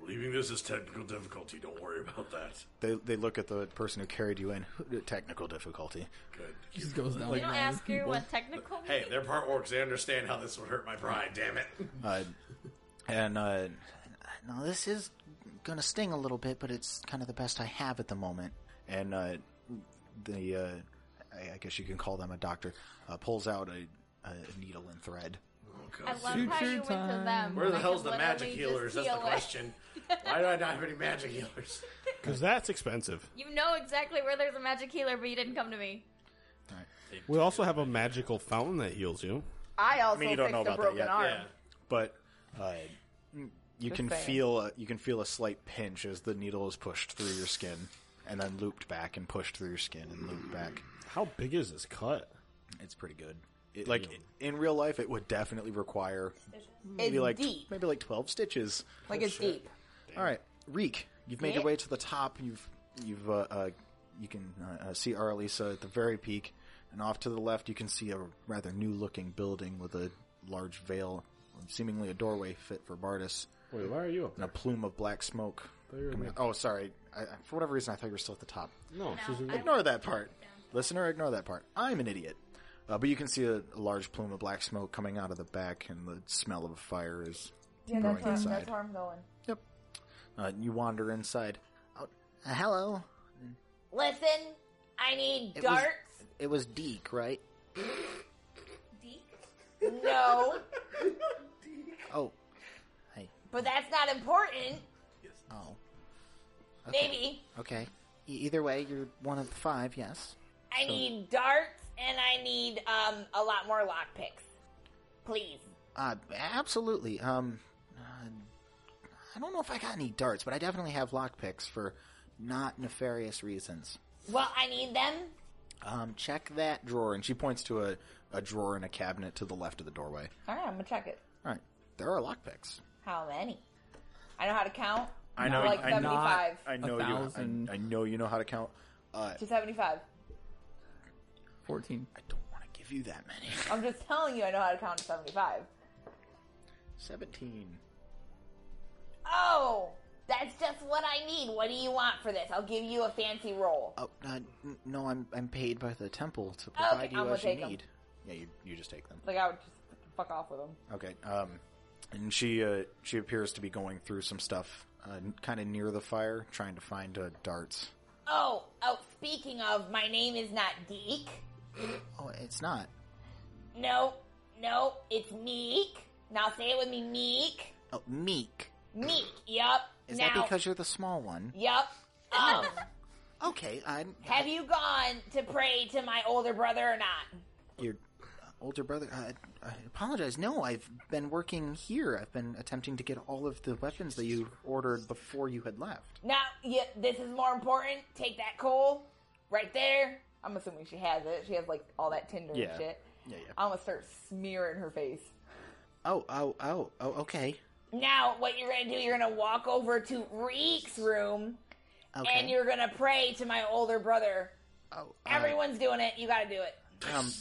[SPEAKER 1] We're leaving this as technical difficulty. Don't worry about that.
[SPEAKER 4] They they look at the person who carried you in. Technical difficulty.
[SPEAKER 1] Good.
[SPEAKER 7] Just goes down.
[SPEAKER 6] You don't ask her what technical
[SPEAKER 1] Hey, they're part orcs. They understand how this would hurt my pride. Damn it.
[SPEAKER 4] Uh, and uh, now this is gonna sting a little bit, but it's kind of the best I have at the moment. And uh, the uh, I, I guess you can call them a doctor uh, pulls out a, a needle and thread.
[SPEAKER 6] I love how you went to them.
[SPEAKER 1] Where the
[SPEAKER 6] I
[SPEAKER 1] hell's
[SPEAKER 6] could
[SPEAKER 1] the magic
[SPEAKER 6] literally just
[SPEAKER 1] healers? That's the
[SPEAKER 6] heal it.
[SPEAKER 1] question. Why do I not have any magic healers?
[SPEAKER 10] Because that's expensive.
[SPEAKER 6] You know exactly where there's a magic healer, but you didn't come to me.
[SPEAKER 10] We also have a magical fountain that heals you.
[SPEAKER 5] I also
[SPEAKER 4] I mean, you don't
[SPEAKER 5] fixed
[SPEAKER 4] know
[SPEAKER 5] a
[SPEAKER 4] about that
[SPEAKER 5] broken
[SPEAKER 4] yet,
[SPEAKER 5] arm.
[SPEAKER 4] but uh, you
[SPEAKER 5] Just
[SPEAKER 4] can
[SPEAKER 5] saying.
[SPEAKER 4] feel a, you can feel a slight pinch as the needle is pushed through your skin, and then looped back and pushed through your skin and looped back.
[SPEAKER 10] How big is this cut?
[SPEAKER 4] It's pretty good. It, like in real life, it would definitely require
[SPEAKER 5] It's
[SPEAKER 4] maybe like
[SPEAKER 5] deep.
[SPEAKER 4] maybe like twelve stitches.
[SPEAKER 5] Like it's deep.
[SPEAKER 4] All right, Reek, you've made your
[SPEAKER 5] Yeah.
[SPEAKER 4] way to the top. You've you've uh, uh, you can uh, uh, see Aralisa at the very peak, and off to the left you can see a rather new-looking building with a large veil, seemingly a doorway fit for Bardis,
[SPEAKER 10] Wait, why are you up
[SPEAKER 4] and a plume of black smoke.
[SPEAKER 10] you were
[SPEAKER 4] coming
[SPEAKER 10] there.
[SPEAKER 4] out- Oh, sorry. I, I, for whatever reason, I thought you were still at the top.
[SPEAKER 10] No, she's a-
[SPEAKER 4] Ignore that part. Listener, ignore that part. I'm an idiot. Uh, but you can see a, a large plume of black smoke coming out of the back, and the smell of a fire is
[SPEAKER 5] Yeah, that's
[SPEAKER 4] growing
[SPEAKER 5] where, I'm,
[SPEAKER 4] inside.
[SPEAKER 5] that's where I'm going.
[SPEAKER 4] Uh, you wander inside. Oh, uh, hello.
[SPEAKER 2] Listen, I need
[SPEAKER 4] It was-
[SPEAKER 2] darts.
[SPEAKER 4] It was Deke, right?
[SPEAKER 5] No,
[SPEAKER 4] Oh,
[SPEAKER 2] But that's not important.
[SPEAKER 4] oh.
[SPEAKER 2] Maybe
[SPEAKER 4] Okay. E- either way, you're one of the five. Yes.
[SPEAKER 2] I
[SPEAKER 4] So-
[SPEAKER 2] need darts and I need um a lot more lockpicks. Please.
[SPEAKER 4] Uh, absolutely. Um, uh, I don't know if I got any darts, but I definitely have lockpicks for not nefarious reasons.
[SPEAKER 2] Well, I need them.
[SPEAKER 4] Um, check that drawer, and she points to a, a drawer in a cabinet to the left of the doorway.
[SPEAKER 5] All right, I'm gonna check it.
[SPEAKER 4] All right, there are lockpicks.
[SPEAKER 5] How many? I know how to count.
[SPEAKER 4] I know.
[SPEAKER 5] like
[SPEAKER 4] I,
[SPEAKER 5] seventy-five
[SPEAKER 4] I know
[SPEAKER 7] A
[SPEAKER 4] you.
[SPEAKER 7] thousand.
[SPEAKER 4] I, I know you know how to count. Uh,
[SPEAKER 5] to seventy-five.
[SPEAKER 7] 14.
[SPEAKER 4] give you that many.
[SPEAKER 5] I'm just telling you, I know how to count to seventy-five.
[SPEAKER 4] Seventeen.
[SPEAKER 5] Oh,
[SPEAKER 2] That's just what I need. What do you want for this? I'll give you a fancy roll.
[SPEAKER 12] Oh uh, n- no, I'm I'm paid by the temple to
[SPEAKER 2] Okay,
[SPEAKER 12] provide you
[SPEAKER 2] I'm gonna
[SPEAKER 12] as you
[SPEAKER 2] take 'em.
[SPEAKER 12] need.
[SPEAKER 4] Yeah, you you just take them.
[SPEAKER 5] Like I would just fuck off with them.
[SPEAKER 4] Okay. Um, and she uh, she appears to be going through some stuff, uh, kind of near the fire, trying to find uh, darts.
[SPEAKER 2] Oh, oh, speaking of, my name is not Deke.
[SPEAKER 12] Oh, it's not.
[SPEAKER 2] No, no, it's Meek. Now say it with me, Meek.
[SPEAKER 12] Oh, meek.
[SPEAKER 2] Meek, yup.
[SPEAKER 12] Is
[SPEAKER 2] now,
[SPEAKER 12] that because you're the small one?
[SPEAKER 2] Yup.
[SPEAKER 4] Oh.
[SPEAKER 2] Um,
[SPEAKER 12] Okay, I'm
[SPEAKER 2] have you gone to pray to my older brother or not?
[SPEAKER 12] your older brother. I, I apologize. No, I've been working here. I've been attempting to get all of the weapons that you ordered before you had left.
[SPEAKER 2] Now, yeah, this is more important. Take that coal right there.
[SPEAKER 5] I'm assuming she has it. She has like all that tinder
[SPEAKER 12] Yeah.
[SPEAKER 5] and shit.
[SPEAKER 12] Yeah, yeah.
[SPEAKER 5] I'm gonna start smearing her face.
[SPEAKER 12] Oh, oh, oh, oh. Okay.
[SPEAKER 2] Now, what you're gonna do, you're gonna walk over to Reek's room
[SPEAKER 12] Okay.
[SPEAKER 2] and you're gonna pray to my older brother.
[SPEAKER 12] Oh,
[SPEAKER 2] Everyone's doing it. You gotta do it.
[SPEAKER 12] Um,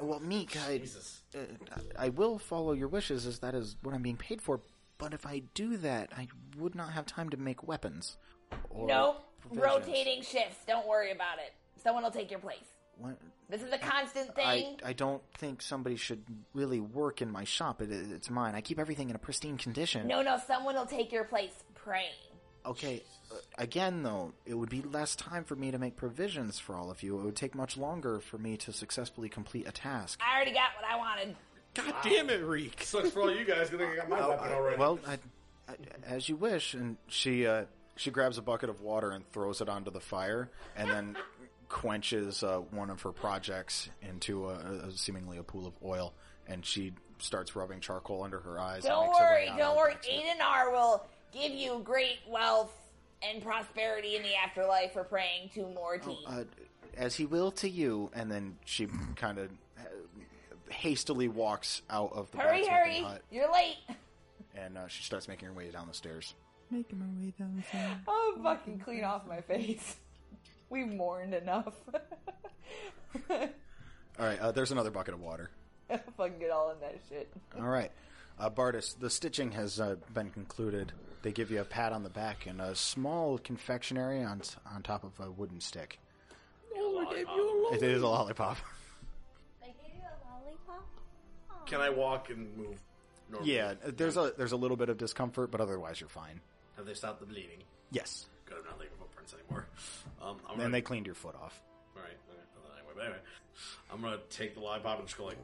[SPEAKER 12] well, Meek, I, uh, I will follow your wishes, as that is what I'm being paid for. But if I do that, I would not have time to make weapons. Or
[SPEAKER 2] No
[SPEAKER 12] provisions.
[SPEAKER 2] rotating shifts. Don't worry about it. Someone will take your place.
[SPEAKER 12] What-
[SPEAKER 2] This is a constant
[SPEAKER 12] I,
[SPEAKER 2] thing.
[SPEAKER 12] I don't think somebody should really work in my shop. It, it's mine. I keep everything in a pristine condition.
[SPEAKER 2] No, no, someone will take your place praying.
[SPEAKER 12] Okay, uh, again though, it would be less time for me to make provisions for all of you. It would take much longer for me to successfully complete a task.
[SPEAKER 2] I already got what I wanted.
[SPEAKER 12] God damn it, Reek!
[SPEAKER 1] Sucks for all you guys because I got my
[SPEAKER 4] Oh,
[SPEAKER 1] weapon
[SPEAKER 4] I-
[SPEAKER 1] already.
[SPEAKER 4] Well, I, I, as you wish. And she uh, she grabs a bucket of water and throws it onto the fire, and then quenches uh, one of her projects into a, a seemingly a pool of oil. And she starts rubbing charcoal under her eyes. and
[SPEAKER 2] Don't
[SPEAKER 4] makes a way
[SPEAKER 2] worry,
[SPEAKER 4] out of
[SPEAKER 2] don't
[SPEAKER 4] it.
[SPEAKER 2] worry. Aiden R will give you great wealth and prosperity in the afterlife for praying to more teeth.
[SPEAKER 12] Uh,
[SPEAKER 4] As he will to you, and then she kind of hastily walks out of the
[SPEAKER 2] hurry,
[SPEAKER 4] blacksmithing
[SPEAKER 2] hurry!
[SPEAKER 4] hut,
[SPEAKER 2] You're late.
[SPEAKER 4] and uh, she starts making her way down the stairs.
[SPEAKER 5] Making my way downtown. I'm fucking clean off my face. We mourned enough.
[SPEAKER 4] All right, uh, there's another bucket of water.
[SPEAKER 5] fucking get all in that shit.
[SPEAKER 4] All right. Uh, Bartis, the stitching has uh, been concluded. They give you a pat on the back and a small confectionery on on top of a wooden stick.
[SPEAKER 8] Oh,
[SPEAKER 4] It is a lollipop.
[SPEAKER 1] Can I walk and move? normally?
[SPEAKER 4] yeah, there's a there's a little bit of discomfort, but otherwise you're fine.
[SPEAKER 1] Have they stopped the bleeding?
[SPEAKER 4] Yes.
[SPEAKER 1] Good. I'm not leaving footprints anymore. Um, I'm
[SPEAKER 4] and
[SPEAKER 1] gonna,
[SPEAKER 4] they cleaned your foot off.
[SPEAKER 1] All right. Okay. I'll do that Anyway, but anyway, I'm gonna take the lollipop and just go like,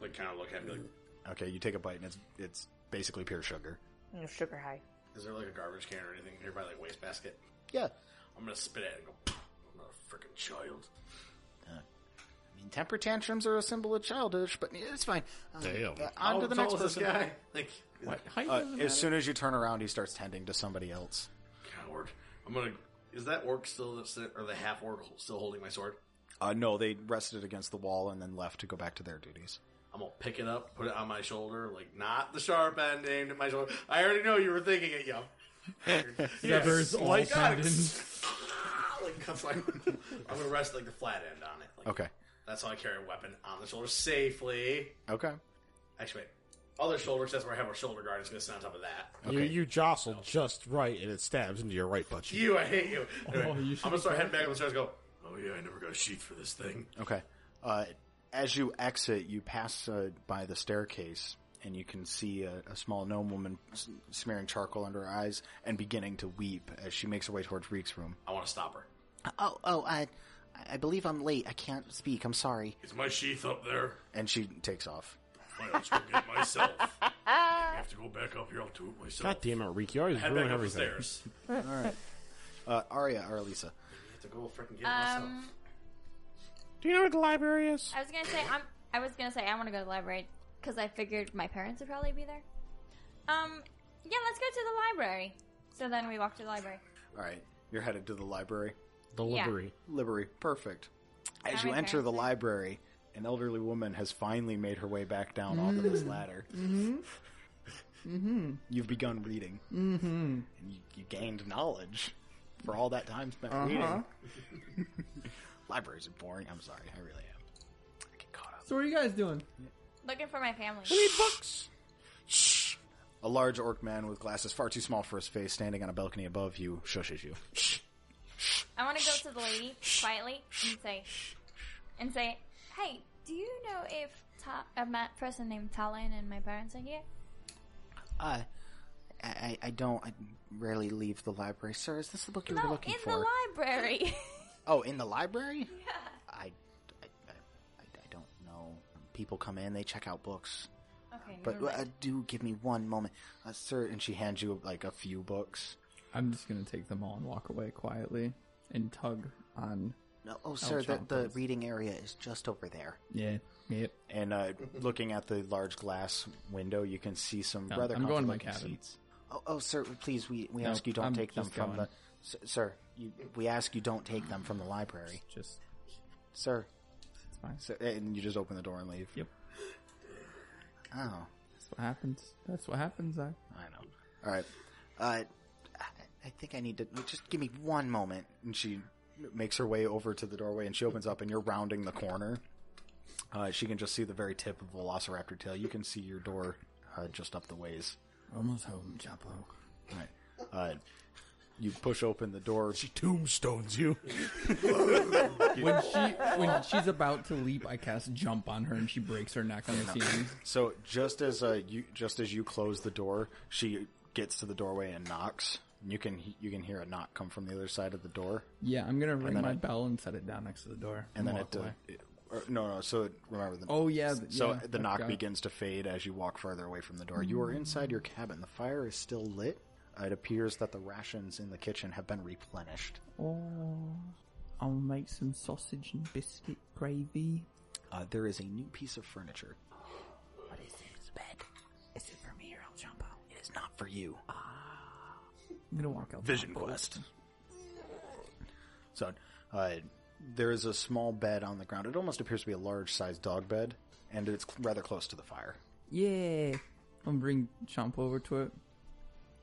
[SPEAKER 1] like kind of look at me like,
[SPEAKER 4] Okay, you take a bite and it's it's basically pure sugar.
[SPEAKER 5] Mm, Sugar high.
[SPEAKER 1] is there like a garbage can or anything nearby, like waste basket?
[SPEAKER 4] Yeah.
[SPEAKER 1] I'm gonna spit at it and go. "Pff, I'm not a freaking child.
[SPEAKER 12] I mean, temper tantrums are a symbol of childish, but it's fine. Uh,
[SPEAKER 4] Damn.
[SPEAKER 12] uh, on to
[SPEAKER 1] How
[SPEAKER 12] the
[SPEAKER 1] tall
[SPEAKER 12] next
[SPEAKER 1] is "Oh, this
[SPEAKER 12] person.
[SPEAKER 1] guy? Like, what?
[SPEAKER 4] Uh, as soon as you turn around, he starts tending to somebody else.
[SPEAKER 1] Coward. I'm gonna. Is that orc still? that's- Or the half orc still holding my sword?
[SPEAKER 4] Uh, no, they rested against the wall and then left to go back to their duties.
[SPEAKER 1] I'm gonna pick it up, put it on my shoulder, like not the sharp end aimed at my shoulder. I already know you were thinking it, yo.
[SPEAKER 4] Severs all
[SPEAKER 1] like, God,
[SPEAKER 4] tendons.
[SPEAKER 1] like, cuts my- I'm gonna rest like the flat end on it. Like,
[SPEAKER 4] Okay.
[SPEAKER 1] That's how I carry a weapon on the shoulder safely.
[SPEAKER 4] Okay.
[SPEAKER 1] Actually, wait. Other shoulder, 'cause that's where I have our shoulder guard. It's gonna sit on top of that.
[SPEAKER 8] You, you jostle just right, and it stabs into your right butt cheek.
[SPEAKER 1] You, I hate you. Anyway,
[SPEAKER 8] Oh, you
[SPEAKER 1] I'm
[SPEAKER 8] should
[SPEAKER 1] gonna
[SPEAKER 8] be
[SPEAKER 1] start
[SPEAKER 8] careful.
[SPEAKER 1] heading back up the stairs. and Go. Oh yeah, I never got a sheath for this thing.
[SPEAKER 4] Okay. Uh, as you exit, you pass uh, by the staircase, and you can see a, a small gnome woman s- smearing charcoal under her eyes and beginning to weep as she makes her way towards Reek's room.
[SPEAKER 1] I want to stop her.
[SPEAKER 12] Oh, oh, I, I believe I'm late. I can't speak. I'm sorry.
[SPEAKER 1] Is my sheath up there?
[SPEAKER 4] And she takes off.
[SPEAKER 1] Why don't you get myself? I have to go back up here. I'll do it myself.
[SPEAKER 8] God damn it, Reek! You always
[SPEAKER 1] Head
[SPEAKER 8] ruin
[SPEAKER 1] back up the
[SPEAKER 8] everything.
[SPEAKER 1] stairs.
[SPEAKER 4] All right. Uh, Arya or Elisa?
[SPEAKER 1] I have to go freaking get myself.
[SPEAKER 6] Um,
[SPEAKER 13] Do you know where the library is?
[SPEAKER 6] I was gonna say I'm. I was gonna say I want to go to the library because I figured my parents would probably be there. Um, yeah, let's go to the library. So then we walk to the library.
[SPEAKER 4] All right. You're headed to the library. The
[SPEAKER 6] Yeah. library.
[SPEAKER 4] Library. Perfect. As
[SPEAKER 6] Sorry,
[SPEAKER 4] you enter the
[SPEAKER 6] parents.
[SPEAKER 4] library, an elderly woman has finally made her way back down onto this
[SPEAKER 7] Mm.
[SPEAKER 4] ladder.
[SPEAKER 7] Mm-hmm. Mm-hmm.
[SPEAKER 4] You've begun reading.
[SPEAKER 7] Mm-hmm.
[SPEAKER 4] and you, you gained knowledge for all that time spent
[SPEAKER 7] Uh-huh.
[SPEAKER 4] reading. Libraries are boring. I'm sorry, I really am.
[SPEAKER 7] So what are you guys doing?
[SPEAKER 6] Looking for my family.
[SPEAKER 7] We need books.
[SPEAKER 4] A large orc man with glasses far too small for his face standing on a balcony above you shushes you.
[SPEAKER 6] I want to go to the lady quietly and say, and say, hey, do you know if Ta- a ma- person named Talon and my parents are here?
[SPEAKER 14] Uh, I- I, I don't. I rarely leave the library. Sir, is this the book you were
[SPEAKER 6] No,
[SPEAKER 14] looking
[SPEAKER 6] in
[SPEAKER 14] for?
[SPEAKER 6] the library.
[SPEAKER 14] oh, in the library?
[SPEAKER 6] yeah.
[SPEAKER 14] I, I, I, I I don't know. People come in, they check out books.
[SPEAKER 6] Okay,
[SPEAKER 14] But
[SPEAKER 6] never mind.
[SPEAKER 14] uh, do give me one moment, uh, sir. And she hands you like a few books.
[SPEAKER 7] I'm just gonna take them all and walk away quietly and tug on.
[SPEAKER 14] No, oh,
[SPEAKER 7] El
[SPEAKER 14] sir, the, the
[SPEAKER 7] Chapo's.
[SPEAKER 14] reading area is just over there.
[SPEAKER 7] Yeah. Yep.
[SPEAKER 4] And uh, looking at the large glass window, you can see some
[SPEAKER 7] Um,
[SPEAKER 4] rather
[SPEAKER 7] I'm going to my
[SPEAKER 4] comfy-looking
[SPEAKER 7] cabin.
[SPEAKER 4] seats.
[SPEAKER 14] Oh, oh, sir, please, we, we
[SPEAKER 7] No,
[SPEAKER 14] ask you don't
[SPEAKER 7] I'm
[SPEAKER 14] take them
[SPEAKER 7] just
[SPEAKER 14] from
[SPEAKER 7] going.
[SPEAKER 14] the. Sir, sir you, we ask you don't take them from the library.
[SPEAKER 7] Just.
[SPEAKER 14] Sir.
[SPEAKER 7] It's fine.
[SPEAKER 4] So, and you just open the door and leave.
[SPEAKER 7] Yep.
[SPEAKER 14] Oh.
[SPEAKER 7] That's what happens. That's what happens. I.
[SPEAKER 14] I know. All right. Uh, I I think I need to just give me one moment.
[SPEAKER 4] And she makes her way over to the doorway and she opens up and you're rounding the corner. Uh, she can just see the very tip of Velociraptor tail. You can see your door uh, just up the ways.
[SPEAKER 7] Almost home, Chapo.
[SPEAKER 4] Right. Uh, you push open the door. She
[SPEAKER 10] tombstones you.
[SPEAKER 7] when she when she's about to leap, I cast jump on her and she breaks her neck on the ceiling.
[SPEAKER 4] So just as uh, you just as you close the door, she gets to the doorway and knocks. You can you can hear a knock come from the other side of the door.
[SPEAKER 7] Yeah, I'm gonna ring
[SPEAKER 4] then
[SPEAKER 7] my
[SPEAKER 4] it-
[SPEAKER 7] bell and set it down next to the door.
[SPEAKER 4] and then
[SPEAKER 7] walk
[SPEAKER 4] it, uh,
[SPEAKER 7] away.
[SPEAKER 4] it- or- no no so it, remember the
[SPEAKER 7] Oh, yeah, th-
[SPEAKER 4] so
[SPEAKER 7] yeah,
[SPEAKER 4] the
[SPEAKER 7] I
[SPEAKER 4] knock
[SPEAKER 7] forgot.
[SPEAKER 4] begins to fade as you walk further away from the door you are inside your cabin the fire is still lit Uh, it appears that the rations in the kitchen have been replenished
[SPEAKER 7] Oh, I'll make some sausage and biscuit gravy.
[SPEAKER 4] uh, there is a new piece of furniture
[SPEAKER 7] What is this bed? Is it for me or El Jumbo? Ah.
[SPEAKER 14] It is not for you.
[SPEAKER 7] I'm gonna walk out.
[SPEAKER 4] Vision Quest. So, uh, there is a small bed on the ground. It almost appears to be a large-sized dog bed, and it's cl- rather close to the fire.
[SPEAKER 7] Yeah, I'm gonna bring Chomp over to it.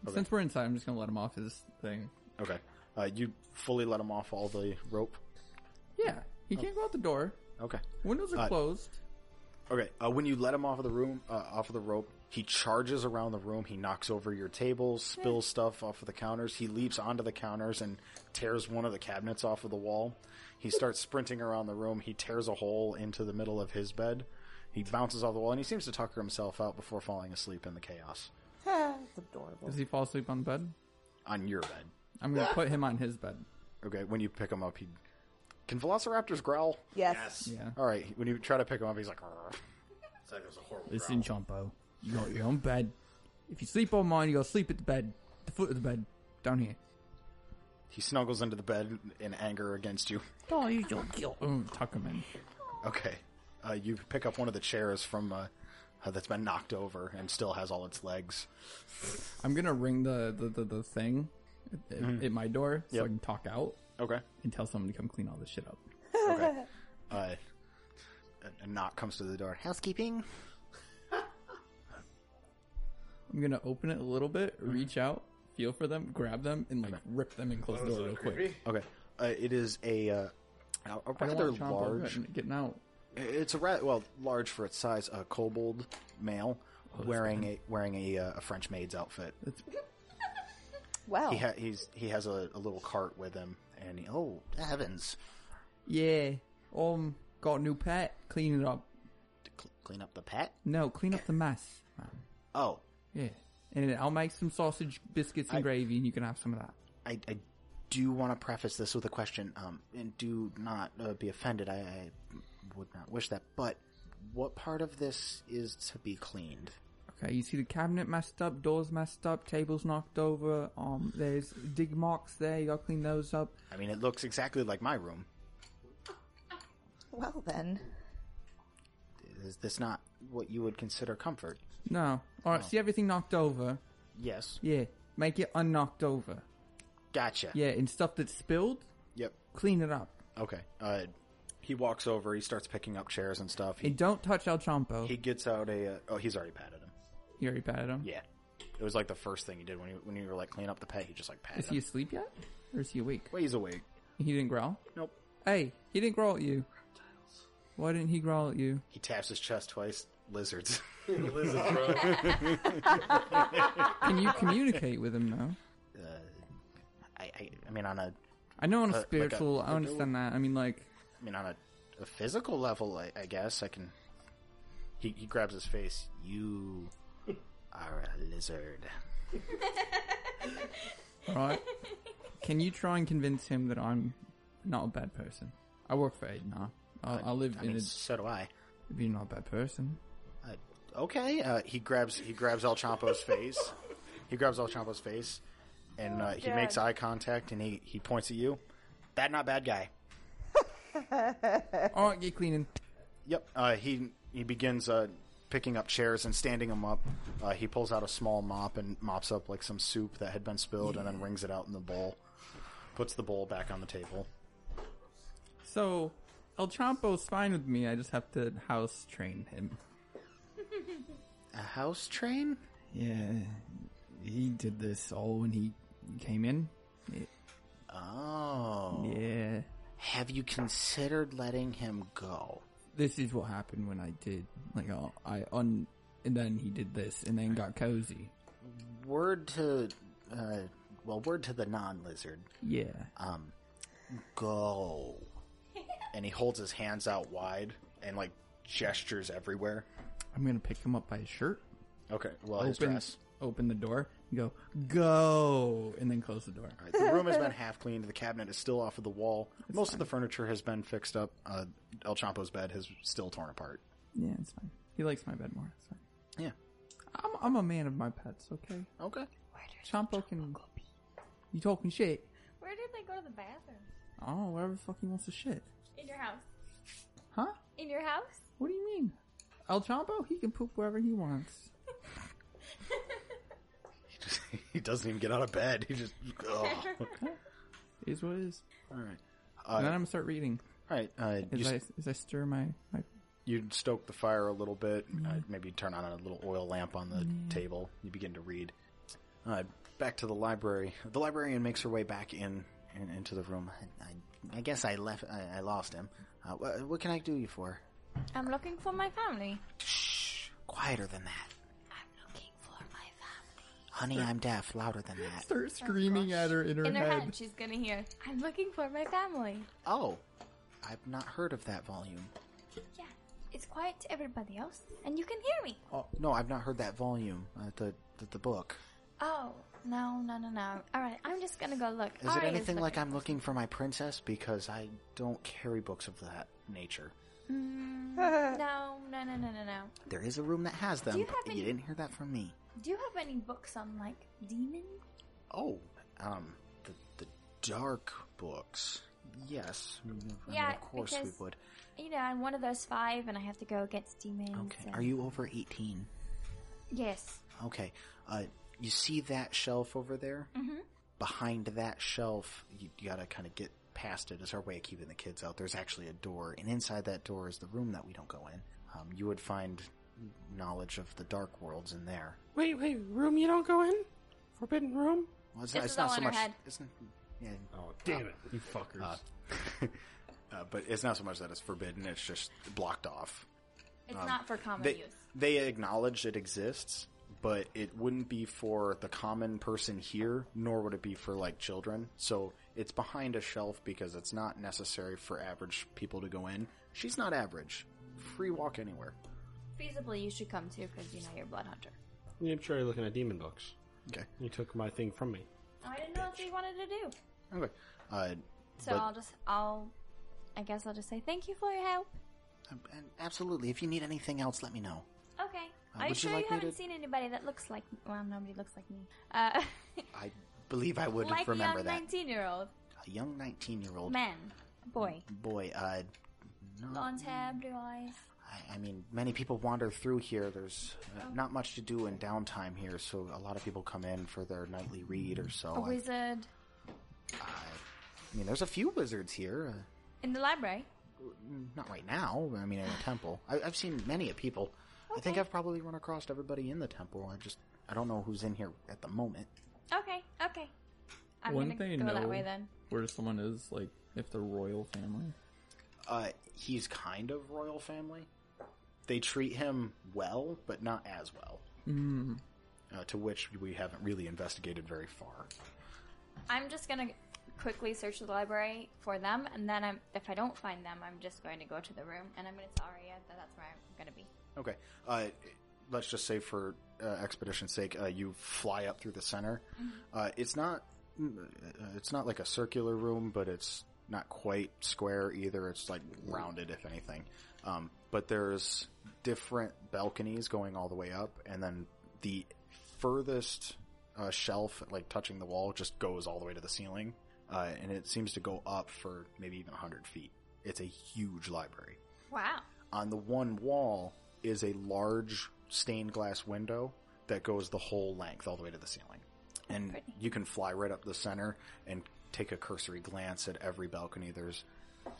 [SPEAKER 4] Okay.
[SPEAKER 7] Since we're inside, I'm just gonna let him off his thing.
[SPEAKER 4] Okay, uh, you fully let him off all the rope.
[SPEAKER 7] Yeah, he can't go out the door.
[SPEAKER 4] Okay,
[SPEAKER 7] Windows are
[SPEAKER 4] Uh,
[SPEAKER 7] closed.
[SPEAKER 4] Okay, uh, when you let him off of the room, uh, off of the rope, he charges around the room. He knocks over your tables, spills stuff off of the counters. He leaps onto the counters and tears one of the cabinets off of the wall. He starts sprinting around the room. He tears a hole into the middle of his bed. He bounces off the wall and he seems to tucker himself out before falling asleep in the chaos
[SPEAKER 6] Ah,
[SPEAKER 5] That's adorable.
[SPEAKER 7] Does he fall asleep on the bed?
[SPEAKER 4] on your bed.
[SPEAKER 7] I'm gonna put him on his bed.
[SPEAKER 4] Okay, when you pick him up, he can Velociraptors growl.
[SPEAKER 5] Yes.
[SPEAKER 7] Yeah.
[SPEAKER 4] All right, when you try to pick him up, he's like. "Grr."
[SPEAKER 1] It's like it was a horrible
[SPEAKER 7] Listen, Chompo, you got your own bed. If you sleep on mine, you gotta sleep at the bed, the foot of the bed, down here.
[SPEAKER 4] He snuggles into the bed in anger against you.
[SPEAKER 7] Oh, you don't kill. Oh, tuck him in.
[SPEAKER 4] Okay. Uh, you pick up one of the chairs from uh, uh, that's been knocked over and still has all its legs.
[SPEAKER 7] I'm gonna ring the the, the, the thing at,
[SPEAKER 4] Mhm.
[SPEAKER 7] at my door so
[SPEAKER 4] Yep.
[SPEAKER 7] I can talk out.
[SPEAKER 4] Okay.
[SPEAKER 7] And tell someone to come clean all this shit up.
[SPEAKER 4] Okay. uh, a, a knock comes to the door.
[SPEAKER 14] Housekeeping.
[SPEAKER 7] I'm gonna open it a little bit, reach out, feel for them, grab them, and like rip them and close the door real quick.
[SPEAKER 4] Okay. Uh, it is a uh, a- a
[SPEAKER 7] I don't
[SPEAKER 4] rather
[SPEAKER 7] want Chompo
[SPEAKER 4] large.
[SPEAKER 7] getting- getting out.
[SPEAKER 4] It's a rat. Well, large for its size. A kobold male
[SPEAKER 7] Oh,
[SPEAKER 4] wearing a wearing a, uh, a French maid's outfit.
[SPEAKER 5] Wow.
[SPEAKER 4] He ha- he's he has a, a little cart with him, and he, oh heavens,
[SPEAKER 7] Yeah. Um, got a new pet. Clean it up.
[SPEAKER 14] Clean up the
[SPEAKER 4] Eh.
[SPEAKER 14] pet.
[SPEAKER 7] No, clean up the mess, man.
[SPEAKER 14] Oh,
[SPEAKER 7] Yeah. And I'll make some sausage biscuits and
[SPEAKER 14] I-
[SPEAKER 7] gravy, and you can have some of that.
[SPEAKER 14] I, I do want to preface this with a question, um, and do not uh, be offended. I, I would not wish that, but what part of this is to be cleaned?
[SPEAKER 7] Okay, you see the cabinet messed up, doors messed up, tables knocked over. Um, there's dig marks there. You gotta clean those up.
[SPEAKER 4] I mean, it looks exactly like my room.
[SPEAKER 5] Well then.
[SPEAKER 14] Is this not what you would consider comfort?
[SPEAKER 7] No. All right. See everything knocked over.
[SPEAKER 14] Yes.
[SPEAKER 7] Yeah. Make it unknocked over.
[SPEAKER 14] Gotcha.
[SPEAKER 7] Yeah, and stuff that's spilled.
[SPEAKER 4] Yep.
[SPEAKER 7] Clean it up.
[SPEAKER 4] Okay. Uh, he walks over. He starts picking up chairs and stuff. He
[SPEAKER 7] And don't touch El Chompo.
[SPEAKER 4] he
[SPEAKER 7] He,
[SPEAKER 4] gets out a. Uh, oh, he's already patted him.
[SPEAKER 7] already patted him.
[SPEAKER 4] Yeah. It was like the first thing he did when you when you were like clean up the pet. He just like patted
[SPEAKER 7] Is he
[SPEAKER 4] him.
[SPEAKER 7] asleep yet, or is he awake?
[SPEAKER 4] Wait, he's awake.
[SPEAKER 7] He didn't growl.
[SPEAKER 4] Nope.
[SPEAKER 7] Hey, he didn't growl at you. Why didn't he growl at you?
[SPEAKER 4] He taps his chest twice. Lizards.
[SPEAKER 15] Lizard, bro.
[SPEAKER 7] Can you communicate with him now?
[SPEAKER 12] Uh, I, I, I mean, on a.
[SPEAKER 7] I know on a
[SPEAKER 12] uh, like
[SPEAKER 7] spiritual, I understand that. I mean, like,
[SPEAKER 12] I mean, on a, a physical level, I, I guess I can. He, he grabs his face. You are a lizard.
[SPEAKER 7] Alright. Can you try and convince him that I'm not a bad person? I work for Aiden. I, I live
[SPEAKER 12] I
[SPEAKER 7] in
[SPEAKER 12] mean,
[SPEAKER 7] a.
[SPEAKER 12] so do I.
[SPEAKER 7] If you're not a bad person.
[SPEAKER 12] Uh, okay. Uh, he grabs he grabs El Champo's face. He grabs El Champo's face, and uh, he
[SPEAKER 16] God.
[SPEAKER 12] makes eye contact and he, he points at you. Bad, not bad guy.
[SPEAKER 7] All right, Oh, get cleaning.
[SPEAKER 12] Yep. Uh, he he begins uh, picking up chairs and standing them up. Uh, he pulls out a small mop and mops up like some soup that had been spilled, and then wrings it out in the bowl. Puts the bowl back on the table.
[SPEAKER 7] So, El Champo's fine with me. I just have to house train him.
[SPEAKER 12] A house train?
[SPEAKER 7] Yeah. He did this all when he came in. It-
[SPEAKER 12] Oh.
[SPEAKER 7] Yeah.
[SPEAKER 12] Have you considered letting him go?
[SPEAKER 7] this is what happened when I did. Like, I, I un. And then he did this and then got cozy.
[SPEAKER 12] Word to, uh, well, word to the non-lizard.
[SPEAKER 7] Yeah.
[SPEAKER 12] Um, go. and he holds his hands out wide and like gestures everywhere.
[SPEAKER 7] I'm going to pick him up by his shirt.
[SPEAKER 12] Okay. Well, his
[SPEAKER 7] open,
[SPEAKER 12] dress.
[SPEAKER 7] open the door and go, go! And then close the door.
[SPEAKER 12] The room has been half cleaned. The cabinet is still off of the wall. Most of the furniture has been fixed up. Uh, El Champo's bed has still torn apart.
[SPEAKER 7] Yeah, it's fine. He likes my bed more. It's fine.
[SPEAKER 12] Yeah.
[SPEAKER 7] I'm, I'm a man of my pets, okay?
[SPEAKER 12] Okay.
[SPEAKER 7] Chompo can. You talking shit?
[SPEAKER 6] Where did they go to the bathroom?
[SPEAKER 7] Oh, wherever the fuck he wants to shit.
[SPEAKER 6] In your house.
[SPEAKER 7] Huh?
[SPEAKER 6] In your house?
[SPEAKER 7] What do you mean? El Chompo, he can poop wherever he wants.
[SPEAKER 12] He doesn't even get out of bed. He just. Ugh.
[SPEAKER 7] Is what it is.
[SPEAKER 12] All right. Uh,
[SPEAKER 7] and then I'm gonna start reading.
[SPEAKER 12] All right. Uh,
[SPEAKER 7] As,
[SPEAKER 12] you,
[SPEAKER 7] I, as I stir my, my
[SPEAKER 12] you stoke the fire a little bit. Uh,
[SPEAKER 7] Mhm.
[SPEAKER 12] maybe turn on a little oil lamp on the
[SPEAKER 7] Yeah.
[SPEAKER 12] table. You begin to read. Uh, back to the library. The librarian makes her way back in, in into the room. I, I, I guess I left. I, I lost him. Uh, wha what can I do you for?
[SPEAKER 6] I'm looking for my family.
[SPEAKER 12] Quieter than that. I'm looking for my family. Honey, I'm deaf. Louder than that.
[SPEAKER 7] start screaming at her in her,
[SPEAKER 6] Oh In her
[SPEAKER 7] head.
[SPEAKER 6] head, she's gonna hear, I'm looking for my family.
[SPEAKER 12] Oh, I've not heard of that volume.
[SPEAKER 6] Yeah, it's quiet to everybody else, and you can hear me.
[SPEAKER 7] Uh,
[SPEAKER 12] Oh no, I've not heard that volume. Uh, the, the the book.
[SPEAKER 6] Oh, no, no, no, no. Alright, I'm just gonna go look.
[SPEAKER 12] Is it
[SPEAKER 6] Aria's
[SPEAKER 12] anything like
[SPEAKER 6] looking.
[SPEAKER 12] I'm looking for my princess? Because I don't carry books of that nature.
[SPEAKER 6] Mm, no, no, no, no, no, no.
[SPEAKER 12] There is a room that has them.
[SPEAKER 6] you
[SPEAKER 12] but
[SPEAKER 6] have any-
[SPEAKER 12] didn't hear that from me.
[SPEAKER 6] Do you have any books on, like, demons?
[SPEAKER 12] Oh, um, the the dark books. Yes, I mean,
[SPEAKER 6] Yeah,
[SPEAKER 12] of course
[SPEAKER 6] because-
[SPEAKER 12] we would.
[SPEAKER 6] You know, I'm one of those five, and I have to go against demons.
[SPEAKER 12] Okay,
[SPEAKER 6] and-
[SPEAKER 12] are you over eighteen?
[SPEAKER 6] Yes.
[SPEAKER 12] Okay, uh, you see that shelf over there?
[SPEAKER 6] Mm-hmm.
[SPEAKER 12] behind that shelf, you, you gotta kind of get past it. It's our way of keeping the kids out. There's actually a door, and inside that door is the room that we don't go in. Um, you would find knowledge of the dark worlds in there.
[SPEAKER 8] Wait, wait, room you don't go in? Forbidden room?
[SPEAKER 12] Well, it's,
[SPEAKER 6] This
[SPEAKER 12] not,
[SPEAKER 6] is
[SPEAKER 12] it's
[SPEAKER 6] all
[SPEAKER 12] not so
[SPEAKER 6] in her
[SPEAKER 12] much.
[SPEAKER 6] head.
[SPEAKER 12] It's, n- yeah.
[SPEAKER 4] Oh, damn it, you fuckers.
[SPEAKER 12] Uh, uh, but it's not so much that it's forbidden; it's just blocked off.
[SPEAKER 6] It's
[SPEAKER 12] Um,
[SPEAKER 6] not for common
[SPEAKER 12] they,
[SPEAKER 6] use.
[SPEAKER 12] They acknowledge it exists, but it wouldn't be for the common person here, nor would it be for like children. So it's behind a shelf because it's not necessary for average people to go in. She's not average. Free walk anywhere.
[SPEAKER 6] Feasibly, you should come too, because you know you're a blood hunter.
[SPEAKER 4] I'm sure you're looking at demon books.
[SPEAKER 12] Okay.
[SPEAKER 4] You took my thing from me.
[SPEAKER 6] I didn't know what you wanted to do.
[SPEAKER 12] Okay. Uh,
[SPEAKER 6] So
[SPEAKER 12] but-
[SPEAKER 6] I'll just, I'll, I guess I'll just say thank you for your help.
[SPEAKER 12] um, and absolutely. If you need anything else, let me know.
[SPEAKER 6] Okay.
[SPEAKER 12] Uh,
[SPEAKER 6] Are you
[SPEAKER 12] would you
[SPEAKER 6] sure
[SPEAKER 12] like
[SPEAKER 6] you
[SPEAKER 12] me
[SPEAKER 6] haven't
[SPEAKER 12] to-
[SPEAKER 6] seen anybody that looks like? Well, nobody looks like me. Uh,
[SPEAKER 12] I believe I would
[SPEAKER 6] like a
[SPEAKER 12] remember
[SPEAKER 6] young
[SPEAKER 12] that.
[SPEAKER 6] nineteen-year-old
[SPEAKER 12] A young nineteen-year-old
[SPEAKER 6] man, boy,
[SPEAKER 12] boy. Uh, no,
[SPEAKER 6] blonde hair, blue eyes.
[SPEAKER 12] I, I mean, many people wander through here. There's
[SPEAKER 6] Oh.
[SPEAKER 12] uh, not much to do in downtime here, so a lot of people come in for their nightly read or so.
[SPEAKER 6] a
[SPEAKER 12] Oh, I,
[SPEAKER 6] wizard
[SPEAKER 12] I mean, there's a few wizards here.
[SPEAKER 6] in the library.
[SPEAKER 12] Uh, not right now. I mean, in the temple, I, I've seen many a people. I think I've probably run across everybody in the temple. I just I don't know who's in here at the moment.
[SPEAKER 6] Okay, okay. I'm
[SPEAKER 7] Wouldn't
[SPEAKER 6] gonna
[SPEAKER 7] they
[SPEAKER 6] go
[SPEAKER 7] know
[SPEAKER 6] that way then.
[SPEAKER 7] where someone is, like if they're royal family?
[SPEAKER 12] Uh, he's kind of royal family.
[SPEAKER 4] they treat him well, but not as well.
[SPEAKER 7] Mm.
[SPEAKER 4] Uh, to which we haven't really investigated very far.
[SPEAKER 6] I'm just gonna quickly search the library for them, and then I'm, if I don't find them, I'm just going to go to the room and I'm gonna tell Arya that that's where I'm gonna be.
[SPEAKER 4] Okay. Uh, let's just say for uh, expedition's sake, uh, you fly up through the center.
[SPEAKER 6] Mhm.
[SPEAKER 4] Uh, it's not. It's not like a circular room, but it's not quite square either. It's like rounded, if anything. Um, but there's different balconies going all the way up, and then the furthest uh, shelf, like touching the wall, just goes all the way to the ceiling, uh, and it seems to go up for maybe even hundred feet. It's a huge library
[SPEAKER 6] Wow.
[SPEAKER 4] on the one wall is a large stained glass window that goes the whole length all the way to the ceiling. And you can fly right up the center and take a cursory glance at every balcony. There's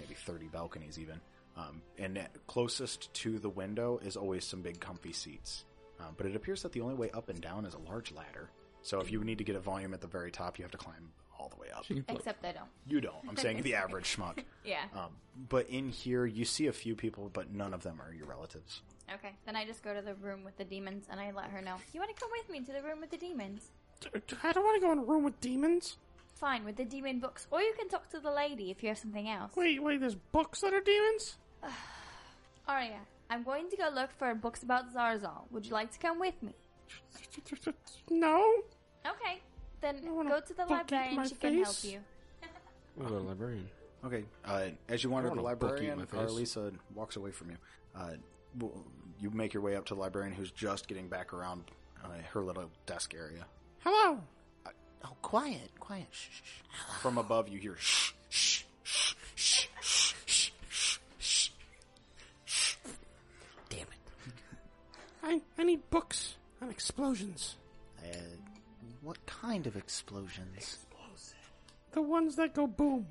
[SPEAKER 4] maybe 30 balconies even. Um, and at- closest to the window is always some big comfy seats. Um, but it appears that the only way up and down is a large ladder. So if you need to get a volume at the very top, you have to climb all the way up.
[SPEAKER 6] Except I don't.
[SPEAKER 4] You don't. I'm saying the average schmuck.
[SPEAKER 6] Yeah.
[SPEAKER 4] Um, but in here, you see a few people, but none of them are your relatives.
[SPEAKER 6] Okay. Then I just go to the room with the demons and I let her know, You want to come with me to the room with the demons?
[SPEAKER 8] I don't want to go in a room with demons.
[SPEAKER 6] Fine, with the demon books. Or you can talk to the lady if you have something else.
[SPEAKER 8] Wait, wait, there's books that are demons?
[SPEAKER 6] Arya, I'm going to go look for books about Zarzal. Would you like to come with me?
[SPEAKER 8] No.
[SPEAKER 6] Okay. Then
[SPEAKER 8] wanna
[SPEAKER 6] go to the
[SPEAKER 8] book
[SPEAKER 6] library
[SPEAKER 8] eat my
[SPEAKER 6] and she can help
[SPEAKER 8] face.
[SPEAKER 6] you.
[SPEAKER 4] I'll go to the librarian. Okay. Uh, as you wander
[SPEAKER 12] I
[SPEAKER 4] to
[SPEAKER 12] don't
[SPEAKER 4] the
[SPEAKER 12] wanna book eat
[SPEAKER 4] librarian,
[SPEAKER 12] my face.
[SPEAKER 4] Carlisa walks away from you. Uh, well, you make your way up to the librarian, who's just getting back around uh, her little desk area.
[SPEAKER 8] Hello.
[SPEAKER 12] Uh,
[SPEAKER 4] oh, quiet, quiet. Shh, shh, shh. From above, you hear shh, shh, shh, shh, shh, shh, shh, shh.
[SPEAKER 8] I, I need books on explosions.
[SPEAKER 4] Uh, what kind of explosions?
[SPEAKER 8] The ones that go boom.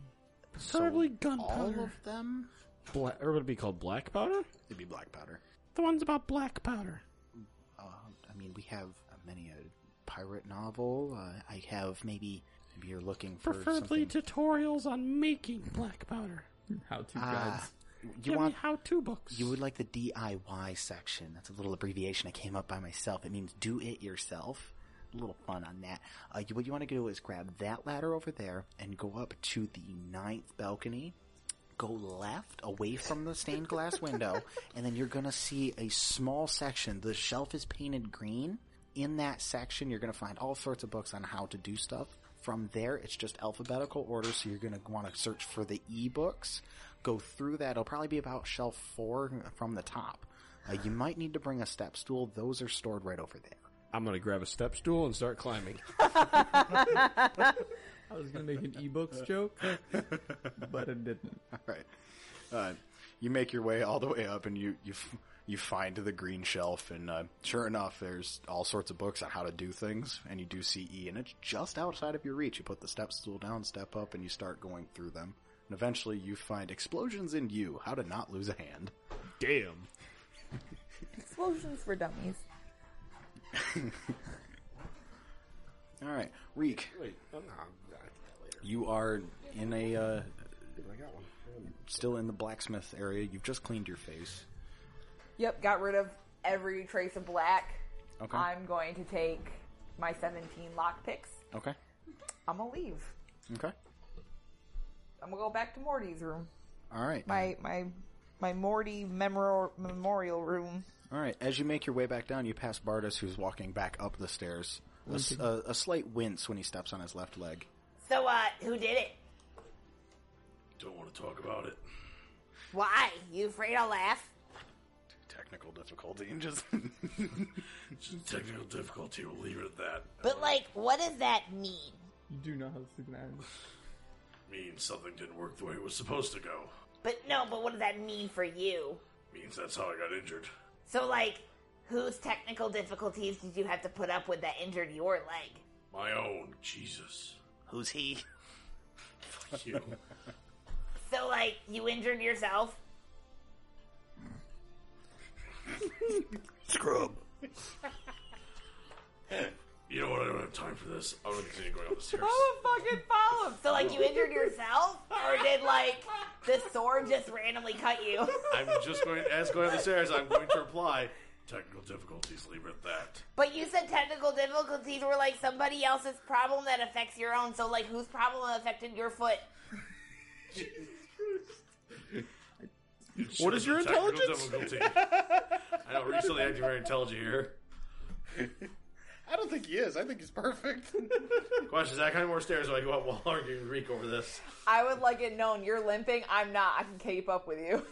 [SPEAKER 8] Preferably
[SPEAKER 4] All
[SPEAKER 8] gunpowder.
[SPEAKER 4] of them?
[SPEAKER 12] Bla- or would it be called black powder?
[SPEAKER 4] It'd be black powder.
[SPEAKER 8] The ones about black powder.
[SPEAKER 4] Uh, I mean, we have uh, many a pirate novel. Uh, I have maybe maybe you're looking for
[SPEAKER 8] Preferably
[SPEAKER 4] something.
[SPEAKER 8] tutorials on making black powder.
[SPEAKER 7] How to
[SPEAKER 4] Ah,
[SPEAKER 8] Give
[SPEAKER 4] you want
[SPEAKER 8] me how-to books.
[SPEAKER 4] you would like the DIY section. That's a little abbreviation I came up by myself. It means do it yourself. A little fun on that. Uh, you, what you want to do is grab that ladder over there and go up to the ninth balcony. Go left away from the stained glass window, and then you're gonna see a small section. The shelf is painted green. In that section, you're gonna find all sorts of books on how to do stuff. From there, it's just alphabetical order, so you're gonna want to search for the e-books. Go through that. It'll probably be about shelf four from the top. Uh, you might need to bring a step stool. Those are stored right over there.
[SPEAKER 12] I'm gonna grab a step stool and start climbing.
[SPEAKER 7] I was gonna make an ebooks joke, but it didn't.
[SPEAKER 4] All right. Uh, you make your way all the way up, and you you f- you find the green shelf, and uh, sure enough, there's all sorts of books on how to do things, and you do see E, and it's just outside of your reach. You put the step stool down, step up, and you start going through them, and eventually you find explosions in you. How to not lose a hand? Damn.
[SPEAKER 5] Explosions for dummies.
[SPEAKER 4] All right, Reek.
[SPEAKER 12] Wait, oh, no,
[SPEAKER 4] You are in a uh,
[SPEAKER 12] I got one.
[SPEAKER 4] still in the blacksmith area. You've just cleaned your face.
[SPEAKER 5] Yep, got rid of every trace of black.
[SPEAKER 4] Okay.
[SPEAKER 5] I'm going to take my 17 lockpicks.
[SPEAKER 4] Okay.
[SPEAKER 5] I'm gonna leave.
[SPEAKER 4] Okay.
[SPEAKER 5] I'm gonna go back to Morty's room.
[SPEAKER 4] All right.
[SPEAKER 5] My my my Morty memorial memorial room.
[SPEAKER 4] All right. As you make your way back down, you pass Bardas, who's walking back up the stairs. A, s- a- a slight wince when he steps on his left leg.
[SPEAKER 2] So, uh, who did it?
[SPEAKER 1] Don't want to talk about it.
[SPEAKER 2] Why? You afraid I'll laugh?
[SPEAKER 4] Technical difficulty. And just
[SPEAKER 1] Just technical difficulty. We'll leave it at that.
[SPEAKER 2] But, like, what does that mean?
[SPEAKER 7] You do know how to sleep an island.
[SPEAKER 1] Means something didn't work the way it was supposed to go.
[SPEAKER 2] But no, but what does that mean for you?
[SPEAKER 1] Means that's how I got injured.
[SPEAKER 2] So, like, whose technical difficulties did you have to put up with that injured your leg?
[SPEAKER 1] My own. Jesus.
[SPEAKER 4] Who's he?
[SPEAKER 1] Fuck you.
[SPEAKER 2] So, like, you injured yourself?
[SPEAKER 1] Scrub. You know what? I don't have time for this. I'm gonna continue going up the stairs.
[SPEAKER 2] I would fucking follow him. So, like, you injured yourself? Or did, like, the sword just randomly cut you?
[SPEAKER 1] I'm just going as going up the stairs. I'm going to reply. Technical difficulties. Leave it at that.
[SPEAKER 2] But you said technical difficulties were, like, somebody else's problem that affects your own. So, like, whose problem affected your foot?
[SPEAKER 1] What is your intelligence? I don't recently acting very intelligent here.
[SPEAKER 14] I don't think he is. I think he's perfect.
[SPEAKER 1] Question: Zach, how many more stairs do I go up while arguing with Reek over this?
[SPEAKER 5] I would like it known you're limping. I'm not. I can keep up with you.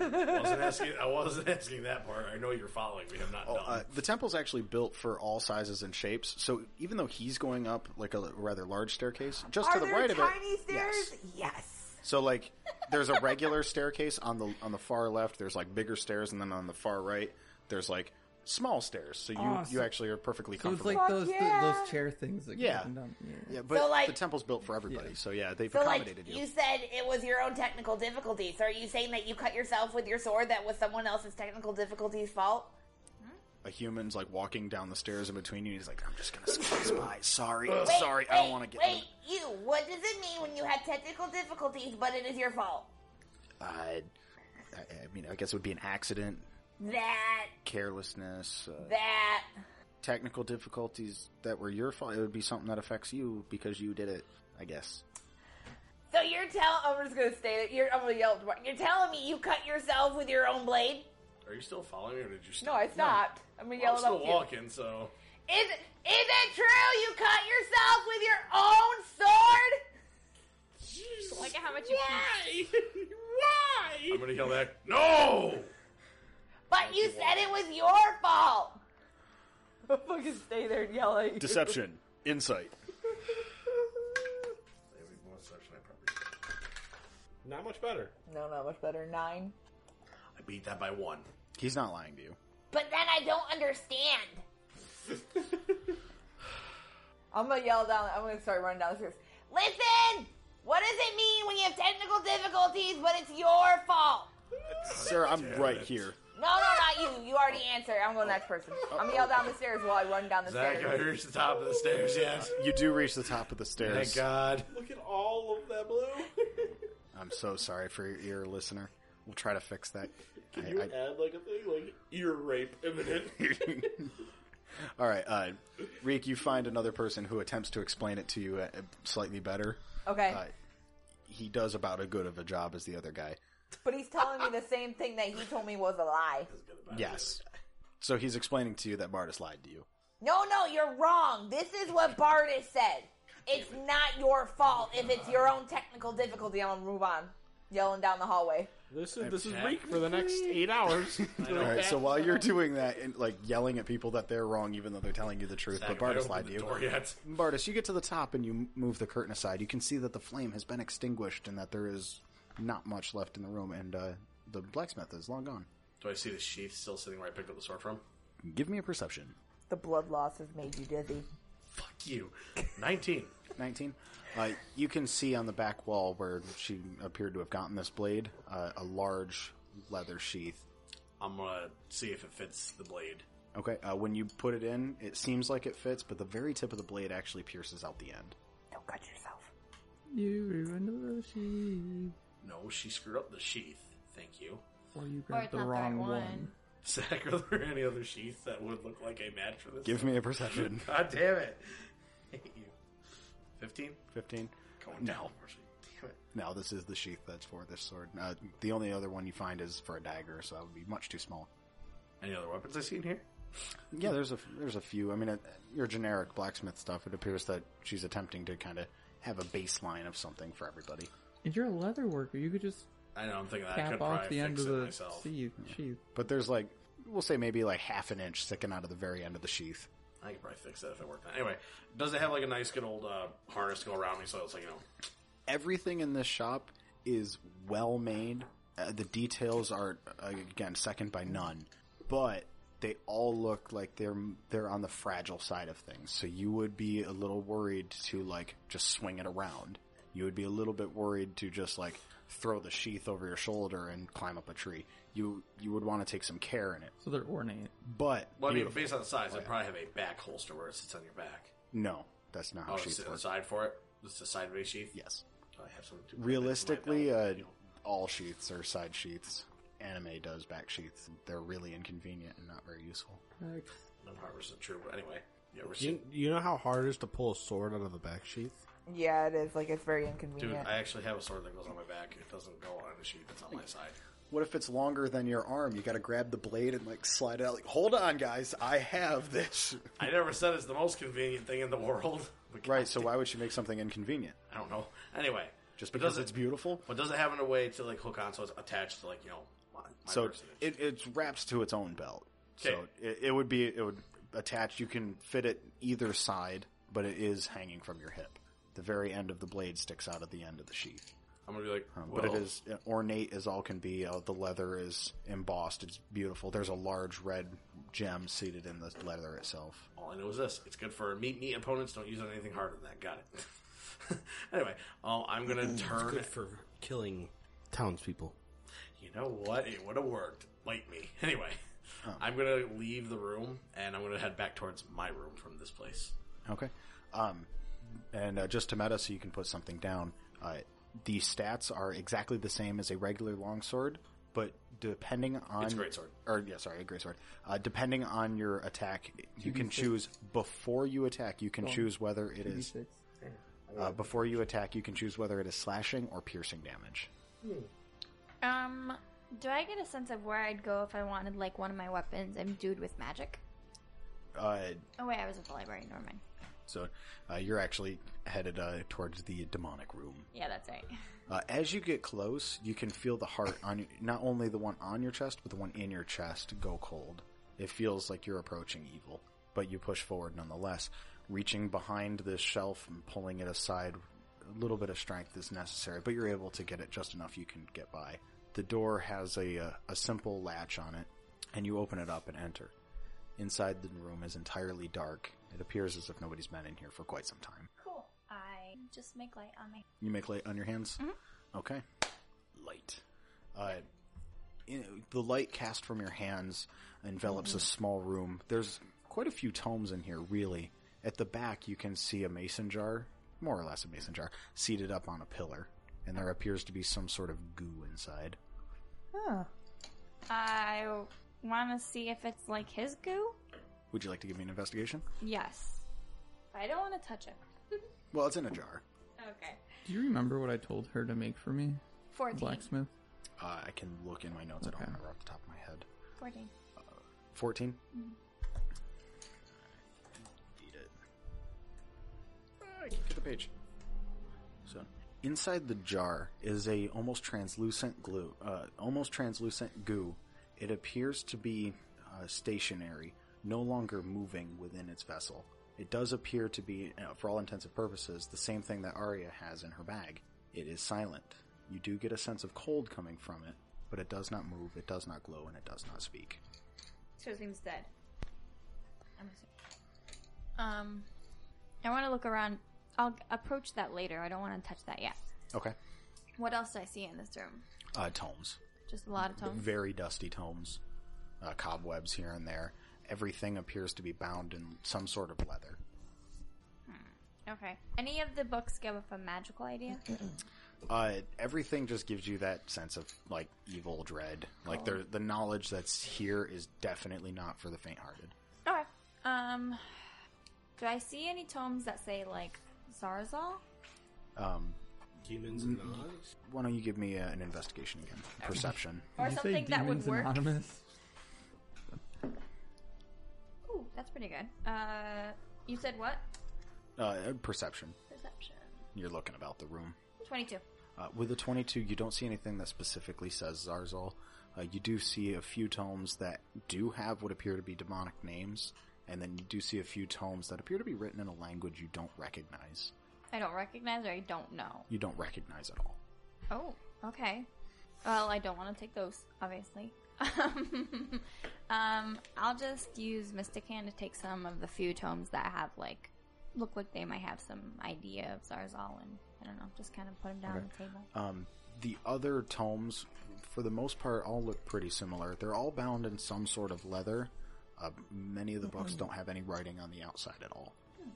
[SPEAKER 1] I wasn't asking. I wasn't asking that part. I know you're following me. I'm not
[SPEAKER 4] Oh,
[SPEAKER 1] dumb.
[SPEAKER 4] uh, the temple's actually built for all sizes and shapes, so even though he's going up like a rather large staircase, just
[SPEAKER 2] Are
[SPEAKER 4] to the
[SPEAKER 2] there
[SPEAKER 4] right of it,
[SPEAKER 2] tiny stairs? Yes.
[SPEAKER 4] So like, there's a regular staircase on the on the far left. There's like bigger stairs, and then on the far right, there's like small stairs. So you
[SPEAKER 7] Awesome.
[SPEAKER 4] you actually are perfectly
[SPEAKER 7] So it's
[SPEAKER 4] comfortable.
[SPEAKER 7] like those th- those chair things that go
[SPEAKER 4] Yeah.
[SPEAKER 7] up and down.
[SPEAKER 4] yeah, but
[SPEAKER 2] So, like-
[SPEAKER 4] the temple's built for everybody. So yeah, they've
[SPEAKER 2] So, like,
[SPEAKER 4] accommodated
[SPEAKER 2] you.
[SPEAKER 4] you.
[SPEAKER 2] said it was your own technical difficulty. So, are you saying that you cut yourself with your sword that was someone else's technical difficulties fault?
[SPEAKER 4] A human's like walking down the stairs in between you. And he's like, I'm just gonna squeeze by. Sorry,
[SPEAKER 2] Wait,
[SPEAKER 4] sorry, I don't
[SPEAKER 2] wait,
[SPEAKER 4] want to get.
[SPEAKER 2] Wait, you. What does it mean when you have technical difficulties, but it is your fault?
[SPEAKER 4] Uh, I, I mean, I guess it would be an accident,
[SPEAKER 2] That.
[SPEAKER 4] carelessness, uh,
[SPEAKER 2] That.
[SPEAKER 4] technical difficulties that were your fault. It would be something that affects you because you did it. I guess.
[SPEAKER 2] So you're telling? I'm just gonna stay. You're. I'm gonna yell. at Dwar- You're telling me you cut yourself with your own blade?
[SPEAKER 1] Are you still following me, or did you?
[SPEAKER 2] No, I stopped. I'm gonna yell
[SPEAKER 1] I'm
[SPEAKER 2] it
[SPEAKER 1] still
[SPEAKER 2] up to you.
[SPEAKER 1] walking, so
[SPEAKER 2] Is it, is it true you cut yourself with your own sword?
[SPEAKER 6] Look at how much you
[SPEAKER 2] Why?
[SPEAKER 1] I'm
[SPEAKER 2] Why?
[SPEAKER 1] gonna yell back. No!
[SPEAKER 2] But you said it was your fault.
[SPEAKER 5] fucking stay there and yell at you.
[SPEAKER 4] insight.
[SPEAKER 11] Not much better.
[SPEAKER 5] No, not much better. Nine.
[SPEAKER 1] I beat that by one.
[SPEAKER 4] He's not lying to you.
[SPEAKER 2] But then I don't understand.
[SPEAKER 5] I'm gonna yell down. I'm gonna start running down the stairs.
[SPEAKER 2] Listen! What does it mean when you have technical difficulties, but it's your fault?
[SPEAKER 4] Sir, I'm right here.
[SPEAKER 2] No, no, not you. You already answered. I'm going next person. I'm gonna yell down the stairs while I run down the
[SPEAKER 1] Zach, I
[SPEAKER 2] stairs.
[SPEAKER 1] reached the top of the stairs. Yes.
[SPEAKER 4] You do reach the top of the stairs.
[SPEAKER 1] Thank God.
[SPEAKER 11] Look at all of that blue.
[SPEAKER 4] I'm so sorry for your ear, listener. We'll try to fix that.
[SPEAKER 11] Can
[SPEAKER 4] I-
[SPEAKER 11] you
[SPEAKER 4] I-
[SPEAKER 11] add like a thing like ear rape imminent?
[SPEAKER 4] all right, uh, Reek, you find another person who attempts to explain it to you uh, slightly better.
[SPEAKER 5] Okay.
[SPEAKER 4] Uh, he does about as good of a job as the other guy.
[SPEAKER 5] But he's telling me the same thing that he told me was a lie.
[SPEAKER 4] Yes. So he's explaining to you that Martis lied to you.
[SPEAKER 2] No, no, you're wrong. This is what Bartis said. It's not your fault if it's your own technical difficulty. I'm gonna move on. Yelling down the hallway.
[SPEAKER 3] This is this is Reek for the next eight hours.
[SPEAKER 4] All right. So while you're doing that and like yelling at people that they're wrong, even though they're telling you the truth,
[SPEAKER 1] Zach,
[SPEAKER 4] but
[SPEAKER 1] have I
[SPEAKER 4] Bartis
[SPEAKER 1] opened
[SPEAKER 4] lied
[SPEAKER 1] the
[SPEAKER 4] to you.
[SPEAKER 1] door yet?
[SPEAKER 4] Bartis, you get to the top and you m- move the curtain aside. You can see that the flame has been extinguished and that there is not much left in the room, and uh, the blacksmith is long gone.
[SPEAKER 1] Do I see the sheath still sitting where I picked up the sword from?
[SPEAKER 4] Give me a perception.
[SPEAKER 5] The blood loss has made you dizzy.
[SPEAKER 1] Fuck you. Nineteen.
[SPEAKER 4] 19. Uh, you can see on the back wall where she appeared to have gotten this blade uh, a large leather sheath.
[SPEAKER 1] I'm gonna see if it fits the blade.
[SPEAKER 4] Okay, uh, when you put it in, it seems like it fits, but the very tip of the blade actually pierces out the end.
[SPEAKER 5] Don't cut yourself.
[SPEAKER 7] You ruined the sheep.
[SPEAKER 1] No, she screwed up the sheath. Thank you.
[SPEAKER 7] Or you grabbed
[SPEAKER 1] it's
[SPEAKER 7] the
[SPEAKER 1] not the right
[SPEAKER 7] wrong
[SPEAKER 1] one.
[SPEAKER 7] one.
[SPEAKER 1] Zach, are there any other sheaths that would look like a match for this?
[SPEAKER 4] Give me a perception.
[SPEAKER 1] God damn it. Hate you. Fifteen.
[SPEAKER 4] 15.
[SPEAKER 1] Going down. Marcy. Damn it.
[SPEAKER 4] No, this is the sheath that's for this sword. Uh, the only other one you find is for a dagger, so that would be much too small.
[SPEAKER 1] Any other weapons I see in here?
[SPEAKER 4] Yeah, there's a there's a few. I mean, uh, your generic blacksmith stuff. It appears that she's attempting to kind of have a baseline of something for everybody.
[SPEAKER 7] And you're a leather worker. You could just
[SPEAKER 1] I know. I'm thinking that I
[SPEAKER 7] cap
[SPEAKER 1] could
[SPEAKER 7] off
[SPEAKER 1] probably
[SPEAKER 7] the end
[SPEAKER 1] fix
[SPEAKER 7] of
[SPEAKER 1] it
[SPEAKER 7] the
[SPEAKER 1] myself.
[SPEAKER 7] sheath. sheath.
[SPEAKER 4] But there's like we'll say maybe like half an inch sticking out of the very end of the sheath.
[SPEAKER 1] I could probably fix that if it worked. Anyway, does it have like a nice good old uh, harness to go around me? So it's like you know,
[SPEAKER 4] Everything in this shop is well made. Uh, the details are uh, again second by none, but they all look like they're they're on the fragile side of things. So you would be a little worried to like just swing it around. You would be a little bit worried to just like throw the sheath over your shoulder and climb up a tree. You you would want to take some care in it.
[SPEAKER 7] So they're ornate,
[SPEAKER 4] but
[SPEAKER 1] Well, I mean,
[SPEAKER 4] beautiful.
[SPEAKER 1] based on the size,
[SPEAKER 4] Oh,
[SPEAKER 1] they
[SPEAKER 4] yeah.
[SPEAKER 1] probably have a back holster where it sits on your back.
[SPEAKER 4] no, that's not how
[SPEAKER 1] Oh,
[SPEAKER 4] sheath
[SPEAKER 1] it's a
[SPEAKER 4] work.
[SPEAKER 1] side for it. It's a sideways sheath.
[SPEAKER 4] Yes.
[SPEAKER 1] I have something to
[SPEAKER 4] Realistically, uh, all sheaths are side sheaths. Anime does back sheaths. They're really inconvenient and not very useful.
[SPEAKER 1] I'm harvesting true, but anyway. Yeah, we're
[SPEAKER 8] You, you know how hard it is to pull a sword out of the back sheath?
[SPEAKER 5] Yeah, it is. Like it's very
[SPEAKER 1] Dude,
[SPEAKER 5] inconvenient.
[SPEAKER 1] I actually have a sword that goes on my back. It doesn't go on the sheath. It's on my side.
[SPEAKER 4] What if it's longer than your arm? You got to grab the blade and like slide it out. Like, hold on, guys, I have this.
[SPEAKER 1] I never said it's the most convenient thing in the world.
[SPEAKER 4] Right. So why would she make something inconvenient?
[SPEAKER 1] I don't know. Anyway,
[SPEAKER 4] Just
[SPEAKER 1] but
[SPEAKER 4] because
[SPEAKER 1] does it-
[SPEAKER 4] it's beautiful.
[SPEAKER 1] But does it have a way to like hook on so it's attached to like you know? My, my
[SPEAKER 4] so
[SPEAKER 1] person?
[SPEAKER 4] it, it wraps to its own belt. So
[SPEAKER 1] Okay.
[SPEAKER 4] it, it would be it would attach. You can fit it either side, but it is hanging from your hip. The very end of the blade sticks out of the end of the sheath.
[SPEAKER 1] I'm gonna be like,
[SPEAKER 4] Um, but it
[SPEAKER 1] well-
[SPEAKER 4] is ornate as all can be. Uh, the leather is embossed. It's beautiful. There's a large red gem seated in the leather itself.
[SPEAKER 1] All I know is this: it's good for meat meat opponents. Don't use it on anything harder than that. Got it. anyway, um, I'm gonna
[SPEAKER 17] It's
[SPEAKER 1] turn.
[SPEAKER 17] good for killing townspeople.
[SPEAKER 1] You know what? It would have worked. Like me. Anyway, I'm gonna leave the room and I'm gonna head back towards my room from this place.
[SPEAKER 4] Okay. Um, and uh, just to meta, so you can put something down. Uh, the stats are exactly the same as a regular longsword, but depending on
[SPEAKER 1] It's a greatsword.
[SPEAKER 4] Or yeah, sorry, a greatsword. Uh, depending on your attack, you can
[SPEAKER 1] 2d6.
[SPEAKER 4] choose before you attack. You can
[SPEAKER 1] Oh.
[SPEAKER 4] choose whether it is
[SPEAKER 1] 2d6.
[SPEAKER 4] uh, before you attack. You can choose whether it is slashing or piercing damage.
[SPEAKER 6] Um, do I get a sense of where I'd go if I wanted like one of my weapons imbued with magic?
[SPEAKER 4] Uh,
[SPEAKER 6] Oh wait, I was at the library. Never mind.
[SPEAKER 4] so uh, you're actually headed uh, towards the demonic room.
[SPEAKER 6] Yeah, that's right.
[SPEAKER 4] Uh, as you get close, you can feel the heart on your, not only the one on your chest, but the one in your chest go cold. It feels like you're approaching evil, but you push forward nonetheless, reaching behind this shelf and pulling it aside. A little bit of strength is necessary, but you're able to get it just enough you can get by. The door has a, a, a simple latch on it, and you open it up and enter. Inside the room is entirely dark. It appears as if nobody's been in here for quite some time.
[SPEAKER 6] Cool. I just make light on my.
[SPEAKER 4] You make light on your hands? Okay. Light. Uh, in- the light cast from your hands envelops a small room. There's quite a few tomes in here, really. At the back, you can see a mason jar, more or less a mason jar, seated up on a pillar. And there appears to be some sort of goo inside.
[SPEAKER 6] I want to see if it's like his goo.
[SPEAKER 4] Would you like to give me an investigation?
[SPEAKER 6] Yes. I don't want to touch it.
[SPEAKER 4] Well, it's in a jar.
[SPEAKER 6] Okay.
[SPEAKER 7] Do you remember what I told her to make for me?
[SPEAKER 6] 14.
[SPEAKER 7] Blacksmith.
[SPEAKER 4] Uh, I can look in my notes. I
[SPEAKER 7] Okay.
[SPEAKER 4] don't remember off the top of my head.
[SPEAKER 6] Fourteen.
[SPEAKER 4] 14?
[SPEAKER 6] Mhm.
[SPEAKER 4] Eat it. I Ah, can get the page. So inside the jar is a almost translucent glue, uh, almost translucent goo. It appears to be uh, stationary, no longer moving within its vessel. It does appear to be, uh, for all intents and purposes, the same thing that Arya has in her bag. It is silent. You do get a sense of cold coming from it, but it does not move, it does not glow, and it does not speak.
[SPEAKER 6] So it seems dead. I'm assuming. Um, I want to look around. I'll g- approach that later. I don't want to touch that yet.
[SPEAKER 4] Okay.
[SPEAKER 6] What else do I see in this room?
[SPEAKER 4] Uh, tomes.
[SPEAKER 6] Just a lot of tomes.
[SPEAKER 4] Very dusty tomes, uh, cobwebs here and there. Everything appears to be bound in some sort of leather.
[SPEAKER 6] Hmm. Okay. Any of the books give off a magical idea?
[SPEAKER 4] Uh, everything just gives you that sense of like evil dread. Like there, the knowledge that's here is definitely not for the faint-hearted.
[SPEAKER 6] okay. Um, do I see any tomes that say like Zarzal?
[SPEAKER 4] Um,
[SPEAKER 17] Demons and
[SPEAKER 4] Why don't you give me uh, an investigation again? Perception.
[SPEAKER 6] Or
[SPEAKER 7] Did you say
[SPEAKER 6] something that would
[SPEAKER 7] Demons
[SPEAKER 6] work.
[SPEAKER 7] Anonymous?
[SPEAKER 6] Ooh, that's pretty good. Uh, you said what?
[SPEAKER 4] Uh, perception.
[SPEAKER 6] Perception.
[SPEAKER 4] You're looking about the room.
[SPEAKER 6] Twenty-two.
[SPEAKER 4] Uh, with a 22, you don't see anything that specifically says Zarzal. Uh, you do see a few tomes that do have what appear to be demonic names, and then you do see a few tomes that appear to be written in a language you don't recognize.
[SPEAKER 6] I don't recognize or I don't know.
[SPEAKER 4] You don't recognize at all.
[SPEAKER 6] Oh, okay. Well, I don't want to take those, obviously. um, I'll just use Mystic Hand to take some of the few tomes that have like look like they might have some idea of Zarzal, and I don't know, just kind of put them down on the table.
[SPEAKER 4] Um, the other tomes, for the most part, all look pretty similar. They're all bound in some sort of leather. Uh, many of the
[SPEAKER 6] Mm-hmm.
[SPEAKER 4] books don't have any writing on the outside at all.
[SPEAKER 6] Hmm.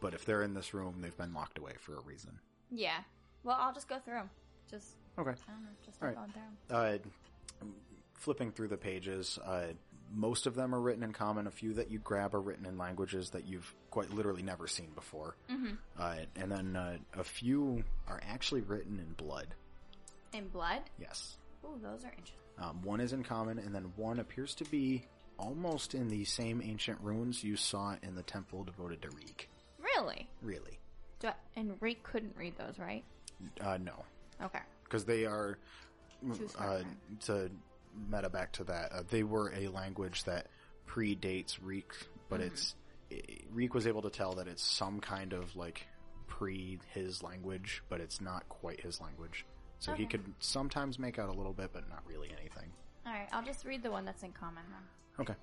[SPEAKER 4] But if they're in this room, they've been locked away for a reason.
[SPEAKER 6] Yeah. Well, I'll just go through them. Just
[SPEAKER 4] Okay.
[SPEAKER 6] I don't know, just
[SPEAKER 4] All
[SPEAKER 6] start
[SPEAKER 4] right.
[SPEAKER 6] going through 'em.
[SPEAKER 4] Uh, flipping through the pages, uh, most of them are written in common. A few that you grab are written in languages that you've quite literally never seen before.
[SPEAKER 6] Mhm.
[SPEAKER 4] Uh, and then uh, a few are actually written in blood.
[SPEAKER 5] Mm-hmm.
[SPEAKER 6] In blood.
[SPEAKER 4] Yes.
[SPEAKER 6] Ooh, those are interesting.
[SPEAKER 4] Um, one is in common, and then one appears to be almost in the same ancient ruins you saw in the temple devoted to Reek.
[SPEAKER 6] Really?
[SPEAKER 4] Really.
[SPEAKER 6] Do I, and Reek couldn't read those, right?
[SPEAKER 4] Uh, no.
[SPEAKER 6] Okay.
[SPEAKER 4] because they are
[SPEAKER 6] Too smart
[SPEAKER 4] uh, to meta back to that. Uh, they were a language that predates Reek, but
[SPEAKER 6] Mhm.
[SPEAKER 4] it's i Reek was able to tell that it's some kind of like pre his language, but it's not quite his language. So he
[SPEAKER 6] Okay.
[SPEAKER 4] could sometimes make out a little bit, but not really anything.
[SPEAKER 6] All right, I'll just read the one that's in common then.
[SPEAKER 4] Okay.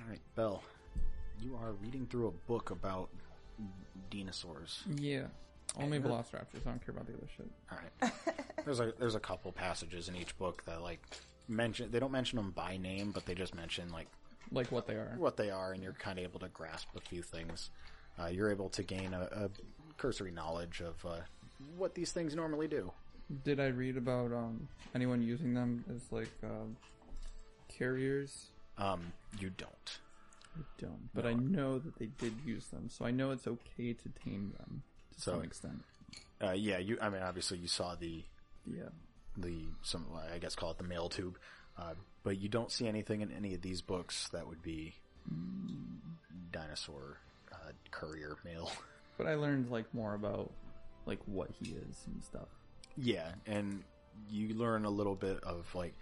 [SPEAKER 4] All right, Bell, you are reading through a book about dinosaurs.
[SPEAKER 7] Yeah. Only
[SPEAKER 4] And-
[SPEAKER 7] velociraptors. I don't care about the other shit.
[SPEAKER 4] All right. there's a there's a couple passages in each book that like mention they don't mention them by name, but they just mention like
[SPEAKER 7] like what they are,
[SPEAKER 4] what they are, and you're kind of able to grasp a few things. Uh, you're able to gain a, a cursory knowledge of uh, what these things normally do.
[SPEAKER 7] Did I read about um anyone using them as like um, carriers?
[SPEAKER 4] Um, you don't.
[SPEAKER 7] I don't. But
[SPEAKER 4] No.
[SPEAKER 7] I know that they did use them, so I know it's okay to tame them to
[SPEAKER 4] So-
[SPEAKER 7] some extent.
[SPEAKER 4] Uh, yeah, you. I mean, obviously, you saw the
[SPEAKER 7] yeah
[SPEAKER 4] the some I guess call it the mail tube, uh, but you don't see anything in any of these books that would be
[SPEAKER 7] Mm.
[SPEAKER 4] dinosaur uh, courier mail.
[SPEAKER 7] But I learned like more about like what he is and stuff.
[SPEAKER 4] Yeah, and you learn a little bit of like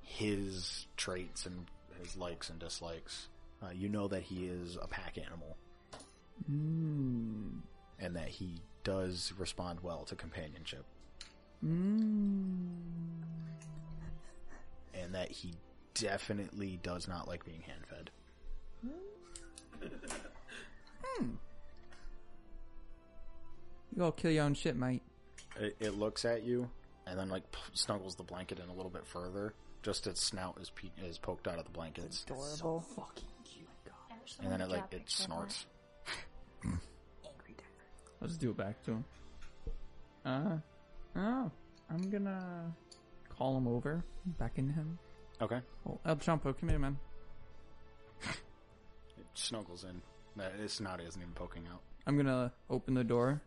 [SPEAKER 4] his traits and his likes and dislikes. Uh, you know that he is a pack animal
[SPEAKER 7] Mm.
[SPEAKER 4] and that he does respond well to companionship
[SPEAKER 7] Mm.
[SPEAKER 4] and that he definitely does not like being hand fed.
[SPEAKER 7] You all kill your own shit, mate.
[SPEAKER 4] It, it looks at you and then like p- snuggles the blanket in a little bit further. Just its snout is pe- is poked out of the blankets.
[SPEAKER 12] Adorable. Oh
[SPEAKER 7] fucking
[SPEAKER 6] I wish
[SPEAKER 4] And then
[SPEAKER 6] someone
[SPEAKER 4] it
[SPEAKER 6] would
[SPEAKER 4] like
[SPEAKER 6] draw a
[SPEAKER 4] it
[SPEAKER 6] picture of
[SPEAKER 4] snorts.
[SPEAKER 7] I'll just do it back to him. Uh, oh, I'm gonna call him over, beckon him.
[SPEAKER 4] Okay.
[SPEAKER 7] Oh, El Champo, come here, man.
[SPEAKER 4] It snuggles in. Uh, Its snout isn't even poking out.
[SPEAKER 7] I'm gonna open the door,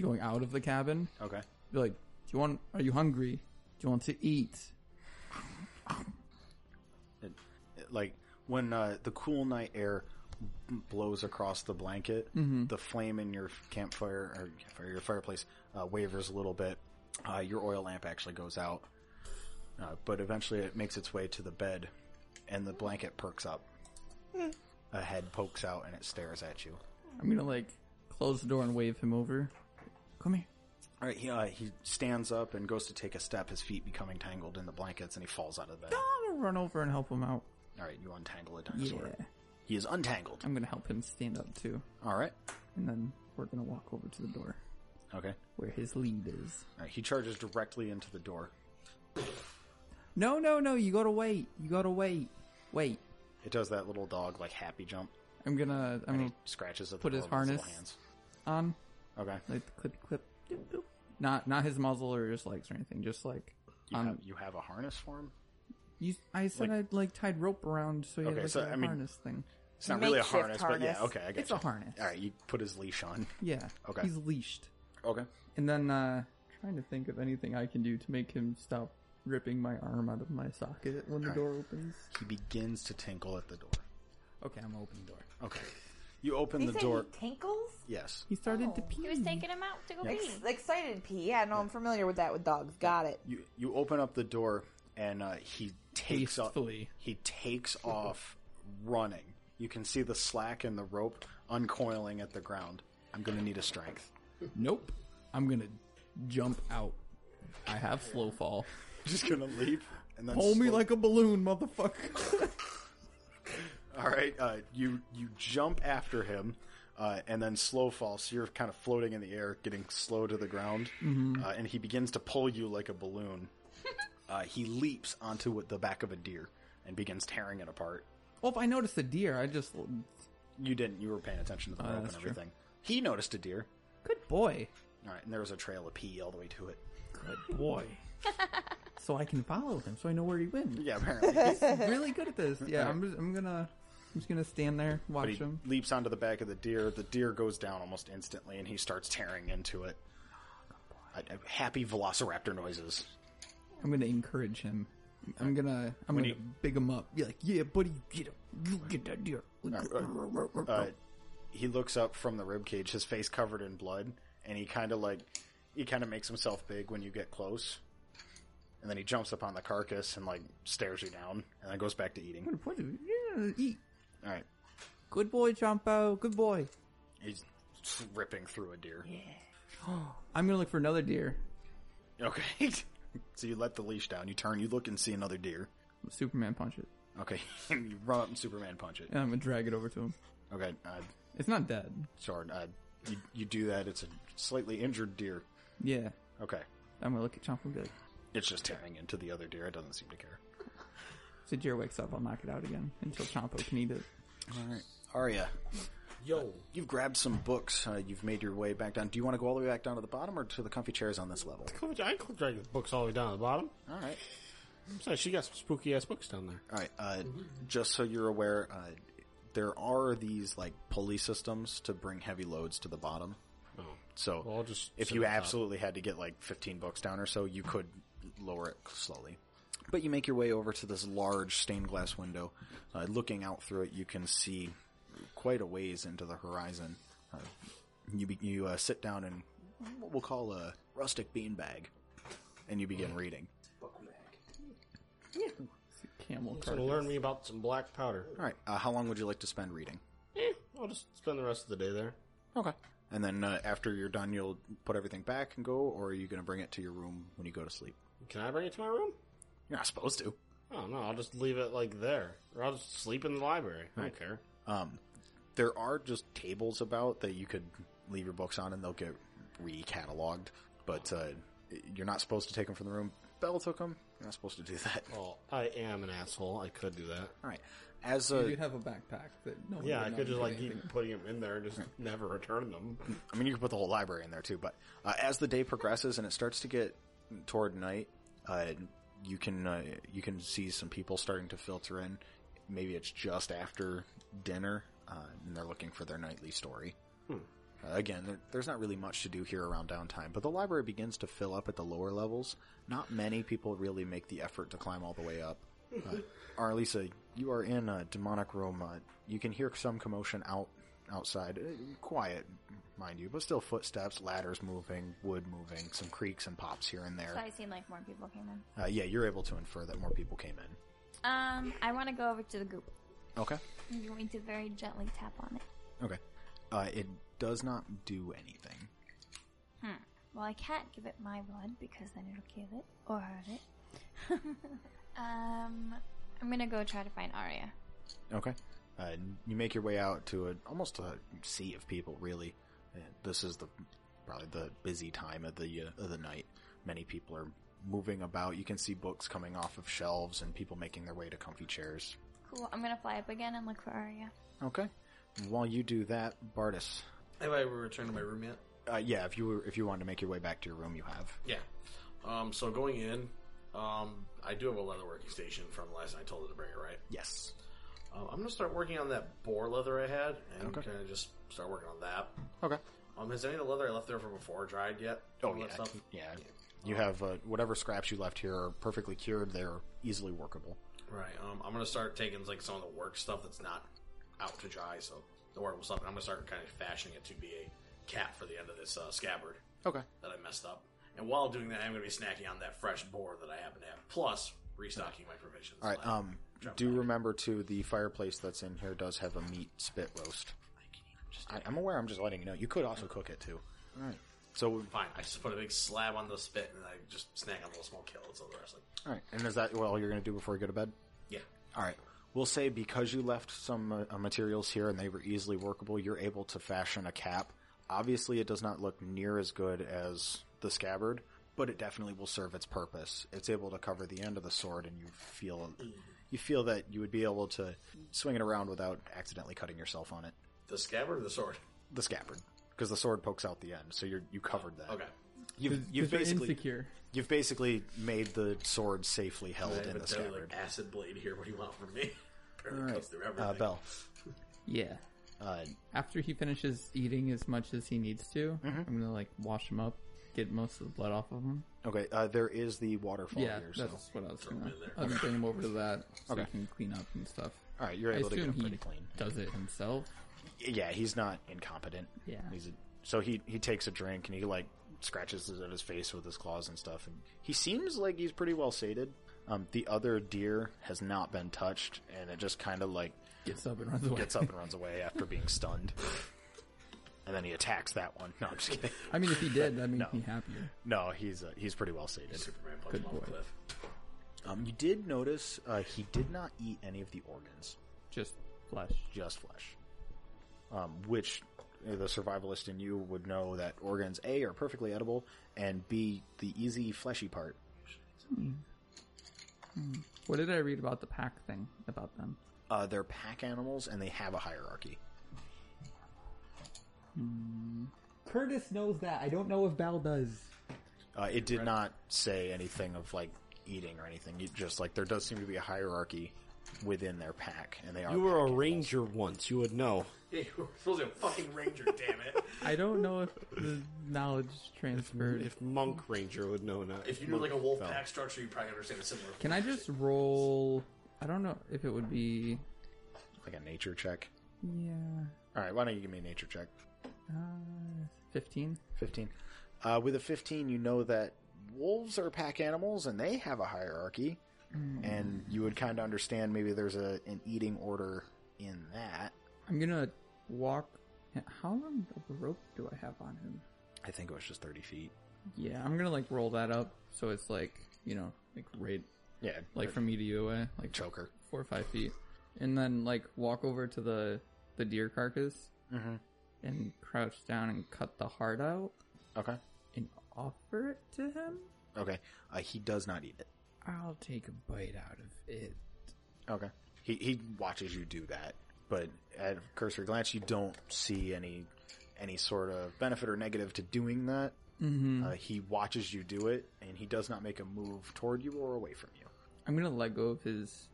[SPEAKER 7] going out of the cabin.
[SPEAKER 4] Okay.
[SPEAKER 7] Be like, do you want? Are you hungry? Do you want to eat?
[SPEAKER 4] It, it- like when uh, the cool night air b- blows across the blanket,
[SPEAKER 7] Mhm.
[SPEAKER 4] the flame in your campfire or campfire, your fireplace uh, wavers a little bit. Uh, your oil lamp actually goes out, uh, but eventually it makes its way to the bed, and the blanket perks up. A head pokes out and it stares at you.
[SPEAKER 7] I'm gonna like close the door and wave him over. Come here.
[SPEAKER 4] All right, he, uh, he stands up and goes to take a step, his feet becoming tangled in the blankets, and he falls out of bed.
[SPEAKER 7] I'm gonna run over and help him out.
[SPEAKER 4] All right, you untangle a dinosaur.
[SPEAKER 7] Yeah.
[SPEAKER 4] He is untangled.
[SPEAKER 7] I'm gonna help him stand up too.
[SPEAKER 4] All right.
[SPEAKER 7] And then we're gonna walk over to the door
[SPEAKER 4] Okay.
[SPEAKER 7] where his lead is.
[SPEAKER 4] All right, he charges directly into the door.
[SPEAKER 7] No, no, no! You gotta wait. You gotta wait. Wait.
[SPEAKER 4] It does that little dog like happy jump.
[SPEAKER 7] I'm gonna. I'm
[SPEAKER 4] and
[SPEAKER 7] gonna
[SPEAKER 4] he scratches at the
[SPEAKER 7] put his
[SPEAKER 4] door with
[SPEAKER 7] harness
[SPEAKER 4] little hands.
[SPEAKER 7] on.
[SPEAKER 4] Okay.
[SPEAKER 7] Like the clippy clip. Doop, doop. Not not his muzzle or his legs or anything. Just like um,
[SPEAKER 4] You,
[SPEAKER 7] on.
[SPEAKER 4] have, you have a harness for him.
[SPEAKER 7] You, I said
[SPEAKER 4] like-
[SPEAKER 7] I'd like tied rope around so he
[SPEAKER 4] Okay,
[SPEAKER 7] had Oh, like
[SPEAKER 4] so,
[SPEAKER 7] a
[SPEAKER 4] I mean,
[SPEAKER 7] harness thing.
[SPEAKER 4] It's not really a harness, but yeah.
[SPEAKER 7] harness.
[SPEAKER 4] Okay, I got
[SPEAKER 7] It's a harness.
[SPEAKER 4] All right, you put his leash on.
[SPEAKER 7] Yeah.
[SPEAKER 4] Okay.
[SPEAKER 7] He's leashed.
[SPEAKER 4] Okay.
[SPEAKER 7] And then uh trying to think of anything I can do to make him stop ripping my arm out of my socket when the
[SPEAKER 4] Alright.
[SPEAKER 7] door opens.
[SPEAKER 4] He begins to tinkle at the door.
[SPEAKER 7] Okay, I'm opening the door.
[SPEAKER 4] Okay. You open
[SPEAKER 5] Did
[SPEAKER 4] the
[SPEAKER 5] he say
[SPEAKER 4] door.
[SPEAKER 5] he tinkles?
[SPEAKER 4] Yes.
[SPEAKER 7] He started
[SPEAKER 6] Oh.
[SPEAKER 7] to
[SPEAKER 5] He was taking him out to go
[SPEAKER 4] Yeah.
[SPEAKER 5] pee. Excited pee. Yeah, no, I'm familiar with that with dogs. Got it.
[SPEAKER 4] You you open up the door and uh, he takes off.
[SPEAKER 7] Hastily.
[SPEAKER 4] He takes off running. You can see the slack in the rope uncoiling at the ground. I'm going to need a strength.
[SPEAKER 7] Nope. I'm gonna jump out. I have slow fall.
[SPEAKER 4] Just gonna leap and then
[SPEAKER 7] Hold me
[SPEAKER 4] slow-
[SPEAKER 7] like a balloon, motherfucker.
[SPEAKER 4] All right, uh, you you jump after him. uh, and then slow fall. So you're kind of floating in the air, getting slow to the ground,
[SPEAKER 7] Mhm.
[SPEAKER 4] uh, and he begins to pull you like a balloon. uh, he leaps onto what- the back of a deer and begins tearing it apart.
[SPEAKER 7] Oh, if I noticed a deer, I just
[SPEAKER 4] You didn't. You were paying attention to the
[SPEAKER 7] Oh,
[SPEAKER 4] rope and
[SPEAKER 7] that's true.
[SPEAKER 4] everything. He noticed a deer.
[SPEAKER 7] Good boy.
[SPEAKER 4] All right, and there was a trail of pee all the way to it.
[SPEAKER 7] Good boy. so I can follow him, so I know where he went.
[SPEAKER 4] Yeah, apparently.
[SPEAKER 7] he's really good at this. Yeah, I'm just, I'm gonna I'm just gonna stand there, watch
[SPEAKER 4] But he
[SPEAKER 7] him.
[SPEAKER 4] leaps onto the back of the deer. The deer goes down almost instantly, and he starts tearing into it. I, I- happy velociraptor noises.
[SPEAKER 7] I'm gonna encourage him. I'm gonna I'm
[SPEAKER 4] When
[SPEAKER 7] gonna big him up. Be like, yeah, buddy, you get him. You get that deer.
[SPEAKER 4] Uh, he looks up from the rib cage, his face covered in blood, and he kind of like he kind of makes himself big when you get close, and then he jumps upon the carcass and like stares you down, and then goes back to eating.
[SPEAKER 7] What do you yeah, eat?
[SPEAKER 4] All right,
[SPEAKER 7] Good boy, Jumpo. Good boy.
[SPEAKER 4] he's ripping through a deer.
[SPEAKER 7] I'm gonna look for another deer.
[SPEAKER 4] Okay, so you let the leash down, you turn, you look and see another deer.
[SPEAKER 7] Superman punch it.
[SPEAKER 4] Okay, you run up and Superman punch it.
[SPEAKER 7] And I'm gonna drag it over to him.
[SPEAKER 4] Okay, uh,
[SPEAKER 7] It's not dead.
[SPEAKER 4] sorry, uh, you, you do that. It's a slightly injured deer.
[SPEAKER 7] Yeah.
[SPEAKER 4] Okay,
[SPEAKER 7] I'm gonna look at Chomp and be like,
[SPEAKER 4] it's just tearing into the other deer. It doesn't seem to care.
[SPEAKER 7] if the deer wakes up, I'll knock it out again until Chompo can eat it.
[SPEAKER 4] All right, Arya. Uh,
[SPEAKER 11] Yo.
[SPEAKER 4] You've grabbed some books. Uh, you've made your way back down. Do you want to go all the way back down to the bottom or to the comfy chairs on this level?
[SPEAKER 11] Coach, I can drag the books all the way down to the bottom.
[SPEAKER 4] All right.
[SPEAKER 11] So she got some spooky ass books down there.
[SPEAKER 4] All right. Uh, just so you're aware, uh, there are these like pulley systems to bring heavy loads to the bottom.
[SPEAKER 11] Oh.
[SPEAKER 4] So
[SPEAKER 11] Well, I'll just
[SPEAKER 4] if
[SPEAKER 11] sit
[SPEAKER 4] you
[SPEAKER 11] on top.
[SPEAKER 4] absolutely had to get like 15 books down or so, you could lower it slowly. But you make your way over to this large stained glass window. Uh, looking out through it, you can see quite a ways into the horizon. Uh, you be- you uh, sit down in what we'll call a rustic beanbag, and you begin reading.
[SPEAKER 7] Camel
[SPEAKER 11] It's gonna learn me about some black powder.
[SPEAKER 4] All right. Uh, how long would you like to spend reading?
[SPEAKER 11] Eh, I'll just spend the rest of the day there.
[SPEAKER 4] Okay. And then uh, after you're done, you'll put everything back and go, or are you going to bring it to your room when you go to sleep?
[SPEAKER 11] Can I bring it to my room?
[SPEAKER 4] You're not supposed to.
[SPEAKER 11] Oh no, I'll just leave it like there, or I'll just sleep in the library. I don't
[SPEAKER 4] Right.
[SPEAKER 11] care.
[SPEAKER 4] Um, there are just tables about that you could leave your books on, and they'll get recataloged. But uh, you're not supposed to take them from the room. Bell took them. You're not supposed to do that.
[SPEAKER 11] Well, I am an asshole. I could do that.
[SPEAKER 4] All right. As
[SPEAKER 7] You
[SPEAKER 4] a,
[SPEAKER 7] do have a backpack that no one
[SPEAKER 11] yeah,
[SPEAKER 7] would
[SPEAKER 11] I
[SPEAKER 7] know
[SPEAKER 11] could just
[SPEAKER 7] did
[SPEAKER 11] like
[SPEAKER 7] anything.
[SPEAKER 11] keep putting them in there and just never return them.
[SPEAKER 4] I mean, you can put the whole library in there too. But uh, as the day progresses and it starts to get toward night, uh, you can uh, you can see some people starting to filter in. Maybe it's just after dinner, uh, and they're looking for their nightly story.
[SPEAKER 11] Hmm.
[SPEAKER 4] Uh, again, there, there's not really much to do here around downtime, but the library begins to fill up at the lower levels. Not many people really make the effort to climb all the way up. Uh, Arlisa, you are in a demonic room. Uh, you can hear some commotion out outside, Uh, quiet, mind you, but still footsteps, ladders moving, wood moving, some creaks and pops here and
[SPEAKER 6] So I
[SPEAKER 4] there.
[SPEAKER 6] seem like more people came in.
[SPEAKER 4] Uh, yeah, you're able to infer that more people came in.
[SPEAKER 6] Um, I want to go over to the group.
[SPEAKER 4] Okay.
[SPEAKER 6] I'm going to very gently tap on it.
[SPEAKER 4] Okay. Uh, it does not do anything.
[SPEAKER 6] Hmm. Well, I can't give it my blood because then it'll kill it or hurt it. um, I'm gonna go try to find Arya.
[SPEAKER 4] Okay. Uh, you make your way out to a, almost a sea of people, really. Uh, This is the probably the busy time of the uh, of the night. Many people are moving about. You can see books coming off of shelves and people making their way to comfy chairs.
[SPEAKER 6] Cool. I'm gonna fly up again and look for Arya.
[SPEAKER 4] Okay. While you do that, Bartis.
[SPEAKER 1] Have I returned to my room yet?
[SPEAKER 4] Uh, yeah, if you were, if you wanted to make your way back to your room, you have.
[SPEAKER 1] Yeah. Um, so going in, um, I do have a leather working station from last night. I told her to bring it, right?
[SPEAKER 4] Yes.
[SPEAKER 1] Um, I'm gonna start working on that boar leather I had, and
[SPEAKER 4] Okay.
[SPEAKER 1] kind of just start working on that.
[SPEAKER 4] Okay.
[SPEAKER 1] Um, has any of the leather I left there from before dried yet?
[SPEAKER 4] Oh
[SPEAKER 1] All that
[SPEAKER 4] yeah,
[SPEAKER 1] stuff?
[SPEAKER 4] yeah. You have uh, whatever scraps you left here are perfectly cured. They're easily workable.
[SPEAKER 1] Right. Um, I'm gonna start taking like some of the work stuff that's not out to dry, so the workable stuff, and I'm gonna start kind of fashioning it to be a cap for the end of this uh, scabbard.
[SPEAKER 4] Okay.
[SPEAKER 1] That I messed up. And while doing that, I'm gonna be snacking on that fresh boar that I happen to have, plus restocking my provisions.
[SPEAKER 4] All right.
[SPEAKER 1] Like,
[SPEAKER 4] Um, do remember too. The fireplace that's in here does have a meat spit roast. I, I'm aware. I'm just letting you know. You could also cook it too. All right. So
[SPEAKER 1] Fine. I just put a big slab on the spit and I just snack on little small killets of the rest. Like,
[SPEAKER 4] all right. And is that what all you're going to do before you go to bed?
[SPEAKER 1] yeah.
[SPEAKER 4] All right. We'll say because you left some uh, materials here and they were easily workable, you're able to fashion a cap. Obviously, it does not look near as good as the scabbard, but it definitely will serve its purpose. It's able to cover the end of the sword, and you feel you feel that you would be able to swing it around without accidentally cutting yourself on it.
[SPEAKER 1] The scabbard or the sword?
[SPEAKER 4] The scabbard, because the sword pokes out the end, so you're you covered that.
[SPEAKER 1] Okay.
[SPEAKER 4] You've,
[SPEAKER 7] 'Cause-
[SPEAKER 4] you've
[SPEAKER 7] 'cause we're
[SPEAKER 4] basically
[SPEAKER 7] insecure.
[SPEAKER 4] you've basically made the sword safely held
[SPEAKER 1] I have
[SPEAKER 4] in
[SPEAKER 1] a
[SPEAKER 4] the
[SPEAKER 1] deadly,
[SPEAKER 4] scabbard.
[SPEAKER 1] like, acid blade here. What do you want from me?
[SPEAKER 4] All
[SPEAKER 1] Apparently
[SPEAKER 4] right.
[SPEAKER 1] cuts through everything.
[SPEAKER 4] uh, Bell.
[SPEAKER 7] Yeah.
[SPEAKER 4] Uh,
[SPEAKER 7] After he finishes eating as much as he needs to,
[SPEAKER 4] Mm-hmm.
[SPEAKER 7] I'm gonna like wash him up, get most of the blood off of him.
[SPEAKER 4] Okay, uh, there is the waterfall
[SPEAKER 7] yeah,
[SPEAKER 4] here.
[SPEAKER 7] that's
[SPEAKER 4] so.
[SPEAKER 7] what I was gonna. I'm gonna bring him over to that so
[SPEAKER 4] Okay.
[SPEAKER 7] he can clean up and stuff.
[SPEAKER 4] All right, you're
[SPEAKER 7] I
[SPEAKER 4] able to get
[SPEAKER 7] assume
[SPEAKER 4] him pretty
[SPEAKER 7] he
[SPEAKER 4] clean.
[SPEAKER 7] Does it himself?
[SPEAKER 4] Yeah, he's not incompetent.
[SPEAKER 7] Yeah.
[SPEAKER 4] he's a, so he he takes a drink and he like scratches at his face with his claws and stuff, and he seems like he's pretty well sated. Um, the other deer has not been touched, and it just kind of like
[SPEAKER 7] gets up and runs away.
[SPEAKER 4] Gets up and runs away after being stunned, and then he attacks that one. No, I'm just kidding.
[SPEAKER 7] I mean, if he did, that would make me happier.
[SPEAKER 4] No, he's uh, he's pretty well sated. Superman
[SPEAKER 7] punched Good him off a boy. cliff.
[SPEAKER 4] Um, you did notice uh, he did not eat any of the organs,
[SPEAKER 7] just flesh,
[SPEAKER 4] just flesh. Um, which uh, the survivalist in you would know that organs A are perfectly edible, and B the easy fleshy part.
[SPEAKER 7] Hmm. Hmm. What did I read about the pack thing about them?
[SPEAKER 4] Uh, they're pack animals, and they have a hierarchy.
[SPEAKER 7] Hmm.
[SPEAKER 9] Curtis knows that. I don't know if Bal does.
[SPEAKER 4] Uh, it did not say anything of like eating or anything. You just like there does seem to be a hierarchy within their pack, and they are.
[SPEAKER 10] You were a ranger once. You would know.
[SPEAKER 1] Yeah, you were supposed to be a fucking ranger, damn it.
[SPEAKER 7] I don't know if the knowledge transferred.
[SPEAKER 10] If monk ranger would know that.
[SPEAKER 1] If you knew like a wolf
[SPEAKER 10] Fell.
[SPEAKER 1] pack structure, you'd probably understand a similar.
[SPEAKER 7] Can I just roll? I don't know if it would be.
[SPEAKER 4] like a nature check.
[SPEAKER 7] Yeah.
[SPEAKER 4] All right, why don't you give me a nature check?
[SPEAKER 7] Uh, 15.
[SPEAKER 4] 15. Uh, with a 15, you know that wolves are pack animals and they have a hierarchy, and you would kind of understand maybe there's a an eating order in that.
[SPEAKER 7] I'm gonna walk. How long of a rope do I have on him?
[SPEAKER 4] I think it was just 30 feet.
[SPEAKER 7] Yeah, I'm gonna like roll that up so it's like you know like right.
[SPEAKER 4] Yeah.
[SPEAKER 7] Like from me to you away, like
[SPEAKER 4] choker,
[SPEAKER 7] four or five feet, and then like walk over to the the deer carcass
[SPEAKER 4] Mhm.
[SPEAKER 7] and crouch down and cut the heart out.
[SPEAKER 4] Okay.
[SPEAKER 7] And offer it to him.
[SPEAKER 4] Okay. Uh, he does not eat it.
[SPEAKER 7] I'll take a bite out of it.
[SPEAKER 4] Okay. He, he watches you do that, but at a cursory glance, you don't see any any sort of benefit or negative to doing that.
[SPEAKER 7] Mhm.
[SPEAKER 4] Uh, he watches you do it, and he does not make a move toward you or away from you.
[SPEAKER 7] I'm gonna let go of his.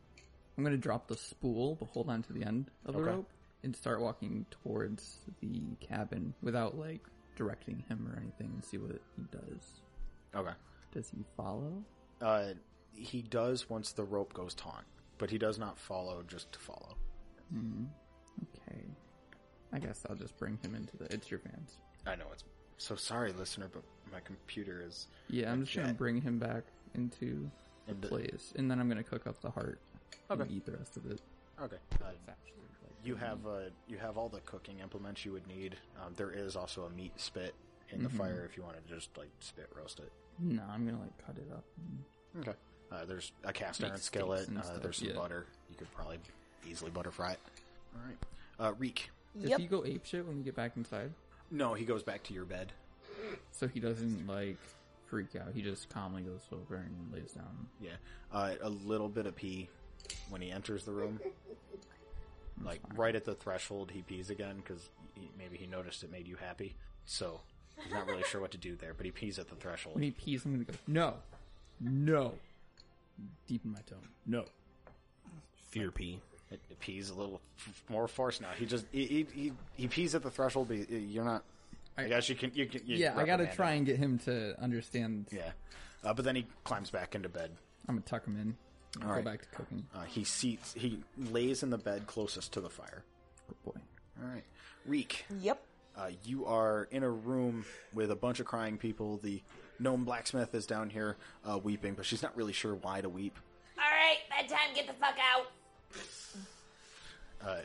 [SPEAKER 7] I'm gonna drop the spool, but hold on to the end of the
[SPEAKER 4] Okay.
[SPEAKER 7] rope and start walking towards the cabin without like directing him or anything and see what he does.
[SPEAKER 4] Okay.
[SPEAKER 7] Does he follow?
[SPEAKER 4] Uh, he does once the rope goes taut, but he does not follow just to follow.
[SPEAKER 7] Hmm. Okay. I guess I'll just bring him into the. It's your fans.
[SPEAKER 4] I know it's so sorry, listener, but my computer is
[SPEAKER 7] Yeah, I'm just gonna
[SPEAKER 4] jet.
[SPEAKER 7] bring him back into the
[SPEAKER 4] Into-
[SPEAKER 7] place, and then I'm gonna cook up the heart and
[SPEAKER 4] Okay.
[SPEAKER 7] eat the rest of it.
[SPEAKER 4] okay. Uh, you have uh, you have all the cooking implements you would need. Um, there is also a meat spit in the
[SPEAKER 7] Mhm.
[SPEAKER 4] fire if you want to just like spit roast it.
[SPEAKER 7] No, I'm gonna like cut it up. and-
[SPEAKER 4] Okay. Uh, there's a cast
[SPEAKER 7] Make
[SPEAKER 4] iron
[SPEAKER 7] steaks
[SPEAKER 4] skillet.
[SPEAKER 7] and
[SPEAKER 4] Uh,
[SPEAKER 7] stuff,
[SPEAKER 4] there's some
[SPEAKER 7] yeah.
[SPEAKER 4] butter. You could probably easily butter fry it. All right. Uh, Reek.
[SPEAKER 7] Does he go ape shit when we get back inside?
[SPEAKER 4] No, he goes back to your bed.
[SPEAKER 7] So he doesn't like freak out. He just calmly goes over and lays down.
[SPEAKER 4] Yeah. Uh, a little bit of pee when he enters the room. Like right at the threshold, he pees again because maybe he noticed it made you happy. So he's not really sure what to do there, but he pees at the threshold.
[SPEAKER 7] When he pees, I'm gonna go no, no, deep in my tone. No.
[SPEAKER 10] Fear pee.
[SPEAKER 4] It, it pees a little f- more force now. He just he he, he, he pees at the threshold, but he- you're not. I, guess you can. You can. You
[SPEAKER 7] yeah, I gotta
[SPEAKER 4] reprimand him.
[SPEAKER 7] try and get him to understand.
[SPEAKER 4] Yeah, uh, but then he climbs back into bed.
[SPEAKER 7] I'm gonna tuck him in. and
[SPEAKER 4] All
[SPEAKER 7] go
[SPEAKER 4] right.
[SPEAKER 7] back to cooking.
[SPEAKER 4] Uh, he seats. He lays in the bed closest to the fire.
[SPEAKER 7] Good Oh, boy.
[SPEAKER 4] All right, Reek.
[SPEAKER 2] Yep.
[SPEAKER 4] Uh, you are in a room with a bunch of crying people. The gnome blacksmith is down here uh, weeping, but she's not really sure why to weep.
[SPEAKER 2] All right, bedtime. Get the fuck out.
[SPEAKER 4] Uh,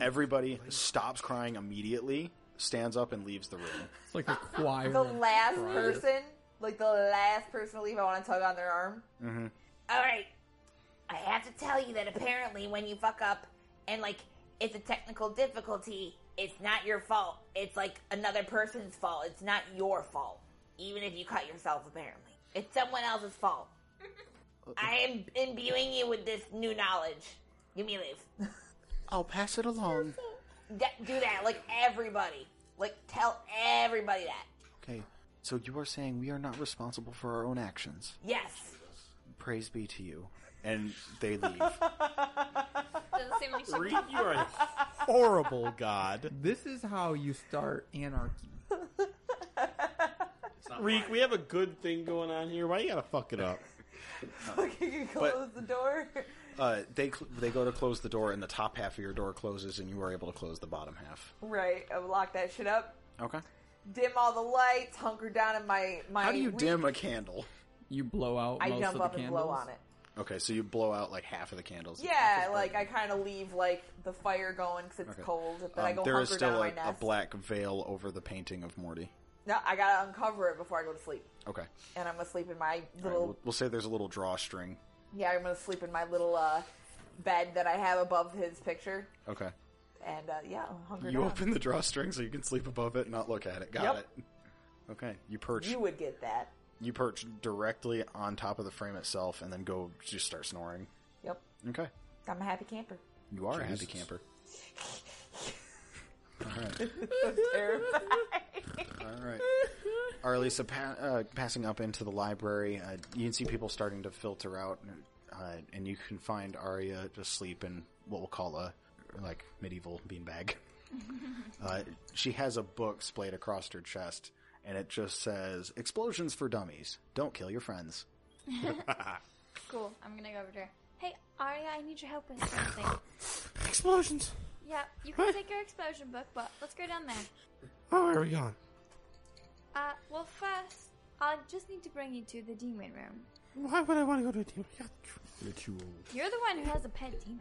[SPEAKER 4] everybody stops crying immediately, stands up, and leaves the room.
[SPEAKER 7] It's like a choir.
[SPEAKER 2] The last person, like the last person to leave, I want to tug on their arm.
[SPEAKER 4] Mm-hmm.
[SPEAKER 2] All right, I have to tell you that apparently when you fuck up and like it's a technical difficulty, it's not your fault. It's like another person's fault. It's not your fault. Even if you cut yourself, apparently. It's someone else's fault. I am imbuing you with this new knowledge. Give me a leave.
[SPEAKER 4] I'll pass it along.
[SPEAKER 2] Get- Do that, like everybody. Like tell everybody that.
[SPEAKER 4] Okay, so you are saying we are not responsible for our own actions.
[SPEAKER 2] Yes.
[SPEAKER 4] Praise be to you. And they leave.
[SPEAKER 6] Doesn't seem like
[SPEAKER 18] Reed, you are a
[SPEAKER 7] Horrible god. This is how you start anarchy.
[SPEAKER 18] Reek, we have a good thing going on here. Why you gotta fuck it up?
[SPEAKER 2] Fucking
[SPEAKER 4] But-
[SPEAKER 2] close the door.
[SPEAKER 4] Uh, they cl- they go to close the door, and the top half of your door closes, and you are able to close the bottom half.
[SPEAKER 5] Right, I would lock that shit up.
[SPEAKER 4] Okay.
[SPEAKER 5] Dim all the lights, hunker down in my my.
[SPEAKER 4] How do you
[SPEAKER 5] weak-
[SPEAKER 4] dim a candle?
[SPEAKER 7] You blow out.
[SPEAKER 5] I jump up and blow on it.
[SPEAKER 4] Okay, so you blow out like half of the candles.
[SPEAKER 5] Yeah, like I kind of leave like the fire going because it's
[SPEAKER 4] Okay.
[SPEAKER 5] cold, but I
[SPEAKER 4] Um,
[SPEAKER 5] go
[SPEAKER 4] there is
[SPEAKER 5] hunker down
[SPEAKER 4] still
[SPEAKER 5] my
[SPEAKER 4] a, a
[SPEAKER 5] nest.
[SPEAKER 4] black veil over the painting of Morty.
[SPEAKER 5] no, I gotta uncover it before I go to sleep,
[SPEAKER 4] Okay.
[SPEAKER 5] and I'm gonna sleep in my
[SPEAKER 4] All
[SPEAKER 5] little
[SPEAKER 4] right, we'll, we'll say there's a little drawstring.
[SPEAKER 5] yeah. I'm gonna sleep in my little uh, bed that I have above his picture,
[SPEAKER 4] Okay.
[SPEAKER 5] and uh, yeah, I'll hunker
[SPEAKER 4] You
[SPEAKER 5] down.
[SPEAKER 4] open the drawstring so you can sleep above it and not look at it. Got
[SPEAKER 5] Yep.
[SPEAKER 4] it. Okay. You perch.
[SPEAKER 5] You
[SPEAKER 4] You,
[SPEAKER 5] would get that.
[SPEAKER 4] perch directly on top of the frame itself, and then go just start snoring.
[SPEAKER 5] Yep,
[SPEAKER 4] Okay.
[SPEAKER 5] I'm a happy camper.
[SPEAKER 4] You are a happy
[SPEAKER 18] Jesus.
[SPEAKER 4] camper. All right.
[SPEAKER 5] That's terrifying.
[SPEAKER 4] All right. Arlie, so pa- uh, passing up into the library, uh, you can see people starting to filter out, uh, and you can find Arya just sleep in what we'll call a like medieval beanbag. Uh, she has a book splayed across her chest, and it just says "Explosions for Dummies." Don't kill your friends.
[SPEAKER 6] Cool. I'm gonna go over to her. Hey, Arya, I need your help with something.
[SPEAKER 8] Explosions.
[SPEAKER 6] yeah, you can take your explosion book, but let's go down there.
[SPEAKER 8] Oh, where are we going?
[SPEAKER 6] Uh, well, first, I just need to bring you to the demon room.
[SPEAKER 8] Why would I want to go to a demon? Yeah,
[SPEAKER 1] Ritual.
[SPEAKER 6] You're the one who has a pet demon.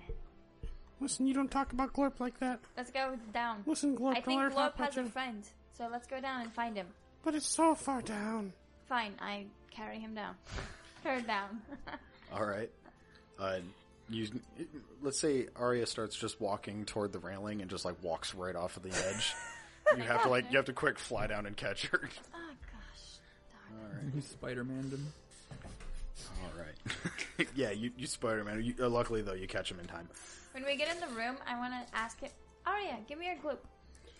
[SPEAKER 8] Listen, you don't talk about Glorp like that.
[SPEAKER 6] Let's go down.
[SPEAKER 8] Listen, Glorp,
[SPEAKER 6] I think
[SPEAKER 8] Glorp,
[SPEAKER 6] Glorp has
[SPEAKER 8] not
[SPEAKER 6] a
[SPEAKER 8] much of-
[SPEAKER 6] friend, so let's go down and find him.
[SPEAKER 8] But it's so far down.
[SPEAKER 6] Fine, I carry him down. Her down.
[SPEAKER 4] All right. Uh, you let's say Arya starts just walking toward the railing and just like walks right off of the edge. you have to like you have to quick fly down and catch her.
[SPEAKER 6] oh gosh.
[SPEAKER 7] Spider Man them.
[SPEAKER 4] All right. yeah, you, you Spider Man. You, uh, luckily, though, you catch him in time.
[SPEAKER 6] When we get in the room, I want to ask it. Arya, give me your gloop.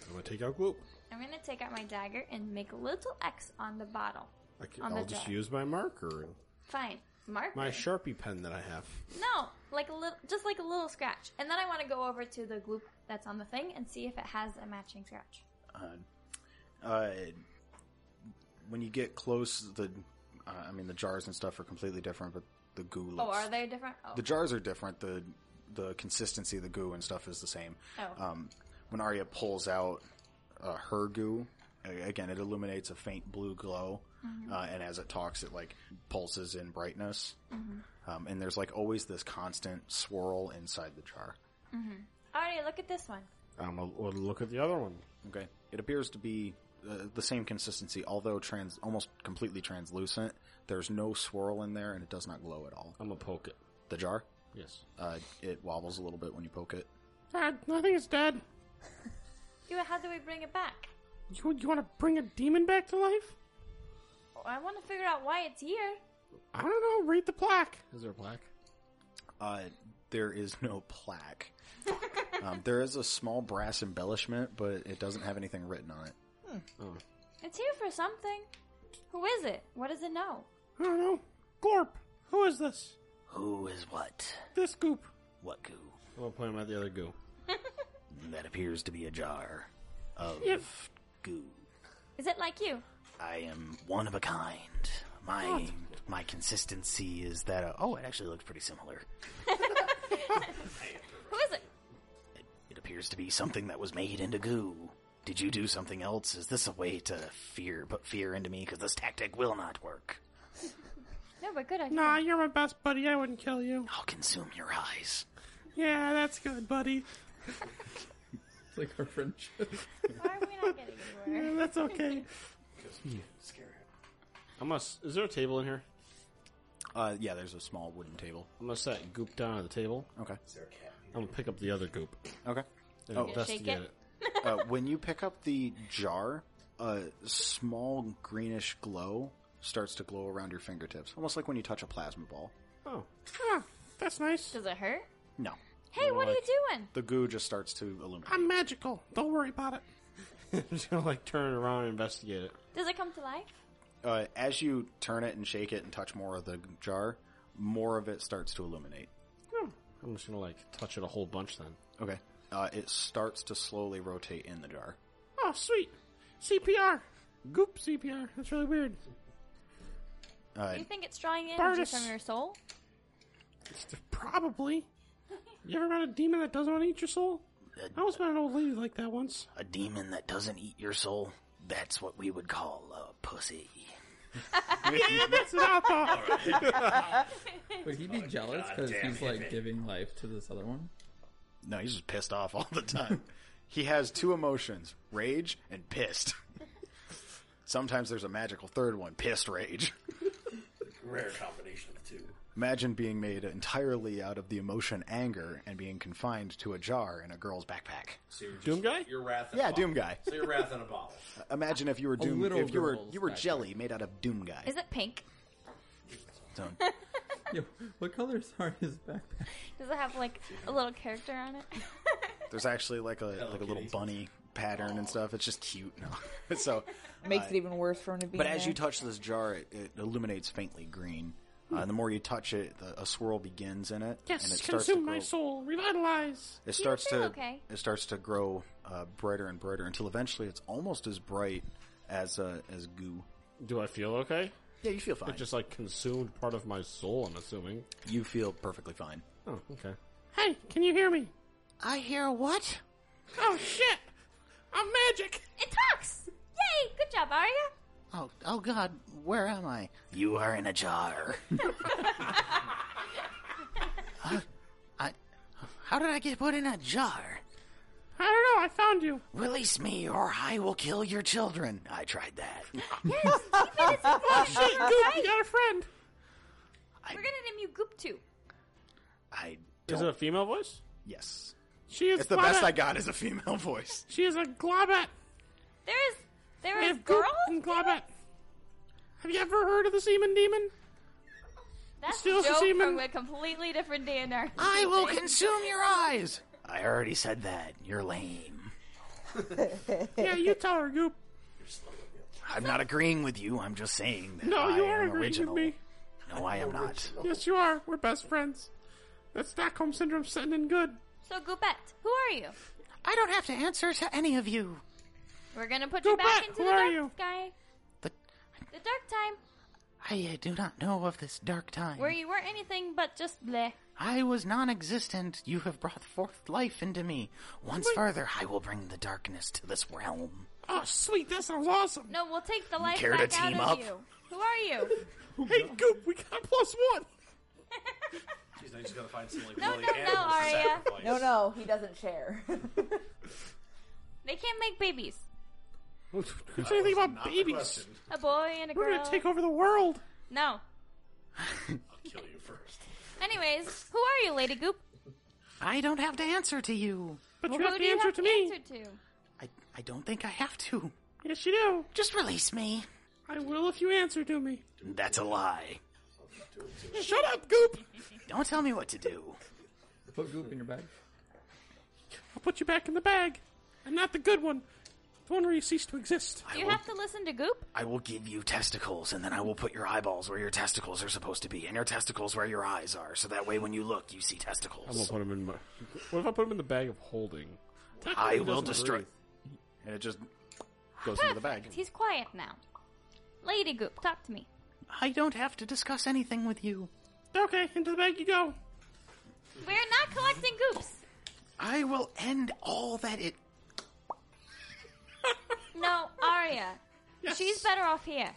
[SPEAKER 1] I'm gonna take out gloop.
[SPEAKER 6] I'm gonna take out my dagger and make a little X on the bottle.
[SPEAKER 1] I can,
[SPEAKER 6] on the
[SPEAKER 1] I'll just
[SPEAKER 6] jar.
[SPEAKER 1] use my marker, and
[SPEAKER 6] Fine. Mark.
[SPEAKER 1] my sharpie pen that I have.
[SPEAKER 6] No, like a little, just like a little scratch. And then I want to go over to the gloop that's on the thing and see if it has a matching scratch.
[SPEAKER 4] Uh, uh, when you get close, the uh, I mean, the jars and stuff are completely different, but the goo. Looks,
[SPEAKER 6] Oh, are they different? Oh.
[SPEAKER 4] The jars are different. The the consistency of the goo and stuff is the same.
[SPEAKER 6] Oh.
[SPEAKER 4] Um, when Arya pulls out uh, her goo, a- again, it illuminates a faint blue glow,
[SPEAKER 12] Mhm.
[SPEAKER 4] uh, and as it talks, it like pulses in brightness.
[SPEAKER 6] Mhm.
[SPEAKER 4] Um, and there's like always this constant swirl inside the jar.
[SPEAKER 6] Mm-hmm. Arya, look at this one.
[SPEAKER 1] I'm gonna Um, we'll look at the other one.
[SPEAKER 4] Okay. It appears to be uh, the same consistency, although trans almost completely translucent. There's no swirl in there, and it does not glow at all.
[SPEAKER 1] I'm gonna poke it.
[SPEAKER 4] The jar?
[SPEAKER 1] Yes.
[SPEAKER 4] Uh, it wobbles a little bit when you poke it.
[SPEAKER 8] Dad, I think it's dead.
[SPEAKER 6] Do it, how do we bring it back?
[SPEAKER 8] You, you want to bring a demon back to life?
[SPEAKER 6] Oh, I want to figure out why it's here.
[SPEAKER 8] I don't know. Read the plaque.
[SPEAKER 1] Is there a plaque?
[SPEAKER 4] Uh, there is no plaque. um, there is a small brass embellishment, but it doesn't have anything written on it.
[SPEAKER 1] Oh.
[SPEAKER 6] It's here for something. Who is it? What does it know?
[SPEAKER 8] I don't know. Glorp, who is this?
[SPEAKER 12] Who is what?
[SPEAKER 8] This goop.
[SPEAKER 12] What goo?
[SPEAKER 1] I'm gonna point him at the other goo.
[SPEAKER 12] That appears to be a jar of
[SPEAKER 6] Yep.
[SPEAKER 12] goo.
[SPEAKER 6] Is it like you?
[SPEAKER 12] I am one of a kind. My
[SPEAKER 6] Oh.
[SPEAKER 12] my consistency is that. uh oh, it actually looks pretty similar.
[SPEAKER 6] Who is it?
[SPEAKER 12] It appears to be something that was made into goo. Did you do something else? Is this a way to fear put fear into me? Because this tactic will not work.
[SPEAKER 6] No, but good idea.
[SPEAKER 8] Nah, you're my best buddy. I wouldn't kill you.
[SPEAKER 12] I'll consume your eyes.
[SPEAKER 8] Yeah, that's good, buddy.
[SPEAKER 7] It's like our friendship.
[SPEAKER 6] Why are we not getting
[SPEAKER 8] Yeah,
[SPEAKER 6] anywhere?
[SPEAKER 8] that's okay.
[SPEAKER 1] I'm gonna. s- Is there a table in here?
[SPEAKER 4] Uh, yeah, there's a small wooden table.
[SPEAKER 10] I'm gonna set goop down on the table.
[SPEAKER 4] Okay.
[SPEAKER 10] I'm gonna pick up the other goop.
[SPEAKER 4] Okay.
[SPEAKER 10] And
[SPEAKER 4] Oh. Gonna shake
[SPEAKER 10] investigate
[SPEAKER 4] it?
[SPEAKER 10] it.
[SPEAKER 4] uh, when you pick up the jar, a small greenish glow starts to glow around your fingertips, almost like when you touch a plasma ball.
[SPEAKER 10] Oh.
[SPEAKER 8] Huh, that's nice.
[SPEAKER 6] Does it hurt?
[SPEAKER 4] No,
[SPEAKER 6] Hey,
[SPEAKER 4] More
[SPEAKER 6] what are you
[SPEAKER 4] like-
[SPEAKER 6] doing?
[SPEAKER 4] the goo just starts to illuminate.
[SPEAKER 8] I'm magical. Don't worry about it.
[SPEAKER 10] I'm just gonna like turn it around and investigate it.
[SPEAKER 6] Does it come to life?
[SPEAKER 4] Uh, as you turn it and shake it and touch more of the jar, more of it starts to illuminate.
[SPEAKER 10] Hmm. I'm just gonna like touch it a whole bunch then.
[SPEAKER 4] Okay. Uh, it starts to slowly rotate in the jar.
[SPEAKER 8] Oh, sweet. CPR. Goop CPR. That's really weird.
[SPEAKER 4] Uh,
[SPEAKER 6] Do you think it's drawing energy
[SPEAKER 8] Bardas.
[SPEAKER 6] from your soul?
[SPEAKER 8] Probably. You ever met a demon that doesn't want to eat your soul? I almost met an old lady like that once.
[SPEAKER 12] A demon that doesn't eat your soul, that's what we would call a pussy.
[SPEAKER 8] yeah, that's what I thought.
[SPEAKER 7] Would he be jealous because
[SPEAKER 4] goddamn
[SPEAKER 7] he's like
[SPEAKER 4] hippie.
[SPEAKER 7] giving life to this other one?
[SPEAKER 4] no, he's just pissed off all the time. he has two emotions rage and pissed. Sometimes there's a magical third one pissed rage.
[SPEAKER 1] Rare combination of two.
[SPEAKER 4] Imagine being made entirely out of the emotion anger and being confined to a jar in a girl's backpack.
[SPEAKER 1] So you're just,
[SPEAKER 4] Doom guy?
[SPEAKER 1] Your wrath. In
[SPEAKER 4] Yeah,
[SPEAKER 1] a bottle.
[SPEAKER 4] Doom guy.
[SPEAKER 1] So your wrath in a bottle.
[SPEAKER 4] Imagine if you were
[SPEAKER 1] A
[SPEAKER 4] doom.
[SPEAKER 1] little
[SPEAKER 4] If you were
[SPEAKER 1] girl's
[SPEAKER 4] you were
[SPEAKER 1] backpack.
[SPEAKER 4] jelly made out of doom guy.
[SPEAKER 6] Is it pink?
[SPEAKER 4] So-
[SPEAKER 7] Yo, what colors are his backpack?
[SPEAKER 6] Does it have like a little character on it?
[SPEAKER 4] There's actually like a like a little bunny pattern and stuff. It's just cute. No. so
[SPEAKER 5] Makes
[SPEAKER 4] uh,
[SPEAKER 5] it even worse for him to be.
[SPEAKER 4] But
[SPEAKER 5] in
[SPEAKER 4] as
[SPEAKER 5] there.
[SPEAKER 4] you touch this jar, it, it illuminates faintly green. Uh, and the more you touch it, the, a swirl begins in it,
[SPEAKER 8] Yes,
[SPEAKER 4] and it starts to
[SPEAKER 8] consume
[SPEAKER 4] grow.
[SPEAKER 8] my soul. Revitalize.
[SPEAKER 4] It starts
[SPEAKER 8] feel
[SPEAKER 4] to
[SPEAKER 8] okay.
[SPEAKER 4] it starts to grow uh, brighter and brighter until eventually it's almost as bright as uh, as goo.
[SPEAKER 10] Do I feel okay?
[SPEAKER 4] Yeah, you feel
[SPEAKER 10] It just like consumed part of my soul. I'm assuming.
[SPEAKER 4] You feel perfectly fine.
[SPEAKER 10] Oh, okay.
[SPEAKER 8] Hey, can you hear me?
[SPEAKER 12] I hear what?
[SPEAKER 8] Oh shit! I'm magic.
[SPEAKER 6] It talks! Yay! Good job, Arya.
[SPEAKER 12] Oh, oh God, where am I? You are in a jar. Huh? Uh, I, how did I get put in a jar?
[SPEAKER 8] I don't know. I found you.
[SPEAKER 12] Release me, or I will kill your children. I tried that.
[SPEAKER 8] Oh shit, Goop, you got a friend.
[SPEAKER 6] We're gonna name you Goop too.
[SPEAKER 4] I
[SPEAKER 10] Is it a female voice?
[SPEAKER 4] Yes.
[SPEAKER 8] She is
[SPEAKER 4] It's the best
[SPEAKER 8] Globet.
[SPEAKER 4] I got is a female voice.
[SPEAKER 8] She is a globet.
[SPEAKER 6] There is there
[SPEAKER 8] is girl and globet. Have you ever heard of the semen demon?
[SPEAKER 6] That's
[SPEAKER 8] Still
[SPEAKER 6] a
[SPEAKER 8] the
[SPEAKER 6] joke
[SPEAKER 8] semen.
[SPEAKER 6] from a completely different DNR.
[SPEAKER 12] I will consume your eyes. I already said that. You're lame.
[SPEAKER 8] yeah, you tell her, Goop.
[SPEAKER 12] I'm not agreeing with you. I'm just saying that
[SPEAKER 8] No,
[SPEAKER 12] I
[SPEAKER 8] you are
[SPEAKER 12] am
[SPEAKER 8] agreeing
[SPEAKER 12] original.
[SPEAKER 8] with me.
[SPEAKER 12] No, I am not.
[SPEAKER 8] Yes, you are. We're best friends. That's Stockholm syndrome setting in good.
[SPEAKER 6] So Goopette, who are you?
[SPEAKER 12] I don't have to answer to any of you.
[SPEAKER 6] We're gonna put you back
[SPEAKER 8] Goopette,
[SPEAKER 6] into
[SPEAKER 8] who
[SPEAKER 6] the
[SPEAKER 8] are
[SPEAKER 6] dark
[SPEAKER 8] you?
[SPEAKER 6] sky.
[SPEAKER 12] The-
[SPEAKER 6] The dark time.
[SPEAKER 12] I uh, do not know of this dark time.
[SPEAKER 6] Where you weren't anything but just bleh.
[SPEAKER 12] I was non existent. You have brought forth life into me. Once further, I will bring the darkness to this realm.
[SPEAKER 8] Oh, sweet, that sounds awesome.
[SPEAKER 6] No, we'll take the life
[SPEAKER 12] care to
[SPEAKER 6] back
[SPEAKER 12] team
[SPEAKER 6] out of
[SPEAKER 12] up?
[SPEAKER 6] you. Who are you?
[SPEAKER 8] Hey, Goop, we got a plus one.
[SPEAKER 1] She's now just gotta find some like
[SPEAKER 6] No,
[SPEAKER 1] really
[SPEAKER 6] no, no,
[SPEAKER 1] animals to
[SPEAKER 6] Arya.
[SPEAKER 1] sacrifice.
[SPEAKER 5] No, no, he doesn't share.
[SPEAKER 6] They can't make babies.
[SPEAKER 8] Who's anything about
[SPEAKER 1] Not the
[SPEAKER 8] babies?
[SPEAKER 1] question.
[SPEAKER 6] A boy and a girl.
[SPEAKER 8] We're gonna take over the world.
[SPEAKER 6] No.
[SPEAKER 1] I'll kill you first.
[SPEAKER 6] Anyways, who are you, Lady Goop?
[SPEAKER 12] I don't have to answer to you.
[SPEAKER 8] But
[SPEAKER 6] Who
[SPEAKER 8] you have
[SPEAKER 6] do
[SPEAKER 8] the
[SPEAKER 6] you
[SPEAKER 8] answer
[SPEAKER 6] have
[SPEAKER 8] to me.
[SPEAKER 6] answer to?
[SPEAKER 12] I, I don't think I have to.
[SPEAKER 8] Yes, you do.
[SPEAKER 12] Just release me.
[SPEAKER 8] I will if you answer to me.
[SPEAKER 12] That's a lie.
[SPEAKER 8] Shut up, Goop.
[SPEAKER 12] Don't tell me what to do.
[SPEAKER 7] Put goop in your bag.
[SPEAKER 8] I'll put you back in the bag, and not the good one, the one where you cease to exist.
[SPEAKER 6] Do you have to listen to Goop?
[SPEAKER 12] I will give you testicles, and then I will put your eyeballs where your testicles are supposed to be, and your testicles where your eyes are, so that way when you look, you see
[SPEAKER 10] I'm gonna
[SPEAKER 12] testicles.
[SPEAKER 10] put him in my. What if I put him in the bag of holding?
[SPEAKER 12] I
[SPEAKER 10] He
[SPEAKER 12] will
[SPEAKER 10] doesn't
[SPEAKER 12] destroy.
[SPEAKER 10] breathe.
[SPEAKER 4] And it just goes into the bag.
[SPEAKER 6] He's quiet now. Lady Goop, talk to me.
[SPEAKER 12] I don't have to discuss anything with you.
[SPEAKER 8] Okay, into the bag you go.
[SPEAKER 6] We're not collecting goops.
[SPEAKER 12] I will end all that it.
[SPEAKER 6] No, Arya. She's better off here.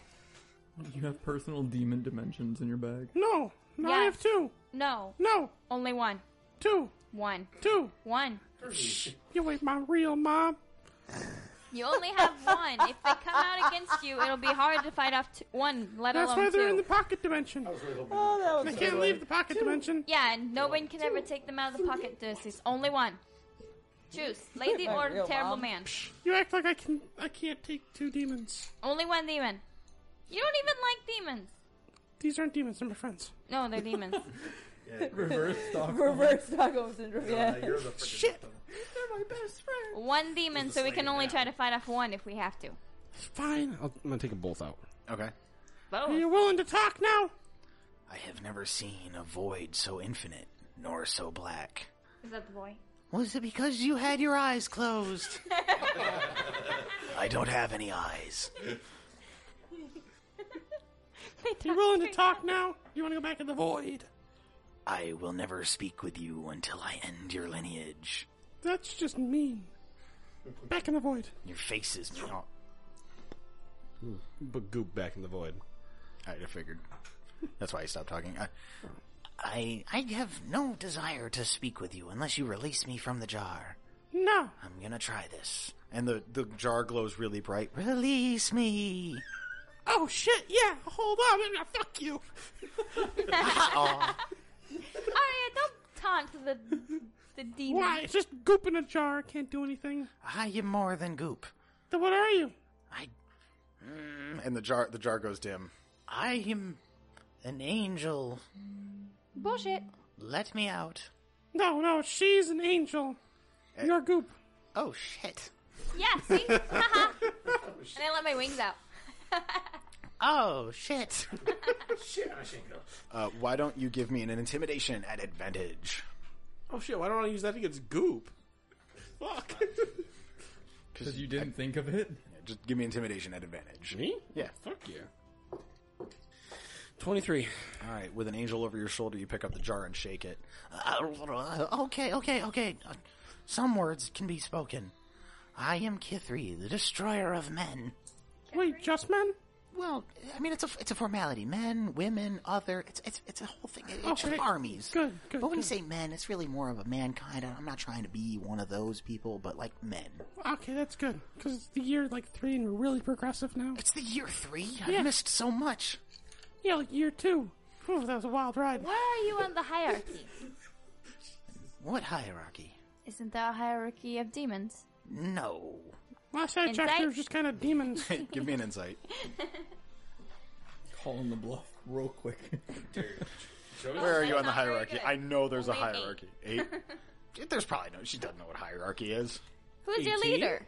[SPEAKER 7] You have personal demon dimensions in your bag.
[SPEAKER 8] No, no, I
[SPEAKER 6] Yes.
[SPEAKER 8] have two.
[SPEAKER 6] No.
[SPEAKER 8] No,
[SPEAKER 6] Only one.
[SPEAKER 8] two,
[SPEAKER 6] One.
[SPEAKER 8] two.
[SPEAKER 6] One.
[SPEAKER 1] Shh.
[SPEAKER 8] You ain't my real mom.
[SPEAKER 6] You only have one. If they come out against you, it'll be hard to fight off t- one, let
[SPEAKER 8] That's
[SPEAKER 6] alone
[SPEAKER 8] why they're
[SPEAKER 6] two.
[SPEAKER 8] in the pocket dimension.
[SPEAKER 6] Oh, that was
[SPEAKER 8] they
[SPEAKER 6] a
[SPEAKER 8] can't
[SPEAKER 6] good
[SPEAKER 8] leave
[SPEAKER 6] one.
[SPEAKER 8] the pocket dimension.
[SPEAKER 6] Yeah, and no one can ever take them out of the pocket. This is only one. Choose, lady
[SPEAKER 8] My
[SPEAKER 6] or
[SPEAKER 8] real
[SPEAKER 6] terrible
[SPEAKER 8] mom.
[SPEAKER 6] man.
[SPEAKER 8] You act like I can. I can't take two demons.
[SPEAKER 6] Only one demon. You don't even like demons.
[SPEAKER 8] These aren't demons. They're my friends.
[SPEAKER 6] No, they're demons.
[SPEAKER 7] Reverse Stockholm.
[SPEAKER 5] Reverse Stockholm syndrome. Yeah.
[SPEAKER 8] Shit.
[SPEAKER 5] They're my best friend.
[SPEAKER 6] One demon, so we can only try to fight off one if we have to.
[SPEAKER 10] Fine. I'll, I'm gonna take them both out.
[SPEAKER 12] Okay.
[SPEAKER 6] Both.
[SPEAKER 8] You're willing to talk now?
[SPEAKER 12] I have never seen a void so infinite, nor so black.
[SPEAKER 6] Is that the boy?
[SPEAKER 12] Was it because you had your eyes closed? I don't have any eyes.
[SPEAKER 8] You're willing to talk now? You want to go back in the void?
[SPEAKER 12] I will never speak with you until I end your lineage.
[SPEAKER 8] That's just mean. Back in the void.
[SPEAKER 12] Your face is me.
[SPEAKER 10] But goop back in the void.
[SPEAKER 12] I figured. That's why I stopped talking. I, I, I have no desire to speak with you unless you release me from the jar.
[SPEAKER 8] No.
[SPEAKER 12] I'm gonna try this. And the, the jar glows really bright. Release me!
[SPEAKER 8] Oh shit! Yeah, hold on. I'm gonna fuck you.
[SPEAKER 1] Oh.
[SPEAKER 12] Aw.
[SPEAKER 6] Arya, don't taunt the the demon.
[SPEAKER 8] Why? It's just goop in a jar. Can't do anything.
[SPEAKER 12] I am more than goop.
[SPEAKER 8] Then what are you?
[SPEAKER 4] And the jar the jar goes dim.
[SPEAKER 12] I am an angel.
[SPEAKER 6] Bullshit.
[SPEAKER 12] Let me out.
[SPEAKER 8] No, no. She's an angel. You're goop.
[SPEAKER 12] Eh. Oh shit.
[SPEAKER 6] Yeah, see? Haha. and I let my wings out.
[SPEAKER 12] Oh shit.
[SPEAKER 1] Shit, I shouldn't go.
[SPEAKER 4] Uh, why don't you give me an intimidation at advantage?
[SPEAKER 11] Oh shit! Why don't I use that against Goop?
[SPEAKER 7] Because you didn't think of it?
[SPEAKER 4] Yeah, just give me intimidation at advantage.
[SPEAKER 10] Me?
[SPEAKER 4] Yeah.
[SPEAKER 10] Fuck yeah. 23.
[SPEAKER 4] All right, with an angel over your shoulder, you pick up the jar and shake it.
[SPEAKER 12] Uh, okay, okay, okay. Uh, Some words can be spoken. I am Kithri, the destroyer of men.
[SPEAKER 8] Wait, just men?
[SPEAKER 12] Well, I mean, it's a it's a formality. Men, women, other. It's it's it's a whole thing. It- It's
[SPEAKER 8] Okay.
[SPEAKER 12] just armies.
[SPEAKER 8] Good, good,
[SPEAKER 12] But when you
[SPEAKER 8] good.
[SPEAKER 12] say men, it's really more of a mankind. I'm not trying to be one of those people, but like men.
[SPEAKER 8] Okay, that's good. Because it's the year like three, and we're really progressive now.
[SPEAKER 12] It's the year three.
[SPEAKER 8] Yeah.
[SPEAKER 12] I missed so much.
[SPEAKER 8] Yeah, like year two. Whew, that was a wild ride.
[SPEAKER 6] Where are you on the hierarchy?
[SPEAKER 12] What hierarchy?
[SPEAKER 6] Isn't there a hierarchy of demons?
[SPEAKER 12] No.
[SPEAKER 8] Last I checked,
[SPEAKER 6] Insight?
[SPEAKER 8] they were just kind of demons.
[SPEAKER 4] Give me an insight.
[SPEAKER 7] Calling the bluff real quick.
[SPEAKER 4] Where are you on the hierarchy?
[SPEAKER 6] good.
[SPEAKER 4] I know there's a
[SPEAKER 6] Only eight.
[SPEAKER 4] hierarchy. Eight. There's probably no. She doesn't know what hierarchy is.
[SPEAKER 6] Who's
[SPEAKER 12] E
[SPEAKER 6] your leader?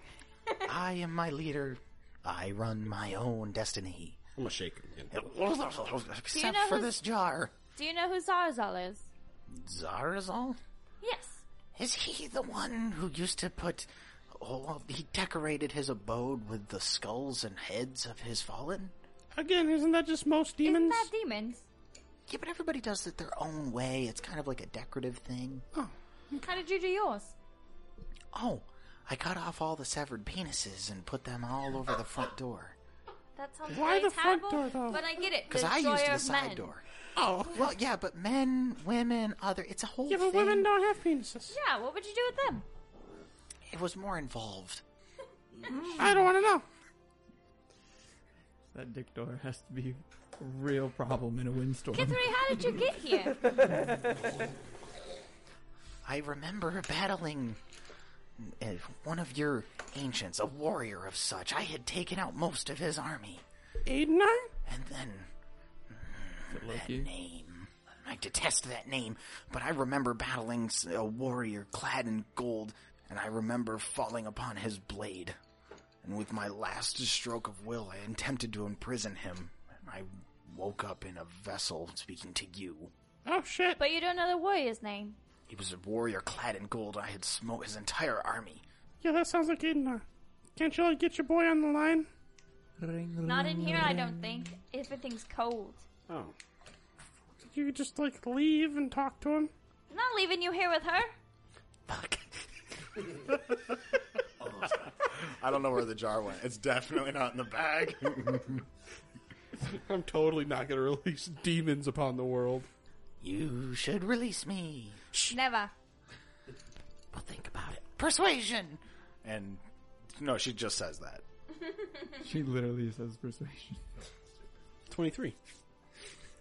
[SPEAKER 12] I am my leader. I run my own destiny.
[SPEAKER 10] I'm gonna shake him again.
[SPEAKER 12] Except
[SPEAKER 6] know
[SPEAKER 12] for
[SPEAKER 6] who's-
[SPEAKER 12] this jar.
[SPEAKER 6] Do you know who Zarazal is?
[SPEAKER 12] Zarazal?
[SPEAKER 6] Yes.
[SPEAKER 12] Is he the one who used to put all of- he decorated his abode with the skulls and heads of his fallen?
[SPEAKER 8] Again, isn't that just most
[SPEAKER 6] Isn't
[SPEAKER 8] demons?
[SPEAKER 6] that demons?
[SPEAKER 12] Yeah, but everybody does it their own way. It's kind of like a decorative thing.
[SPEAKER 6] How did you do yours?
[SPEAKER 12] Oh, I cut off all the severed penises and put them all over the front door.
[SPEAKER 6] That sounds
[SPEAKER 8] Why
[SPEAKER 6] very
[SPEAKER 8] the front
[SPEAKER 6] terrible,
[SPEAKER 8] door, though?
[SPEAKER 6] but I get it.
[SPEAKER 12] Because I
[SPEAKER 6] Destroyer
[SPEAKER 12] used the
[SPEAKER 6] of
[SPEAKER 12] side
[SPEAKER 6] men.
[SPEAKER 12] door.
[SPEAKER 8] Oh,
[SPEAKER 12] Well, yeah, but men, women, other. It's a whole
[SPEAKER 8] yeah, but
[SPEAKER 12] thing.
[SPEAKER 8] women don't have penises.
[SPEAKER 6] Yeah, what would you do with them?
[SPEAKER 12] It was more involved.
[SPEAKER 8] I don't want to know.
[SPEAKER 7] That dick door has to be a real problem in a windstorm.
[SPEAKER 6] Kithri, how did you get here?
[SPEAKER 12] I remember battling uh, one of your ancients, a warrior of such. I had taken out most of his army.
[SPEAKER 8] Aiden, I?
[SPEAKER 12] And then mm,
[SPEAKER 7] Loki.
[SPEAKER 12] name. I detest that name, but I remember battling s- a warrior clad in gold, and I remember falling upon his blade. And with my last stroke of will, I attempted to imprison him. And I woke up in a vessel speaking to you.
[SPEAKER 8] Oh shit.
[SPEAKER 6] but you don't know the warrior's name.
[SPEAKER 12] He was a warrior clad in gold. I had smote his entire army.
[SPEAKER 8] Yeah, that sounds like Aiden. I. Can't you like get your boy on the line?
[SPEAKER 6] Not in here, I don't think. Everything's cold.
[SPEAKER 10] Oh.
[SPEAKER 8] You could just like leave and talk to him.
[SPEAKER 6] I'm not leaving you here with her.
[SPEAKER 12] Fuck.
[SPEAKER 4] I don't know where the jar went. It's definitely not in the bag.
[SPEAKER 11] I'm totally not gonna release demons upon the world.
[SPEAKER 12] You should release me.
[SPEAKER 6] Never.
[SPEAKER 12] Well, think about it. Persuasion!
[SPEAKER 4] and No, she just says that.
[SPEAKER 7] She literally says persuasion.
[SPEAKER 10] 23.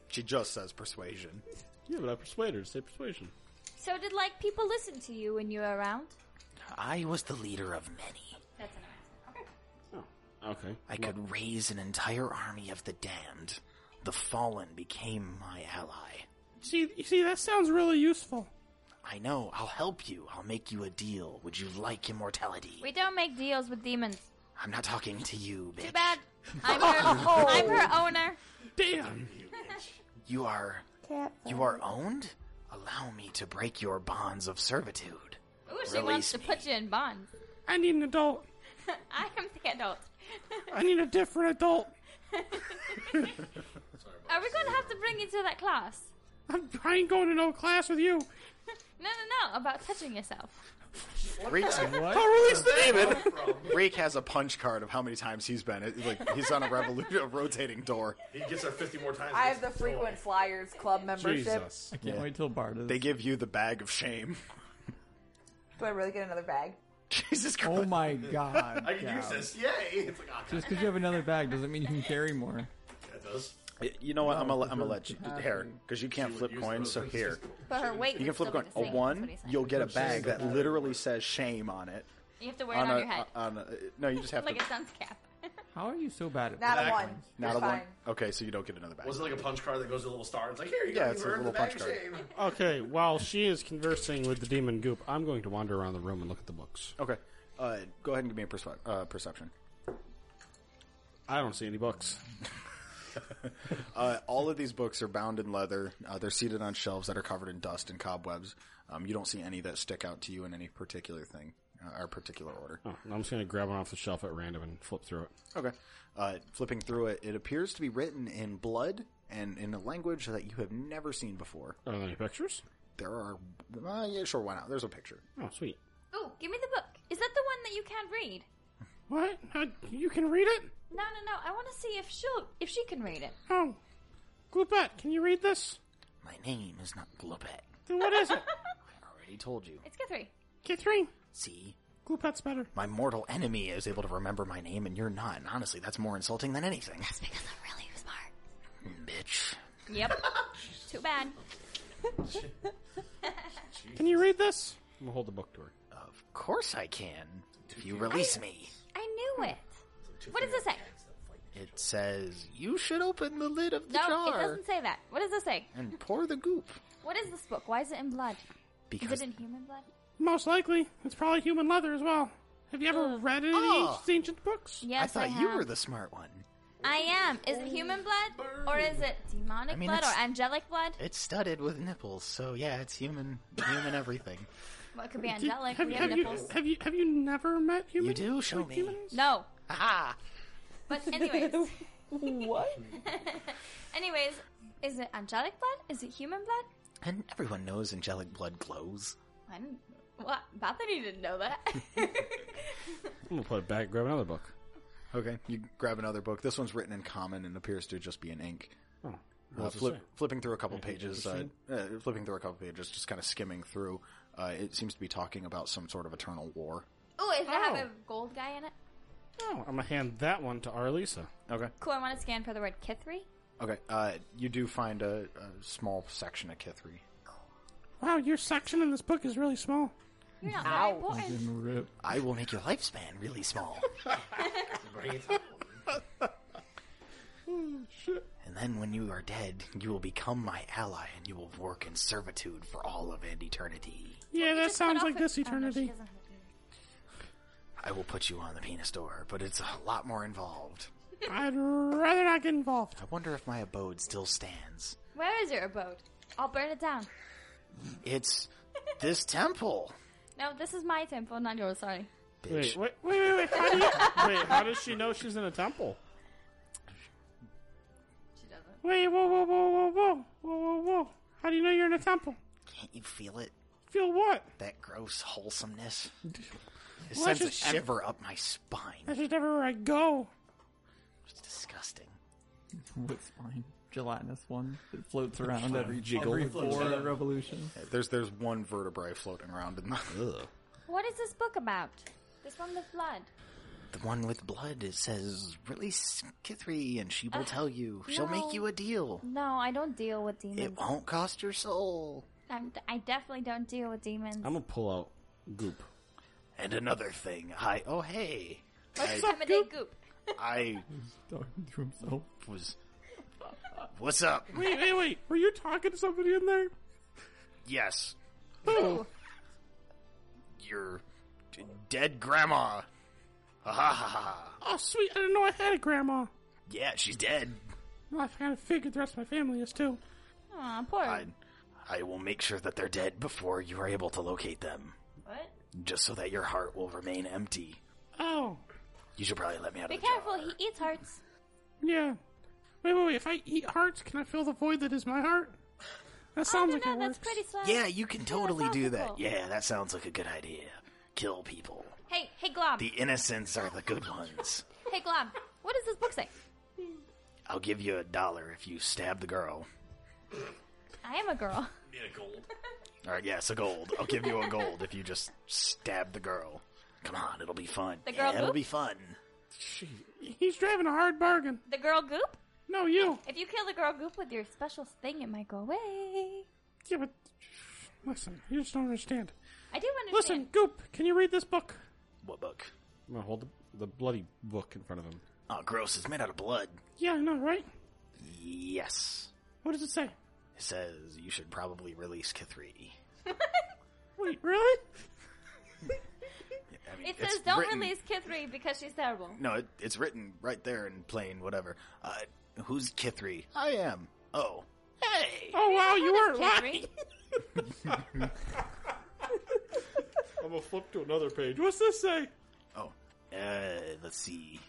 [SPEAKER 4] She just says persuasion.
[SPEAKER 10] Yeah, but I persuade her to say persuasion.
[SPEAKER 6] So did like people listen to you when you were around?
[SPEAKER 12] I was the leader of many.
[SPEAKER 6] That's an answer. Okay.
[SPEAKER 10] Okay.
[SPEAKER 12] I could raise an entire army of the damned. The fallen became my ally.
[SPEAKER 8] See, you see, that sounds really useful.
[SPEAKER 12] I know. I'll help you. I'll make you a deal. Would you like immortality?
[SPEAKER 6] We don't make deals with demons.
[SPEAKER 12] I'm not talking to you, bitch.
[SPEAKER 6] Too bad. I'm her, I'm her owner.
[SPEAKER 8] Damn.
[SPEAKER 12] You are.
[SPEAKER 6] Cat
[SPEAKER 12] You are owned? Allow me to break your bonds of servitude.
[SPEAKER 6] Ooh, she wants
[SPEAKER 12] Release
[SPEAKER 6] to put you in bonds.
[SPEAKER 8] I need an adult.
[SPEAKER 6] I am the adult.
[SPEAKER 8] I need a different adult.
[SPEAKER 6] Are we going to have to bring you to that class?
[SPEAKER 8] I'm, I ain't going to no class with
[SPEAKER 6] No,
[SPEAKER 8] you.
[SPEAKER 6] no, no. About touching yourself.
[SPEAKER 4] Reek's,
[SPEAKER 8] release
[SPEAKER 4] David. Reek has a punch card of how many times he's been. It, like he's on a, revolu- a rotating door.
[SPEAKER 1] He gets her 50 more times.
[SPEAKER 5] I have the frequent flyers club membership.
[SPEAKER 7] I can't wait till Bardas.
[SPEAKER 4] They give you the bag of shame.
[SPEAKER 5] Do I really get another bag?
[SPEAKER 4] Jesus
[SPEAKER 7] Oh my god.
[SPEAKER 1] I can use
[SPEAKER 7] Gab.
[SPEAKER 1] this. Yay! It's like, oh,
[SPEAKER 7] Just because you have another bag doesn't mean you can carry more.
[SPEAKER 1] that does.
[SPEAKER 4] Y- You know what? I'm gonna I'm gonna let you
[SPEAKER 7] capacity.
[SPEAKER 4] here because you can't flip coins. So here,
[SPEAKER 6] But her weight
[SPEAKER 4] you can
[SPEAKER 6] would
[SPEAKER 4] flip a
[SPEAKER 6] still be the same, is
[SPEAKER 4] coin. A
[SPEAKER 6] what
[SPEAKER 4] one,
[SPEAKER 6] he's saying.
[SPEAKER 4] you'll get a bag that literally says shame on it.
[SPEAKER 6] You have to
[SPEAKER 12] Oh,
[SPEAKER 6] wear it on
[SPEAKER 4] a,
[SPEAKER 6] your head.
[SPEAKER 4] on a- no, you just have
[SPEAKER 6] like
[SPEAKER 4] to.
[SPEAKER 6] a sun's cap.
[SPEAKER 7] How are you so bad at
[SPEAKER 5] Not a
[SPEAKER 7] that?
[SPEAKER 5] one.
[SPEAKER 4] Not
[SPEAKER 5] It's
[SPEAKER 4] a one.
[SPEAKER 5] fine.
[SPEAKER 4] Okay, so you don't get another bag.
[SPEAKER 1] Was it like a punch card that goes to a little star? It's like, here you
[SPEAKER 4] Yeah,
[SPEAKER 1] go.
[SPEAKER 4] it's
[SPEAKER 1] you
[SPEAKER 4] a
[SPEAKER 1] earned the
[SPEAKER 4] little
[SPEAKER 1] bag
[SPEAKER 4] punch
[SPEAKER 1] of
[SPEAKER 4] card.
[SPEAKER 1] shame.
[SPEAKER 3] Okay, while she is conversing with the demon goop, I'm going to wander around the room and look at the books.
[SPEAKER 4] Okay, uh, go ahead and give me a perspe- uh, perception.
[SPEAKER 10] I don't see any books.
[SPEAKER 4] Uh, all of these books are bound in leather. Uh, they're seated on shelves that are covered in dust and cobwebs. Um, you don't see any that stick out to you in any particular thing uh, or particular order.
[SPEAKER 10] Oh, I'm just going to grab one off the shelf at random and flip through it.
[SPEAKER 4] Okay. Uh, flipping through it, it appears to be written in blood and in a language that you have never seen before.
[SPEAKER 10] Are there any pictures?
[SPEAKER 4] There are. Uh, yeah, sure, why not? There's a picture.
[SPEAKER 10] Oh, sweet.
[SPEAKER 6] Ooh, give me the book. Is that the one that you can't read?
[SPEAKER 8] What? Uh, you can read it?
[SPEAKER 6] No, no, no. I want to see if she'll if she can read it.
[SPEAKER 8] Oh. Gloopet, can you read this?
[SPEAKER 12] My name is not Glupet.
[SPEAKER 8] Then what is it?
[SPEAKER 12] I already told you.
[SPEAKER 6] It's Guthrie.
[SPEAKER 8] Catherine.
[SPEAKER 12] See,
[SPEAKER 8] Gloopet's better.
[SPEAKER 12] my mortal enemy is able to remember my name, and you're not. And honestly, that's more insulting than anything.
[SPEAKER 6] It's because I'm really smart.
[SPEAKER 12] Bitch.
[SPEAKER 6] Yep. Too bad.
[SPEAKER 8] Can you read this?
[SPEAKER 10] I'm going to hold the book to her.
[SPEAKER 12] Of course I can. If you release me.
[SPEAKER 6] I knew it. What does it say?
[SPEAKER 12] It says, you should open the lid of the
[SPEAKER 6] No, it
[SPEAKER 12] jar
[SPEAKER 6] doesn't say that. What does it say?
[SPEAKER 12] and pour the goop.
[SPEAKER 6] What is this book? Why is it in blood?
[SPEAKER 12] Because
[SPEAKER 6] is it in human blood?
[SPEAKER 8] Most likely. It's probably human leather as well. Have you ever read any
[SPEAKER 12] Ah.
[SPEAKER 8] of these ancient books?
[SPEAKER 6] Yes,
[SPEAKER 12] I thought
[SPEAKER 6] have.
[SPEAKER 12] you were the smart one.
[SPEAKER 6] I am. Is it human blood or is it demonic
[SPEAKER 12] I mean,
[SPEAKER 6] blood or
[SPEAKER 12] it's-
[SPEAKER 6] angelic blood?
[SPEAKER 12] It's studded with nipples, so yeah, it's human, human everything.
[SPEAKER 6] Well, it could be
[SPEAKER 8] Did-
[SPEAKER 6] angelic.
[SPEAKER 8] have,
[SPEAKER 6] we have,
[SPEAKER 8] have you,
[SPEAKER 6] nipples.
[SPEAKER 8] have you have you never met
[SPEAKER 12] You
[SPEAKER 8] humans?
[SPEAKER 12] do show me.
[SPEAKER 6] No.
[SPEAKER 12] Ah,
[SPEAKER 6] But anyways,
[SPEAKER 5] What?
[SPEAKER 6] anyways, is it angelic blood? Is it human blood?
[SPEAKER 12] and everyone knows angelic blood glows.
[SPEAKER 6] I didn't. What? Bethany didn't know that.
[SPEAKER 10] I'm going to put it back and grab another book.
[SPEAKER 4] Okay. You grab another book. This one's written in common and appears to just be in ink.
[SPEAKER 10] Oh,
[SPEAKER 4] Uh,
[SPEAKER 10] what's it
[SPEAKER 4] flip,
[SPEAKER 10] say?
[SPEAKER 4] flipping through a couple
[SPEAKER 10] Anything
[SPEAKER 4] pages, uh,
[SPEAKER 10] interesting?
[SPEAKER 4] uh, flipping through a couple pages, just kind of skimming through. Uh, it seems to be talking about some sort of eternal war.
[SPEAKER 6] oh, is that have
[SPEAKER 8] Oh.
[SPEAKER 6] a gold guy in it?
[SPEAKER 3] Oh, I'm gonna hand that one to Arlisa.
[SPEAKER 4] Okay.
[SPEAKER 6] Cool. I want to scan for the word Kithri.
[SPEAKER 4] Okay. Uh, you do find a, a small section of Kithri.
[SPEAKER 8] Wow, your section in this book is really small.
[SPEAKER 6] You're not very important.
[SPEAKER 7] Jim Rip.
[SPEAKER 12] I will make your lifespan really small.
[SPEAKER 8] Oh,
[SPEAKER 12] And then when you are dead, you will become my ally and you will work in servitude for all of an eternity.
[SPEAKER 8] Yeah,
[SPEAKER 6] You
[SPEAKER 8] that
[SPEAKER 6] just cut
[SPEAKER 8] sounds
[SPEAKER 6] off
[SPEAKER 8] like
[SPEAKER 6] it-
[SPEAKER 8] this
[SPEAKER 6] oh, no, she
[SPEAKER 8] eternity.
[SPEAKER 6] doesn't have it.
[SPEAKER 12] I will put you on the penis door, but it's a lot more involved.
[SPEAKER 8] I'd rather not get involved.
[SPEAKER 12] I wonder if my abode still stands.
[SPEAKER 6] Where is your abode? I'll burn it down.
[SPEAKER 12] It's this temple.
[SPEAKER 6] No, this is my temple, not yours. Sorry.
[SPEAKER 3] Wait,
[SPEAKER 12] Bitch.
[SPEAKER 3] wait, wait, wait, wait. How do you, wait, how does she know she's in a temple?
[SPEAKER 6] She doesn't.
[SPEAKER 8] Wait, whoa, whoa, whoa, whoa, whoa, whoa, whoa, whoa. How do you know you're in a temple?
[SPEAKER 12] Can't you feel it?
[SPEAKER 8] Feel what?
[SPEAKER 12] That gross wholesomeness. It
[SPEAKER 8] Well, I
[SPEAKER 12] sends a
[SPEAKER 8] just-
[SPEAKER 12] shiver up my spine.
[SPEAKER 8] That's just everywhere I go.
[SPEAKER 12] It's disgusting.
[SPEAKER 7] What's mine? Gelatinous one that floats around every
[SPEAKER 10] jiggle.
[SPEAKER 7] every four revolutions.
[SPEAKER 4] There's there's one vertebrae floating around in the.
[SPEAKER 6] What is this book about? This one with blood.
[SPEAKER 12] the one with blood. It says, release Kithri and she will
[SPEAKER 8] Uh,
[SPEAKER 12] tell you. She'll make you a deal.
[SPEAKER 6] No, I don't deal with demons.
[SPEAKER 8] Mm.
[SPEAKER 12] It won't cost your soul.
[SPEAKER 6] I'm, I definitely don't deal with demons.
[SPEAKER 10] I'm gonna pull out goop.
[SPEAKER 12] And another thing, I oh hey,
[SPEAKER 6] Let's intimidate Goop.
[SPEAKER 12] I
[SPEAKER 7] talking to himself.
[SPEAKER 12] was. What's up?
[SPEAKER 8] Wait, wait, wait. Were you talking to somebody in there?
[SPEAKER 12] Yes,
[SPEAKER 8] Oh,
[SPEAKER 12] your d- dead grandma. Ha ha ha ha.
[SPEAKER 8] oh, sweet. I didn't know I had a grandma.
[SPEAKER 12] Yeah, she's dead.
[SPEAKER 8] Well, I kind of figured the rest of my family is too.
[SPEAKER 6] Aw, poor.
[SPEAKER 12] I, I will make sure that they're dead before you are able to locate them,
[SPEAKER 6] What?
[SPEAKER 12] just so that your heart will remain empty.
[SPEAKER 8] Oh,
[SPEAKER 12] You should probably let me out
[SPEAKER 6] Be
[SPEAKER 12] of the jar.
[SPEAKER 6] careful, he eats hearts.
[SPEAKER 8] yeah. Wait, wait, wait. If I eat hearts, can I fill the void that is my heart? That sounds like it
[SPEAKER 6] Oh, That's
[SPEAKER 8] works.
[SPEAKER 6] pretty slow.
[SPEAKER 12] Yeah, you can totally do that.
[SPEAKER 6] logical.
[SPEAKER 12] Yeah, that sounds like a good idea. Kill people.
[SPEAKER 6] Hey, hey, Glom.
[SPEAKER 12] The innocents are the good ones.
[SPEAKER 6] Hey, Glom. What does this book say?
[SPEAKER 12] I'll give you a dollar if you stab the girl.
[SPEAKER 6] I am a girl.
[SPEAKER 1] Need a gold.
[SPEAKER 12] All right, yes, a gold. I'll give you a gold if you just stab the girl. Come on, it'll be fun.
[SPEAKER 6] The girl
[SPEAKER 12] yeah, it'll
[SPEAKER 6] who?
[SPEAKER 12] be fun.
[SPEAKER 8] He's driving a hard bargain.
[SPEAKER 6] The girl Goop?
[SPEAKER 8] No, you.
[SPEAKER 6] If you kill the girl Goop with your special thing, it might go away.
[SPEAKER 8] Yeah, but listen, you just don't understand.
[SPEAKER 6] I do
[SPEAKER 8] Listen,
[SPEAKER 6] understand.
[SPEAKER 8] Goop, can you read this book?
[SPEAKER 12] What book?
[SPEAKER 10] I'm gonna hold the, the bloody book in front of him.
[SPEAKER 12] Oh, gross! It's made out of blood.
[SPEAKER 8] Yeah, I know, right?
[SPEAKER 12] Yes.
[SPEAKER 8] What does it say?
[SPEAKER 12] It says you should probably release Kithri.
[SPEAKER 8] Wait, really?
[SPEAKER 12] I mean,
[SPEAKER 6] it
[SPEAKER 12] it's
[SPEAKER 6] says don't
[SPEAKER 12] written-
[SPEAKER 6] release Kithri because she's terrible.
[SPEAKER 12] No, it, it's written right there in plain whatever. Uh, who's Kithri? I am. Oh, hey.
[SPEAKER 8] Oh wow, you weren't
[SPEAKER 6] Kithri.
[SPEAKER 8] lying.
[SPEAKER 11] I'm gonna flip to another page.
[SPEAKER 8] What's this say?
[SPEAKER 12] Oh, uh, let's see.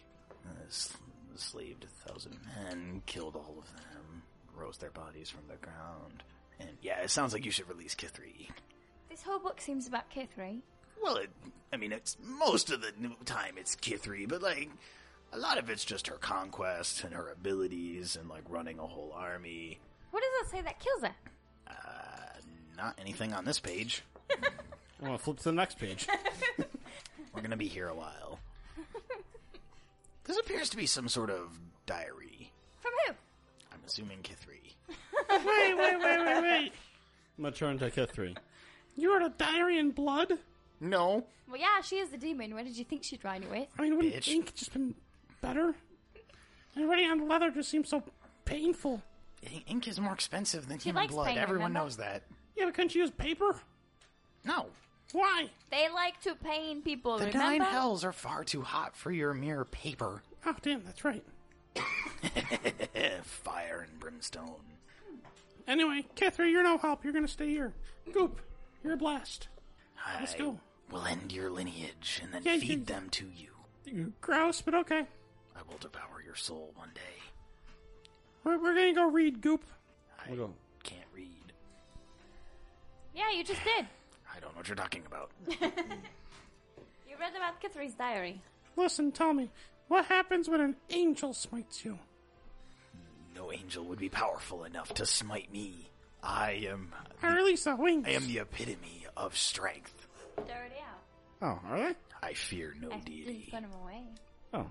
[SPEAKER 12] Uh, sl- slaved a thousand men, killed all of them, rose their bodies from the ground. And yeah, it sounds like you should release Kithri.
[SPEAKER 6] This whole book seems about Kithri.
[SPEAKER 12] Well, it, I mean, it's most of the new time it's Kithri, but like a lot of it's just her conquests and her abilities and like running a whole army.
[SPEAKER 6] What does it say that kills her?
[SPEAKER 12] Not anything on this page.
[SPEAKER 10] I'm gonna flip to the next page.
[SPEAKER 12] We're gonna be here a while. This appears to be some sort of diary.
[SPEAKER 6] From who?
[SPEAKER 12] I'm assuming Kithri.
[SPEAKER 8] Wait, wait, wait, wait, wait.
[SPEAKER 10] I'm gonna turn to Kithri.
[SPEAKER 8] You wrote a diary in blood?
[SPEAKER 12] No.
[SPEAKER 6] Well, yeah, she is the demon. What did you think she'd rhyme it with?
[SPEAKER 8] I mean, wouldn't ink just been better? And writing on leather just seems so painful.
[SPEAKER 12] I- Ink is more expensive than
[SPEAKER 6] She
[SPEAKER 12] human
[SPEAKER 6] likes
[SPEAKER 12] blood.
[SPEAKER 6] pain,
[SPEAKER 12] Everyone
[SPEAKER 6] remember?
[SPEAKER 12] knows that.
[SPEAKER 8] Yeah, but couldn't you use paper?
[SPEAKER 12] No.
[SPEAKER 8] Why?
[SPEAKER 6] They like to pain people,
[SPEAKER 12] The nine
[SPEAKER 6] remember?
[SPEAKER 12] hells are far too hot for your mere paper.
[SPEAKER 8] Oh, damn, that's right.
[SPEAKER 12] Fire and brimstone.
[SPEAKER 8] Anyway, Kithri, you're no help. You're gonna stay here. Goop, you're a blast. Let's
[SPEAKER 12] I
[SPEAKER 8] go.
[SPEAKER 12] will end your lineage and then
[SPEAKER 8] Yeah, you
[SPEAKER 12] feed
[SPEAKER 8] can-
[SPEAKER 12] them to you.
[SPEAKER 8] Gross, but okay.
[SPEAKER 12] I will devour your soul one day.
[SPEAKER 8] We're, we're gonna go read Goop.
[SPEAKER 12] I can't read.
[SPEAKER 6] Yeah, you just did.
[SPEAKER 12] I don't know what you're talking about.
[SPEAKER 6] You read about Kithri's diary.
[SPEAKER 8] Listen, tell me, what happens when an angel smites you?
[SPEAKER 12] No angel would be powerful enough to smite me. I am.
[SPEAKER 8] I release a wing.
[SPEAKER 12] I am the epitome of strength.
[SPEAKER 6] They're already out.
[SPEAKER 10] Oh, are they?
[SPEAKER 12] I fear no
[SPEAKER 6] I
[SPEAKER 12] deity.
[SPEAKER 6] didn't put him away.
[SPEAKER 10] Oh.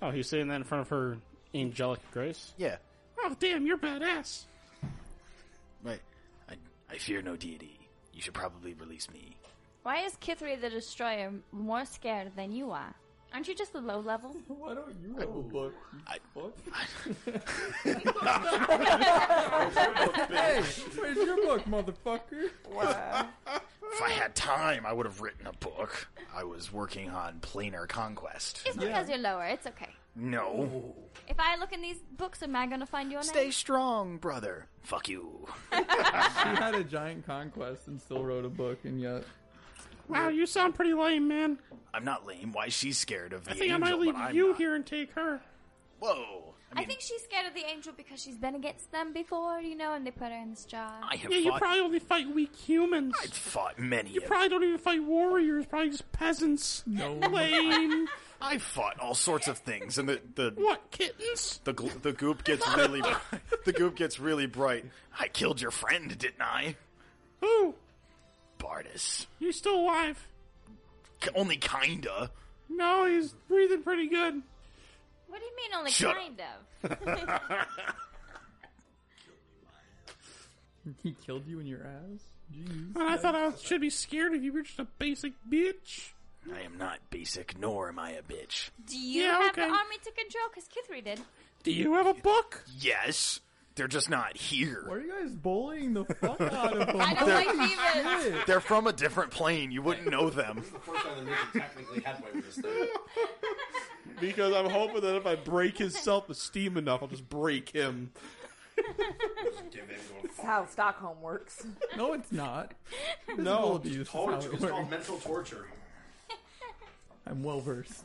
[SPEAKER 10] Oh, he's saying that in front of her angelic grace?
[SPEAKER 12] Yeah.
[SPEAKER 8] Oh, damn, you're badass.
[SPEAKER 12] Right. I, I fear no deity. You should probably release me.
[SPEAKER 6] Why is Kithri the Destroyer more scared than you are? Aren't you just a low level?
[SPEAKER 11] Why don't you
[SPEAKER 6] Oh,
[SPEAKER 11] have a book? What?
[SPEAKER 7] hey, where's your book, motherfucker?
[SPEAKER 12] If I had time, I would have written a book. I was working on Planar Conquest.
[SPEAKER 6] It's because you're lower. It's okay.
[SPEAKER 12] No.
[SPEAKER 6] If I look in these books, am I gonna find your name?
[SPEAKER 12] Stay strong, brother. Fuck you.
[SPEAKER 7] She had a giant conquest and still wrote a book, and yet
[SPEAKER 8] Wow, you sound pretty lame, man.
[SPEAKER 12] I'm not lame. Why is she scared of the
[SPEAKER 8] I think I
[SPEAKER 12] angel?
[SPEAKER 8] might leave
[SPEAKER 12] but I'm
[SPEAKER 8] you
[SPEAKER 12] not.
[SPEAKER 8] here and take her.
[SPEAKER 12] Whoa. I,
[SPEAKER 6] I,
[SPEAKER 12] mean,
[SPEAKER 6] think she's scared of the angel because she's been against them before, you know, and they put her in this job.
[SPEAKER 12] I have
[SPEAKER 8] Yeah, you
[SPEAKER 12] fought,
[SPEAKER 8] probably only fight weak humans.
[SPEAKER 12] I've fought many.
[SPEAKER 8] You
[SPEAKER 12] of-
[SPEAKER 8] probably don't even fight warriors. Probably just peasants.
[SPEAKER 7] no.
[SPEAKER 8] Lame.
[SPEAKER 12] I've fought all sorts of things, and the the
[SPEAKER 8] what kittens?
[SPEAKER 12] the, gl- the goop gets really br- the goop gets really bright. I killed your friend, didn't I,
[SPEAKER 8] Who?
[SPEAKER 12] Bardis?
[SPEAKER 8] You still alive?
[SPEAKER 12] C- only kinda.
[SPEAKER 8] No, he's breathing pretty good.
[SPEAKER 6] What do you mean only
[SPEAKER 8] Shut
[SPEAKER 6] kind of?
[SPEAKER 7] He killed you in your ass? Jeez.
[SPEAKER 8] I thought I should be scared of you. You're just a basic bitch.
[SPEAKER 12] I am not basic, nor am I a bitch.
[SPEAKER 6] do you
[SPEAKER 8] Yeah,
[SPEAKER 6] have
[SPEAKER 8] okay.
[SPEAKER 6] the army to control? Because Kithri did.
[SPEAKER 8] Do you have a book?
[SPEAKER 12] Yes. They're just not here.
[SPEAKER 7] Why are you guys bullying the fuck out of them?
[SPEAKER 12] I don't like
[SPEAKER 7] Holy
[SPEAKER 6] Beavis.
[SPEAKER 7] shit.
[SPEAKER 12] They're from a different plane. You wouldn't know them.
[SPEAKER 1] the first time the mission technically headway with this thing.
[SPEAKER 11] Because I'm hoping that if I break his self esteem enough, I'll just break him.
[SPEAKER 1] Give in, go
[SPEAKER 5] That's how Stockholm works.
[SPEAKER 7] No, it's not.
[SPEAKER 11] No.
[SPEAKER 7] abuse.
[SPEAKER 1] Torture.
[SPEAKER 7] is how it
[SPEAKER 1] It's called
[SPEAKER 7] works.
[SPEAKER 1] mental torture.
[SPEAKER 7] I'm well versed.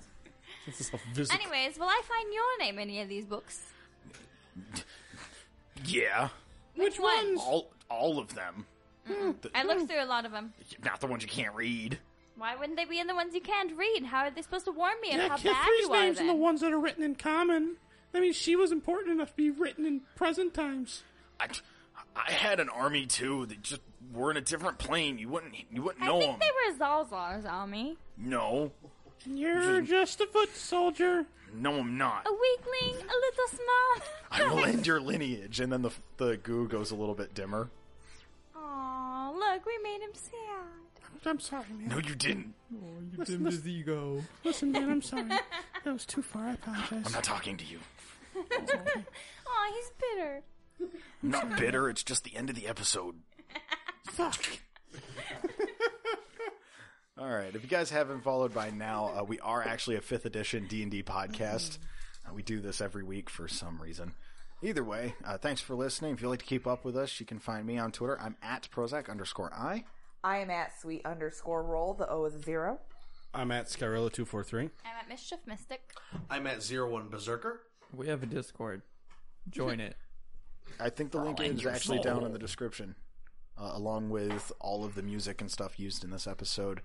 [SPEAKER 10] This is a visit.
[SPEAKER 6] Anyways, will I find your name in any of these books?
[SPEAKER 12] Yeah.
[SPEAKER 6] Which, one?
[SPEAKER 12] All all of them.
[SPEAKER 8] Mm-hmm.
[SPEAKER 12] The- Mm.
[SPEAKER 6] I looked through a lot of them.
[SPEAKER 12] not the ones you can't read.
[SPEAKER 6] Why wouldn't they be in the ones you can't read? How are they supposed to warn me of
[SPEAKER 8] Yeah,
[SPEAKER 6] how bad
[SPEAKER 8] Kithri's
[SPEAKER 6] you are?
[SPEAKER 8] names are
[SPEAKER 6] Then?
[SPEAKER 8] the ones that are written in common. I mean, she was important enough to be written in present times.
[SPEAKER 12] I, I had an army too. They just were in a different plane. You wouldn't you wouldn't
[SPEAKER 6] I
[SPEAKER 12] know
[SPEAKER 6] think
[SPEAKER 12] them.
[SPEAKER 6] they were Zalzar's army.
[SPEAKER 12] No,
[SPEAKER 8] You're just a foot soldier.
[SPEAKER 12] no, I'm not.
[SPEAKER 6] A weakling, a little small.
[SPEAKER 4] I will end your lineage, and then the the goo goes a little bit dimmer.
[SPEAKER 6] Aw, look, we made him sad.
[SPEAKER 8] I'm sorry, man.
[SPEAKER 12] No, you didn't.
[SPEAKER 8] you dimmed his
[SPEAKER 7] ego.
[SPEAKER 8] Listen, man, I'm sorry. That was too far. I apologize.
[SPEAKER 12] I'm not talking to you.
[SPEAKER 6] Aw, he's bitter.
[SPEAKER 12] I'm not bitter. It's just the end of the episode.
[SPEAKER 8] Fuck.
[SPEAKER 4] All right. If you guys haven't followed by now, uh, we are actually a fifth edition D and D podcast. Uh, we do this every week for some reason.
[SPEAKER 14] Either way, uh, thanks for listening. If you'd like to keep up with us, you can find me on Twitter. I'm at Prozac underscore I.
[SPEAKER 5] I am at sweet underscore roll. The O is a zero.
[SPEAKER 10] I'm at Skyrella243.
[SPEAKER 6] I'm at Mischief Mystic.
[SPEAKER 1] I'm at zero one berserker.
[SPEAKER 7] We have a Discord. Join it.
[SPEAKER 4] I think the link
[SPEAKER 7] Following
[SPEAKER 4] is
[SPEAKER 7] your
[SPEAKER 4] actually
[SPEAKER 7] soul.
[SPEAKER 4] down in the description, uh, along with all of the music and stuff used in this episode.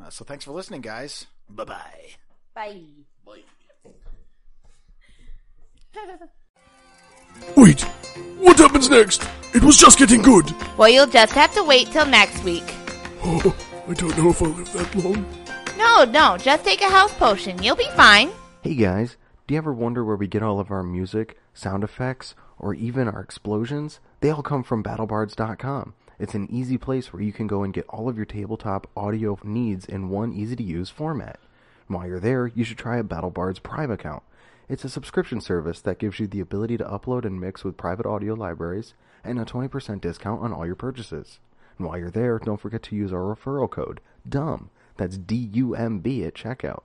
[SPEAKER 4] Uh, so thanks for listening, guys. Bye bye.
[SPEAKER 2] Bye.
[SPEAKER 19] Wait, what happens next? It was just getting good.
[SPEAKER 20] Well, you'll just have to wait till next week.
[SPEAKER 19] Oh, I don't know if I'll live that long.
[SPEAKER 20] No, no, just take a health potion. You'll be fine.
[SPEAKER 21] Hey guys, do you ever wonder where we get all of our music, sound effects, or even our explosions? They all come from battlebards.com. It's an easy place where you can go and get all of your tabletop audio needs in one easy to use format. And while you're there, you should try a BattleBards Prime account. It's a subscription service that gives you the ability to upload and mix with private audio libraries and a 20% discount on all your purchases. And while you're there, don't forget to use our referral code, DUMB. That's D U M B at checkout.